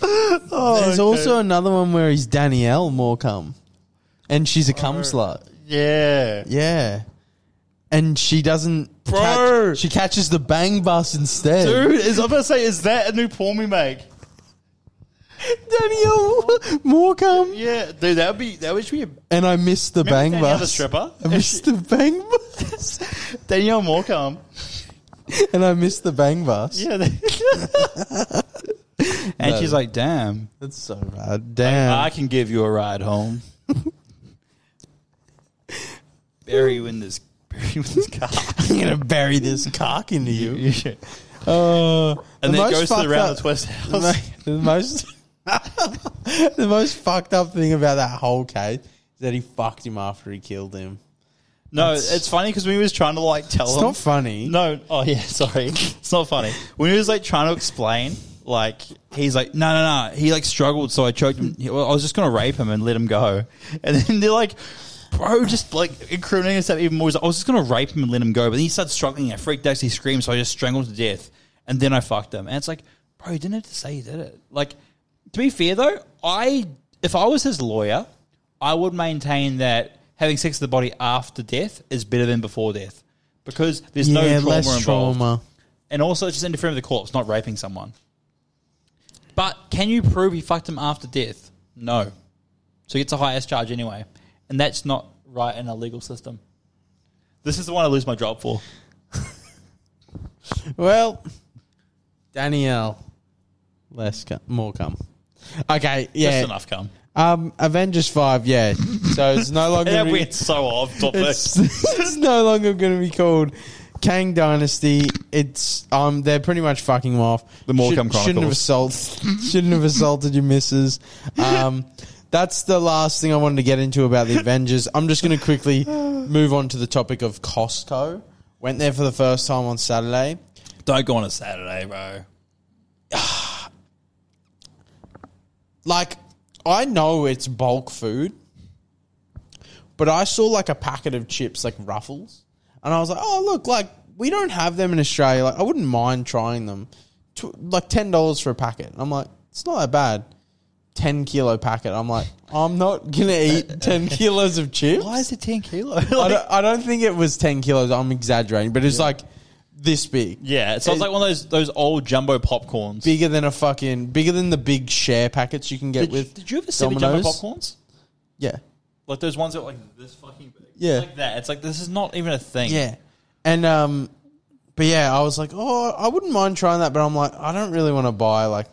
Oh, there's also another one where he's Danielle Morecambe, and she's a cum slut. yeah. Yeah, and she doesn't. Bro. catch- she catches the bang bus instead. Dude, is, I'm gonna say, is that a new porn we make? Danielle Morecambe, Yeah, dude, that would be that would be a and I missed the Remember bang Danielle the bus. stripper? I missed the bang bus, Danielle Morecambe. and I missed the bang bus. Yeah, and she's like, "Damn, That's so bad. Damn. I can give you a ride home. bury you in this, bury you in this car." I'm gonna bury this cock into you. Uh, and the then it most goes to fucked the round up- the twist the house. mo- the most the most fucked up thing about that whole case is that he fucked him after he killed him. No, it's funny because when he was trying to like tell It's him, not funny. No, oh yeah, sorry, it's not funny. When he was like trying to explain, like he's like, no, no, no. He like struggled, so I choked him. He- well, I was just gonna rape him and let him go, and then they're like. Bro, just like incriminating himself even more. He's like, I was just gonna rape him and let him go, but then he started struggling. I freaked out. so He screamed, so I just strangled him to death, and then I fucked him. And it's like, bro, he didn't have to say he did it. Like, to be fair though, I if I was his lawyer, I would maintain that having sex with the body after death is better than before death because there's no Yeah, trauma less involved, trauma. and also it's just interfering with the corpse, not raping someone. But can you prove he fucked him after death? No, so he gets a high S charge anyway, and that's not right in our legal system. This is the one I lose my job for. Well, Danielle, less cum, more cum. Okay, Just yeah. enough come. Um, Avengers five, yeah. So it's no longer That gonna be- went so off topic. it's, it's no longer going to be called Kang Dynasty. It's um, they're pretty much fucking him off. The Morecambe shouldn't have Chronicles. assaulted, shouldn't have assaulted your missus. Um, that's the last thing I wanted to get into about the Avengers. I'm just going to quickly move on to the topic of Costco. Went there for the first time on Saturday. Don't go on a Saturday, bro. like I know it's bulk food, but I saw like a packet of chips, like Ruffles, and I was like, oh look, like we don't have them in Australia. Like I wouldn't mind trying them, Tw- like ten dollars for a packet. And I'm like, it's not that bad. Ten kilo packet. I'm like, I'm not gonna eat ten kilos of chips. Why is it 10 kilo? I, Like- don't, I don't think it was ten kilos. I'm exaggerating, but it's like this big. yeah, it sounds It- like one of those those old jumbo popcorns. Bigger than a fucking, bigger than the big share packets you can get did, with. did you ever see the Domino's. jumbo popcorns? Yeah. Like those ones that are like this fucking big. Yeah. It's like that. It's like this is not even a thing. Yeah. And um but yeah, I was like, oh, I wouldn't mind trying that, but I'm like, I don't really want to buy like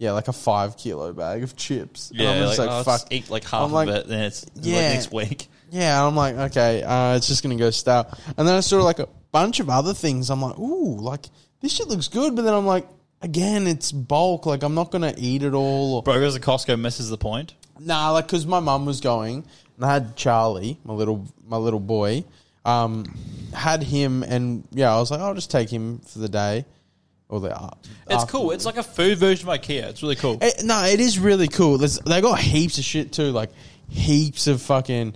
yeah, like a five kilo bag of chips. Yeah, and I'm just like, like, oh, e- fuck. just eat like half I'm like, of it, then it's it's yeah. like next week. Yeah, and I'm like, okay, uh, it's just gonna go stale. And then I saw like a bunch of other things. I'm like, ooh, like this shit looks good, but then I'm like, again, it's bulk. Like I'm not gonna eat it all. Or, Bro, because the Costco misses the point. Nah, like because my mum was going, and I had Charlie, my little my little boy, um, had him, and yeah, I was like, I'll just take him for the day, or the. Uh, It's cool. It's like a food version of IKEA. It's really cool. it, no, it is really cool. There's, they got heaps of shit too, like heaps of fucking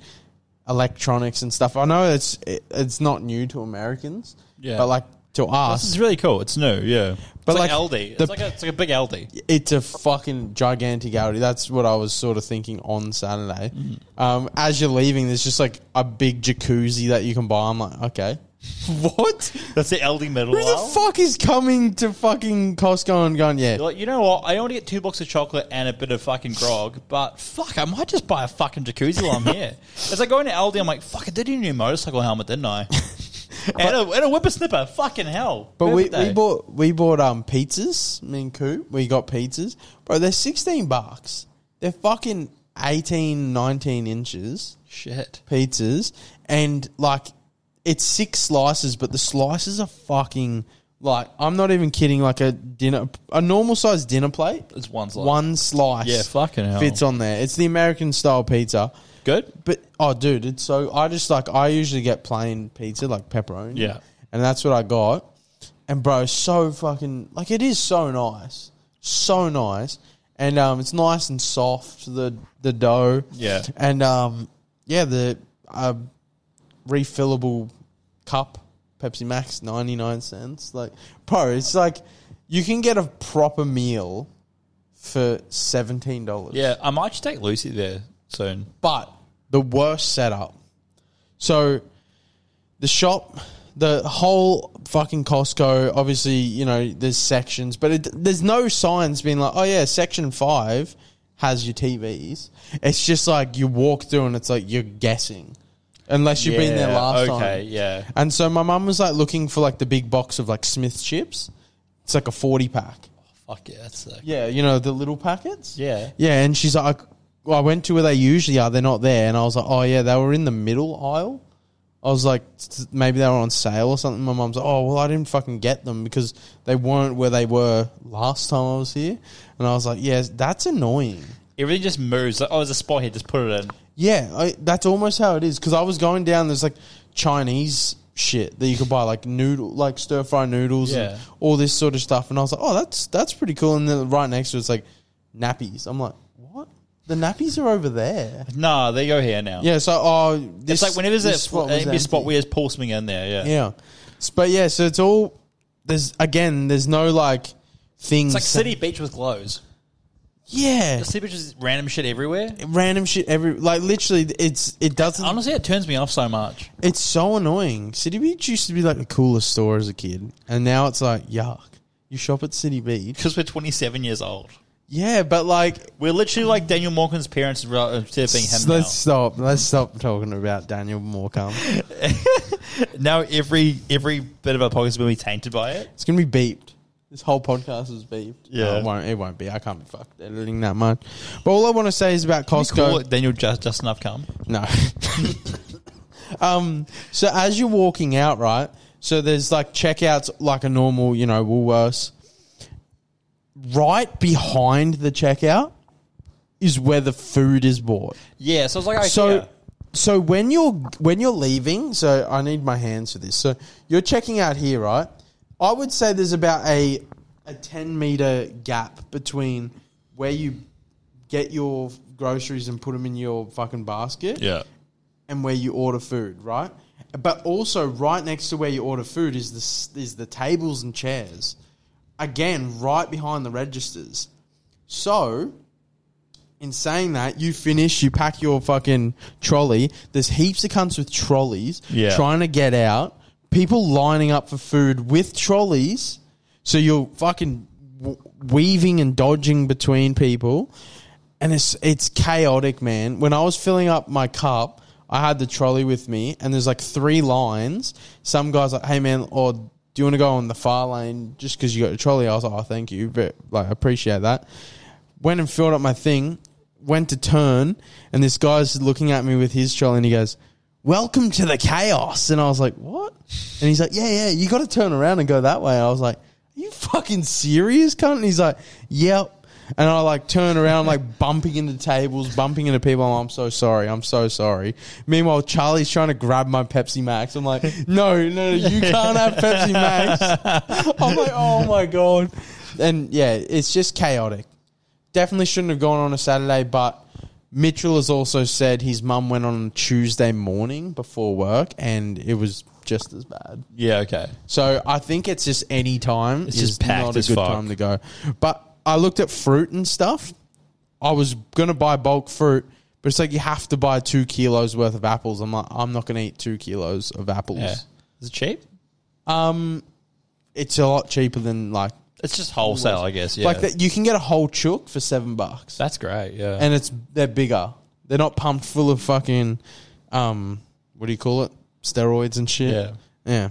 electronics and stuff. I know it's it, it's not new to Americans, Yeah. but like to This us, is really cool. It's new, yeah. But like, like, Aldi. the- It's like a it's like a big Aldi. it's a fucking gigantic alley. That's what I was sort of thinking on Saturday. Mm-hmm. Um, as you're leaving, there's just like a big jacuzzi that you can buy. I'm like, okay, what? That's the Aldi middle Who the aisle. fuck is coming to fucking Costco and going? Yeah, You're like, you know what? I only get two boxes of chocolate and a bit of fucking grog, but fuck, I might just buy a fucking jacuzzi while I'm here. It's like going to Aldi, I'm like, fuck, I did need a new motorcycle helmet, didn't I? and, a, and a whippersnipper, fucking hell. but we, Birthday. we bought we bought um pizzas. Me and Coop, we got pizzas, bro. They're sixteen bucks. They're fucking 18, 19 inches. shit. pizzas, and like it's six slices, but the slices are fucking like I'm not even kidding. Like a dinner, a normal sized dinner plate, It's one slice. one slice, Yeah, fucking hell. fits on there. It's the American style pizza. Good? But oh, dude, it's so I just like I usually get plain pizza like pepperoni, Yeah. and that's what I got. And bro, it's so fucking like it is so nice, so nice, and um, it's nice and soft the the dough, Yeah. and um, yeah, the uh, refillable cup Pepsi Max ninety nine cents. Like, bro, it's like you can get a proper meal for seventeen dollars. Yeah, I might just take Lucy there soon. But the worst setup. So the shop, the whole fucking Costco, obviously, you know, there's sections, but it, there's no signs being like, oh yeah, section five has your TVs. It's just like you walk through and it's like you're guessing. Unless you've been there Yeah, last time. okay, yeah. And so my mum was like looking for like the big box of like Smith chips. It's like a 40 pack. Fuck yeah, that's sick. Yeah, you know, the little packets. Yeah. Yeah, and she's like, well, I went to where they usually are. They're not there. And I was like, oh, yeah, they were in the middle aisle. I was like, "S- maybe they were on sale or something. My mum's like, oh, well, I didn't fucking get them because they weren't where they were last time I was here. And I was like, yes, that's annoying. Everything just moves. Like, oh, there's a spot here, just put it in. Yeah, I, that's almost how it is. Because I was going down, there's like Chinese shit that you could buy, like noodle, like stir fry noodles Yeah. and all this sort of stuff. And I was like, oh, that's that's pretty cool. And then right next to it's like nappies. I'm like, what? The nappies are over there. Nah, they go here now. Yeah, so oh, It's this, like whenever there's this a spot, was a spot empty. where there's Paul Smith in there, yeah. Yeah. S- But yeah, so it's all there's again, there's no like things. It's like City Beach with glows. Yeah. The City Beach is random shit everywhere. Random shit every like literally it's it doesn't Honestly, it turns me off so much. it's so annoying. City Beach used to be like the coolest store as a kid and now it's like yuck. You shop at City Beach. Because we're 27 years old. Yeah, but like We're literally like Daniel Morgan's parents rel- instead of being him let's now. stop. Let's stop talking about Daniel Morecambe. Now every every bit of our podcast will be tainted by it. It's gonna be beeped. This whole podcast is beeped. Yeah. No, it won't. It won't be. I can't be fucked editing that much. But all I want to say is about Costco. Call it Daniel just just enough come. No. um, so as you're walking out, right? So there's like checkouts, like a normal, you know, Woolworths. Right behind the checkout is where the food is bought. Yeah, so it's like So, so when you're when you're leaving, so I need my hands for this. So you're checking out here, right? I would say there's about a a ten meter gap between where you get your groceries and put them in your fucking basket, Yeah. and where you order food, right? But also, right next to where you order food is the s- is the tables and chairs. Again, right behind the registers. So, in saying that, you finish, you pack your fucking trolley. There's heaps of cunts with trolleys Yeah. trying to get out. People lining up for food with trolleys. So you're fucking w- weaving and dodging between people. And it's it's chaotic, man. When I was filling up my cup, I had the trolley with me, and there's like three lines. Some guys like, "Hey, man, or do you want to go on the far lane just because you got your trolley?" I was like, "Oh, thank you, but like, I appreciate that." went and filled up my thing, went to turn, and this guy's looking at me with his trolley and he goes, Welcome to the chaos. And I was like, What? And he's like, Yeah, yeah, you got to turn around and go that way. I was like, Are you fucking serious, cunt? And he's like, Yep. And I like turn around, I'm, like bumping into tables, bumping into people. I'm, I'm so sorry. I'm so sorry. Meanwhile, Charlie's trying to grab my Pepsi Max. I'm like, no, no, you can't have Pepsi Max. I'm like, oh my god. And yeah, it's just chaotic definitely shouldn't have gone on a Saturday, but Mitchell has also said his mum went on Tuesday morning before work and it was just as bad. Yeah, okay. So I think it's just any time it's just packed not a as good fuck. time to go. But I looked at fruit and stuff. I was gonna buy bulk fruit, but it's like you have to buy two kilos worth of apples. I'm like, I'm not gonna eat two kilos of apples. yeah. Is it cheap? Um, it's a lot cheaper than like It's just wholesale, I guess. Yeah. like that. You can get a whole chook for seven bucks. That's great, yeah. and it's they're bigger. They're not pumped full of fucking, um, what do you call it? Steroids and shit. Yeah. Yeah.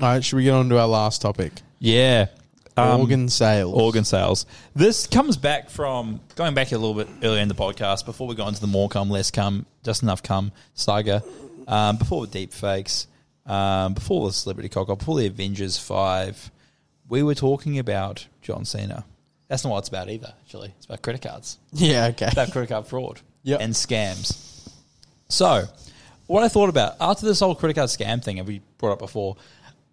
All right. Should we get on to our last topic? yeah. Um, organ sales. organ sales. This comes back from going back a little bit earlier in the podcast before we got into the more cum, less cum, just enough cum saga. Um, before the deep fakes, um, before the celebrity cock up, before the Avengers five, we were talking about John Cena. That's not what it's about either. Actually, it's about credit cards, Yeah. Okay. about credit card fraud, Yep. and scams. So, what I thought about after this whole credit card scam thing that we brought up before,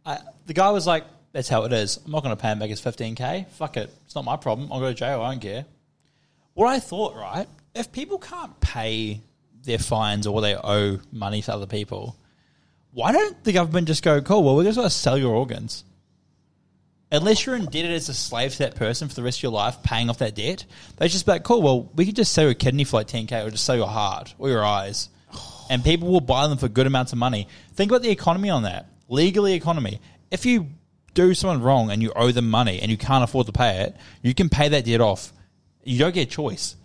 I, the guy was like, "That's how it is. I'm not going to pay him back his 15k. Fuck it. It's not my problem. I'll go to jail. I don't care." What I thought, right? If people can't pay their fines or they owe money to other people, why don't the government just go, "Cool. Well, we're just going to sell your organs." Unless you're indebted as a slave to that person for the rest of your life, paying off that debt, they just be like, "Cool. Well, we could just sell your kidney for like 10k, or just sell your heart or your eyes." and people will buy them for good amounts of money. Think about the economy on that. Legally, economy. If you do someone wrong and you owe them money and you can't afford to pay it, you can pay that debt off. You don't get a choice.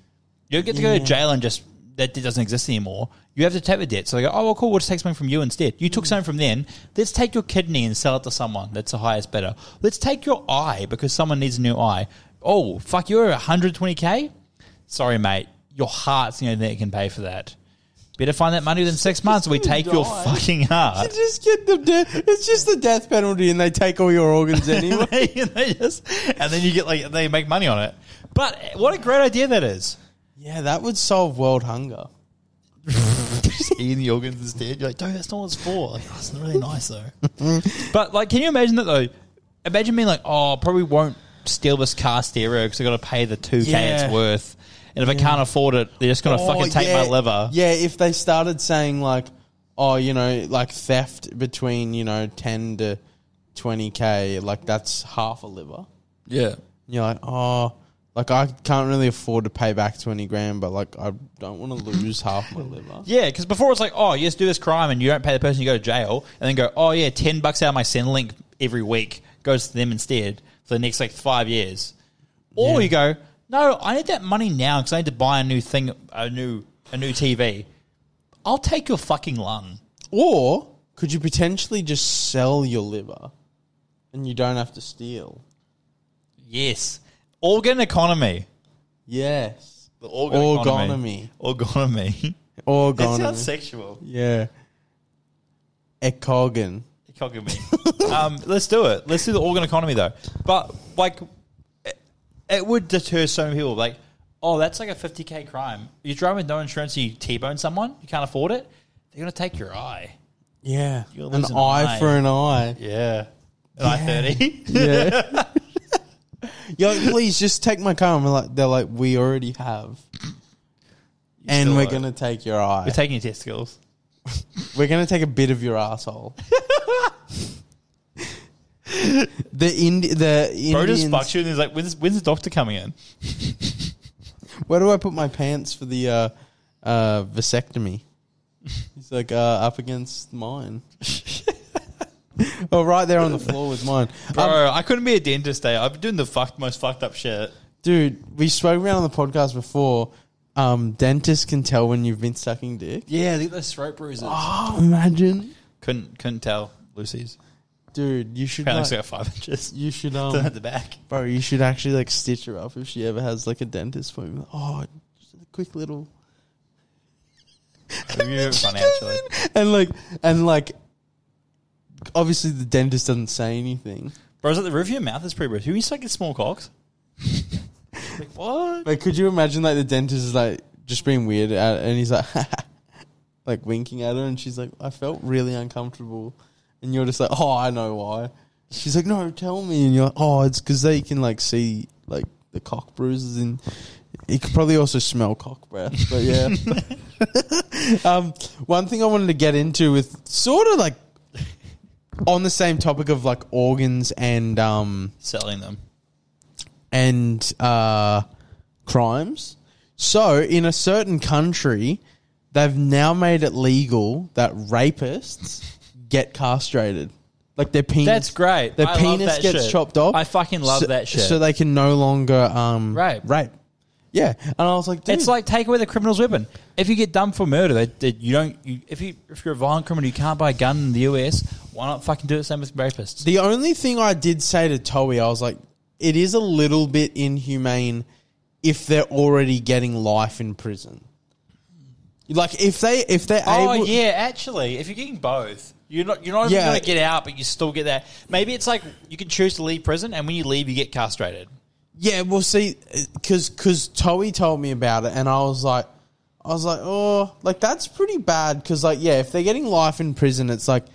You don't get to go to jail and just that debt doesn't exist anymore. You have to take the debt. So they go, oh well, cool. We'll just take something from you instead. You took something from them. Let's take your kidney and sell it to someone. That's the highest bidder. Let's take your eye because someone needs a new eye. Oh fuck, you're 120k. Sorry, mate. Your heart's the only thing that can pay for that. Better find that money within six months, or we take your die. fucking heart. You just get the death. It's just the death penalty, and they take all your organs anyway. and, they just, and then you get like they make money on it. But what a great idea that is. yeah, that would solve world hunger. Just eating the organs instead. You're like, dude, that's not what it's for. Like, oh, it's not really nice though. but like, can you imagine that though? Imagine being like, oh, I probably won't steal this car stereo because I got to pay the two k Yeah. it's worth, and if I can't afford it, they're just gonna Oh, fucking take yeah. my liver. Yeah, if they started saying like, oh, you know, like theft between you know ten to twenty k, like that's half a liver. Yeah. And you're like, oh, like I can't really afford to pay back twenty grand, but like I don't want to lose half my liver. Yeah, because before it's like, oh, you just do this crime and you don't pay the person, you go to jail, and then go, oh yeah, ten bucks out of my Centrelink every week goes to them instead for the next like five years, or you go, no, I need that money now because I need to buy a new thing, a new a new TV. I'll take your fucking lung. Or could you potentially just sell your liver, and you don't have to steal? Yes, organ economy. Yes, The orgonomy, Orgonomy. That orgonomy. sounds sexual. Yeah, ecogan. Cocking me. um, let's do it. Let's do the organ economy though. But like, it, it would deter so many people. Like, oh, that's like a fifty k crime. You drive with no insurance, you t bone someone, you can't afford it. They're gonna take your eye. Yeah, You'll an lose an eye eye. for an eye. Yeah, eye thirty. Yeah. You're like, please just take my car. And we're like, they're like, we already have. and still we're are. going to take your eye. We're taking your testicles. we're going to take a bit of your asshole. the Indi- the Bro just Indians. fucks you and he's like, when's, when's the doctor coming in? Where do I put my pants for the uh, uh, vasectomy? He's like, uh, up against mine. oh, right there on the floor with mine. Um, Bro, Um, I couldn't be a dentist day. I've been doing the fucked most fucked up shit. Dude, we spoke around on the podcast before. Um, dentists can tell when you've been sucking dick. Yeah, they get those throat bruises. Oh, imagine, Ah. Couldn't couldn't tell Lucy's. dude. You should. Apparently Like, it's got five inches. you should. Down at Um, the back. bro, you should actually like stitch her up if she ever has like a dentist appointment. Oh, just a quick little. Financially. And like, and like, obviously the dentist doesn't say anything. Bro, is it the roof of your mouth is pretty rough. Who eats like a small cocks? like what? Like, could you imagine like the dentist is like just being weird at, and he's like, like winking at her, and she's like, I felt really uncomfortable, and you're just like, oh, I know why. She's like, no, tell me, and you're like, oh, it's because they can like see like the cock bruises, and you could probably also smell cock breath, but yeah. um, one thing I wanted to get into with sort of like on the same topic of like organs and um Selling them. and uh, crimes. So, in a certain country, they've now made it legal that rapists get castrated. Like their penis, That's great. Their I love penis that gets shit. chopped off. I fucking love so, that shit. So they can no longer um, Rape. Rape. Yeah, and I was like, Dude, It's like take away the criminal's weapon. If you get done for murder, they, they, you don't. You, if you if you're a violent criminal, you can't buy a gun in the US. Why not fucking do the same with rapists? The only thing I did say to Toei, I was like, it is a little bit inhumane if they're already getting life in prison. Like if they if they're Oh able, yeah, actually, if you're getting both, you're not you're not Yeah. even going to get out, but you still get that. Maybe it's like you can choose to leave prison, and when you leave, you get castrated. Yeah, well, see, because because Toei told me about it, and I was like, I was like, oh, like that's pretty bad. Because like, yeah, if they're getting life in prison, it's like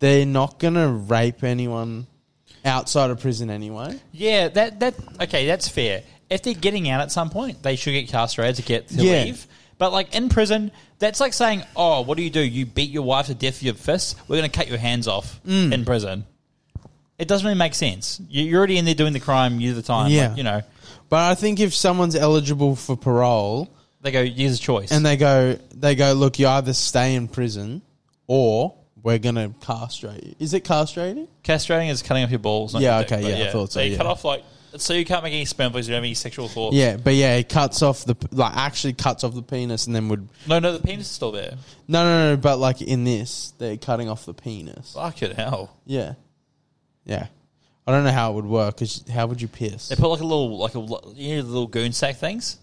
they're not gonna rape anyone outside of prison anyway. Yeah, that that okay, that's fair. If they're getting out at some point, they should get castrated to get to Yeah. leave. But like in prison, that's like saying, "Oh, what do you do? You beat your wife to death with your fists. We're going to cut your hands off Mm. in prison." It doesn't really make sense. You- You're already in there doing the crime. You the time. Yeah. like, you know. But I think if someone's eligible for parole They go, "Here's a choice." and they go, they go, look, you either stay in prison or we're gonna castrate you. Is it castrating? Castrating is cutting off your balls. not Yeah, your dick, okay, but yeah, I thought so, They yeah. cut off like so you can't make any sperm because you don't have any sexual thoughts. Yeah, but yeah, it cuts off the like actually cuts off the penis and then would No, no, the penis is still there. no no no, but like in this they're cutting off the penis. Fuck it, hell. Yeah, yeah. I don't know how it would work. Cause how would you piss? They put like a little, like a lo- you know, the little goon sack things.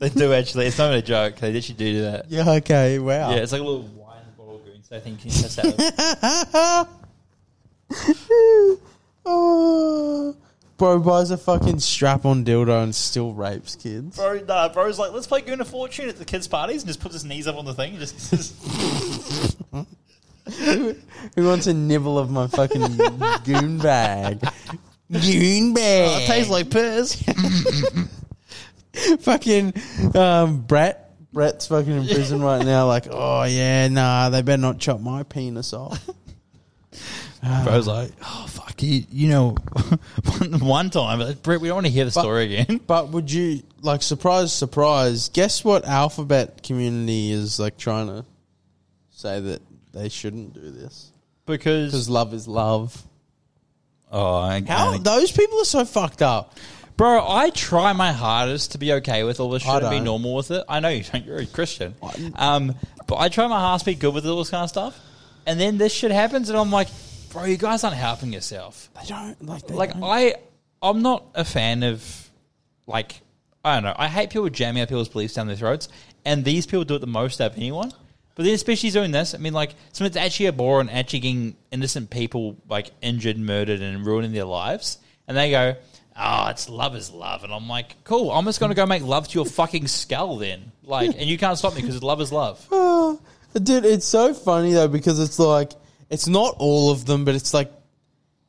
they do actually. It's not even a joke. They literally do that. Yeah. Okay. Wow. Yeah, it's like a little wine bottle goon sack thing. You can test out. Oh. Bro buys a fucking strap-on dildo and still rapes kids. bro, nah, bro's like, let's play Goon of Fortune at the kids' parties and just puts his knees up on the thing. And just, Who wants a nibble of my fucking goon bag? Oh, Goon bag. like piss. fucking um, Brett. Brett's fucking in prison right now. Like, oh yeah, nah, they better not chop my penis off. Bro's like, oh fuck you, you know, one time, but Brett, we don't want to hear the story again. But would you like surprise, surprise? Guess what Alphabet community is like trying to say that they shouldn't do this Because because love is love. oh, I, How I- those people are so fucked up. bro, I try my hardest to be okay with all this I shit and be don't. normal with it. I know you don't. You're a Christian, um, but I try my hardest to be good with all this kind of stuff. And then this shit happens, and I'm like, bro, you guys aren't helping yourself. They don't like. They like don't. I I'm not a fan of like I don't know. I hate people jamming up people's beliefs down their throats, and these people do it the most out of anyone. But then especially doing this, I mean, like someone's actually abhorrent, actually getting innocent people like injured, murdered, and ruining their lives, and they go, "Oh, it's love is love," and I'm like, "Cool, I'm just gonna go make love to your fucking skull then." Like, and you can't stop me because love is love. Dude, it's so funny though because it's like it's not all of them, but it's like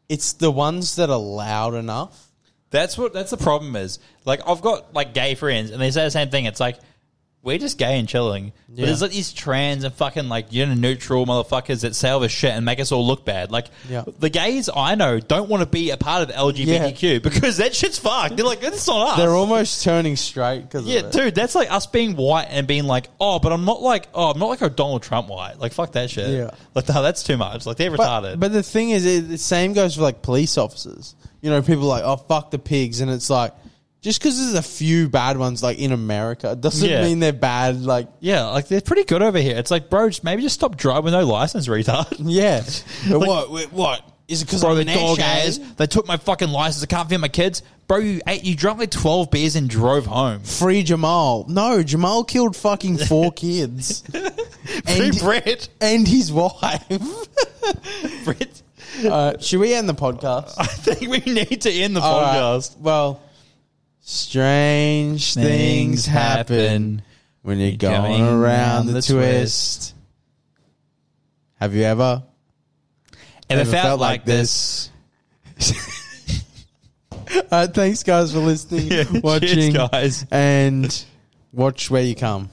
it's the ones that are loud enough. That's what that's the problem is. Like I've got like gay friends and they say the same thing. It's like we're just gay and chilling. But Yeah. there's like these trans and fucking like you know neutral motherfuckers that say all this shit and make us all look bad. Like Yeah. the gays I know don't want to be a part of LGBTQ because that shit's fucked. They're like, it's not us. They're almost turning straight because yeah, dude, that's like us being white and being like, oh, but I'm not like, oh, I'm not like a Donald Trump white. Like, fuck that shit. Yeah. Like, no, that's too much. Like, they're But, retarded. but the thing is, it, the same goes for like police officers. You know, people are like, oh fuck the pigs, and it's like just because there's a few bad ones like in America doesn't Yeah. mean they're bad. Like, yeah, like they're pretty good over here. It's like, bro, just maybe just stop driving with no license, retard. yeah, But Like- what? wait, What is it because Bro, I'm the an dog asshole? ass. They took my fucking license. I can't feed my kids. Bro, you ate, you drank like twelve beers and drove home. Free Jamal. No, Jamal killed fucking four kids. and, Brett, and his wife. Brett. Uh, should we end the podcast? I think we need to end the All right. podcast. Well, strange things, happen, when you're going, going around round the, the twist. Have you ever? Ever felt, like, this? Uh, thanks, guys, for listening, Yeah, watching, cheers, guys. and watch where you come.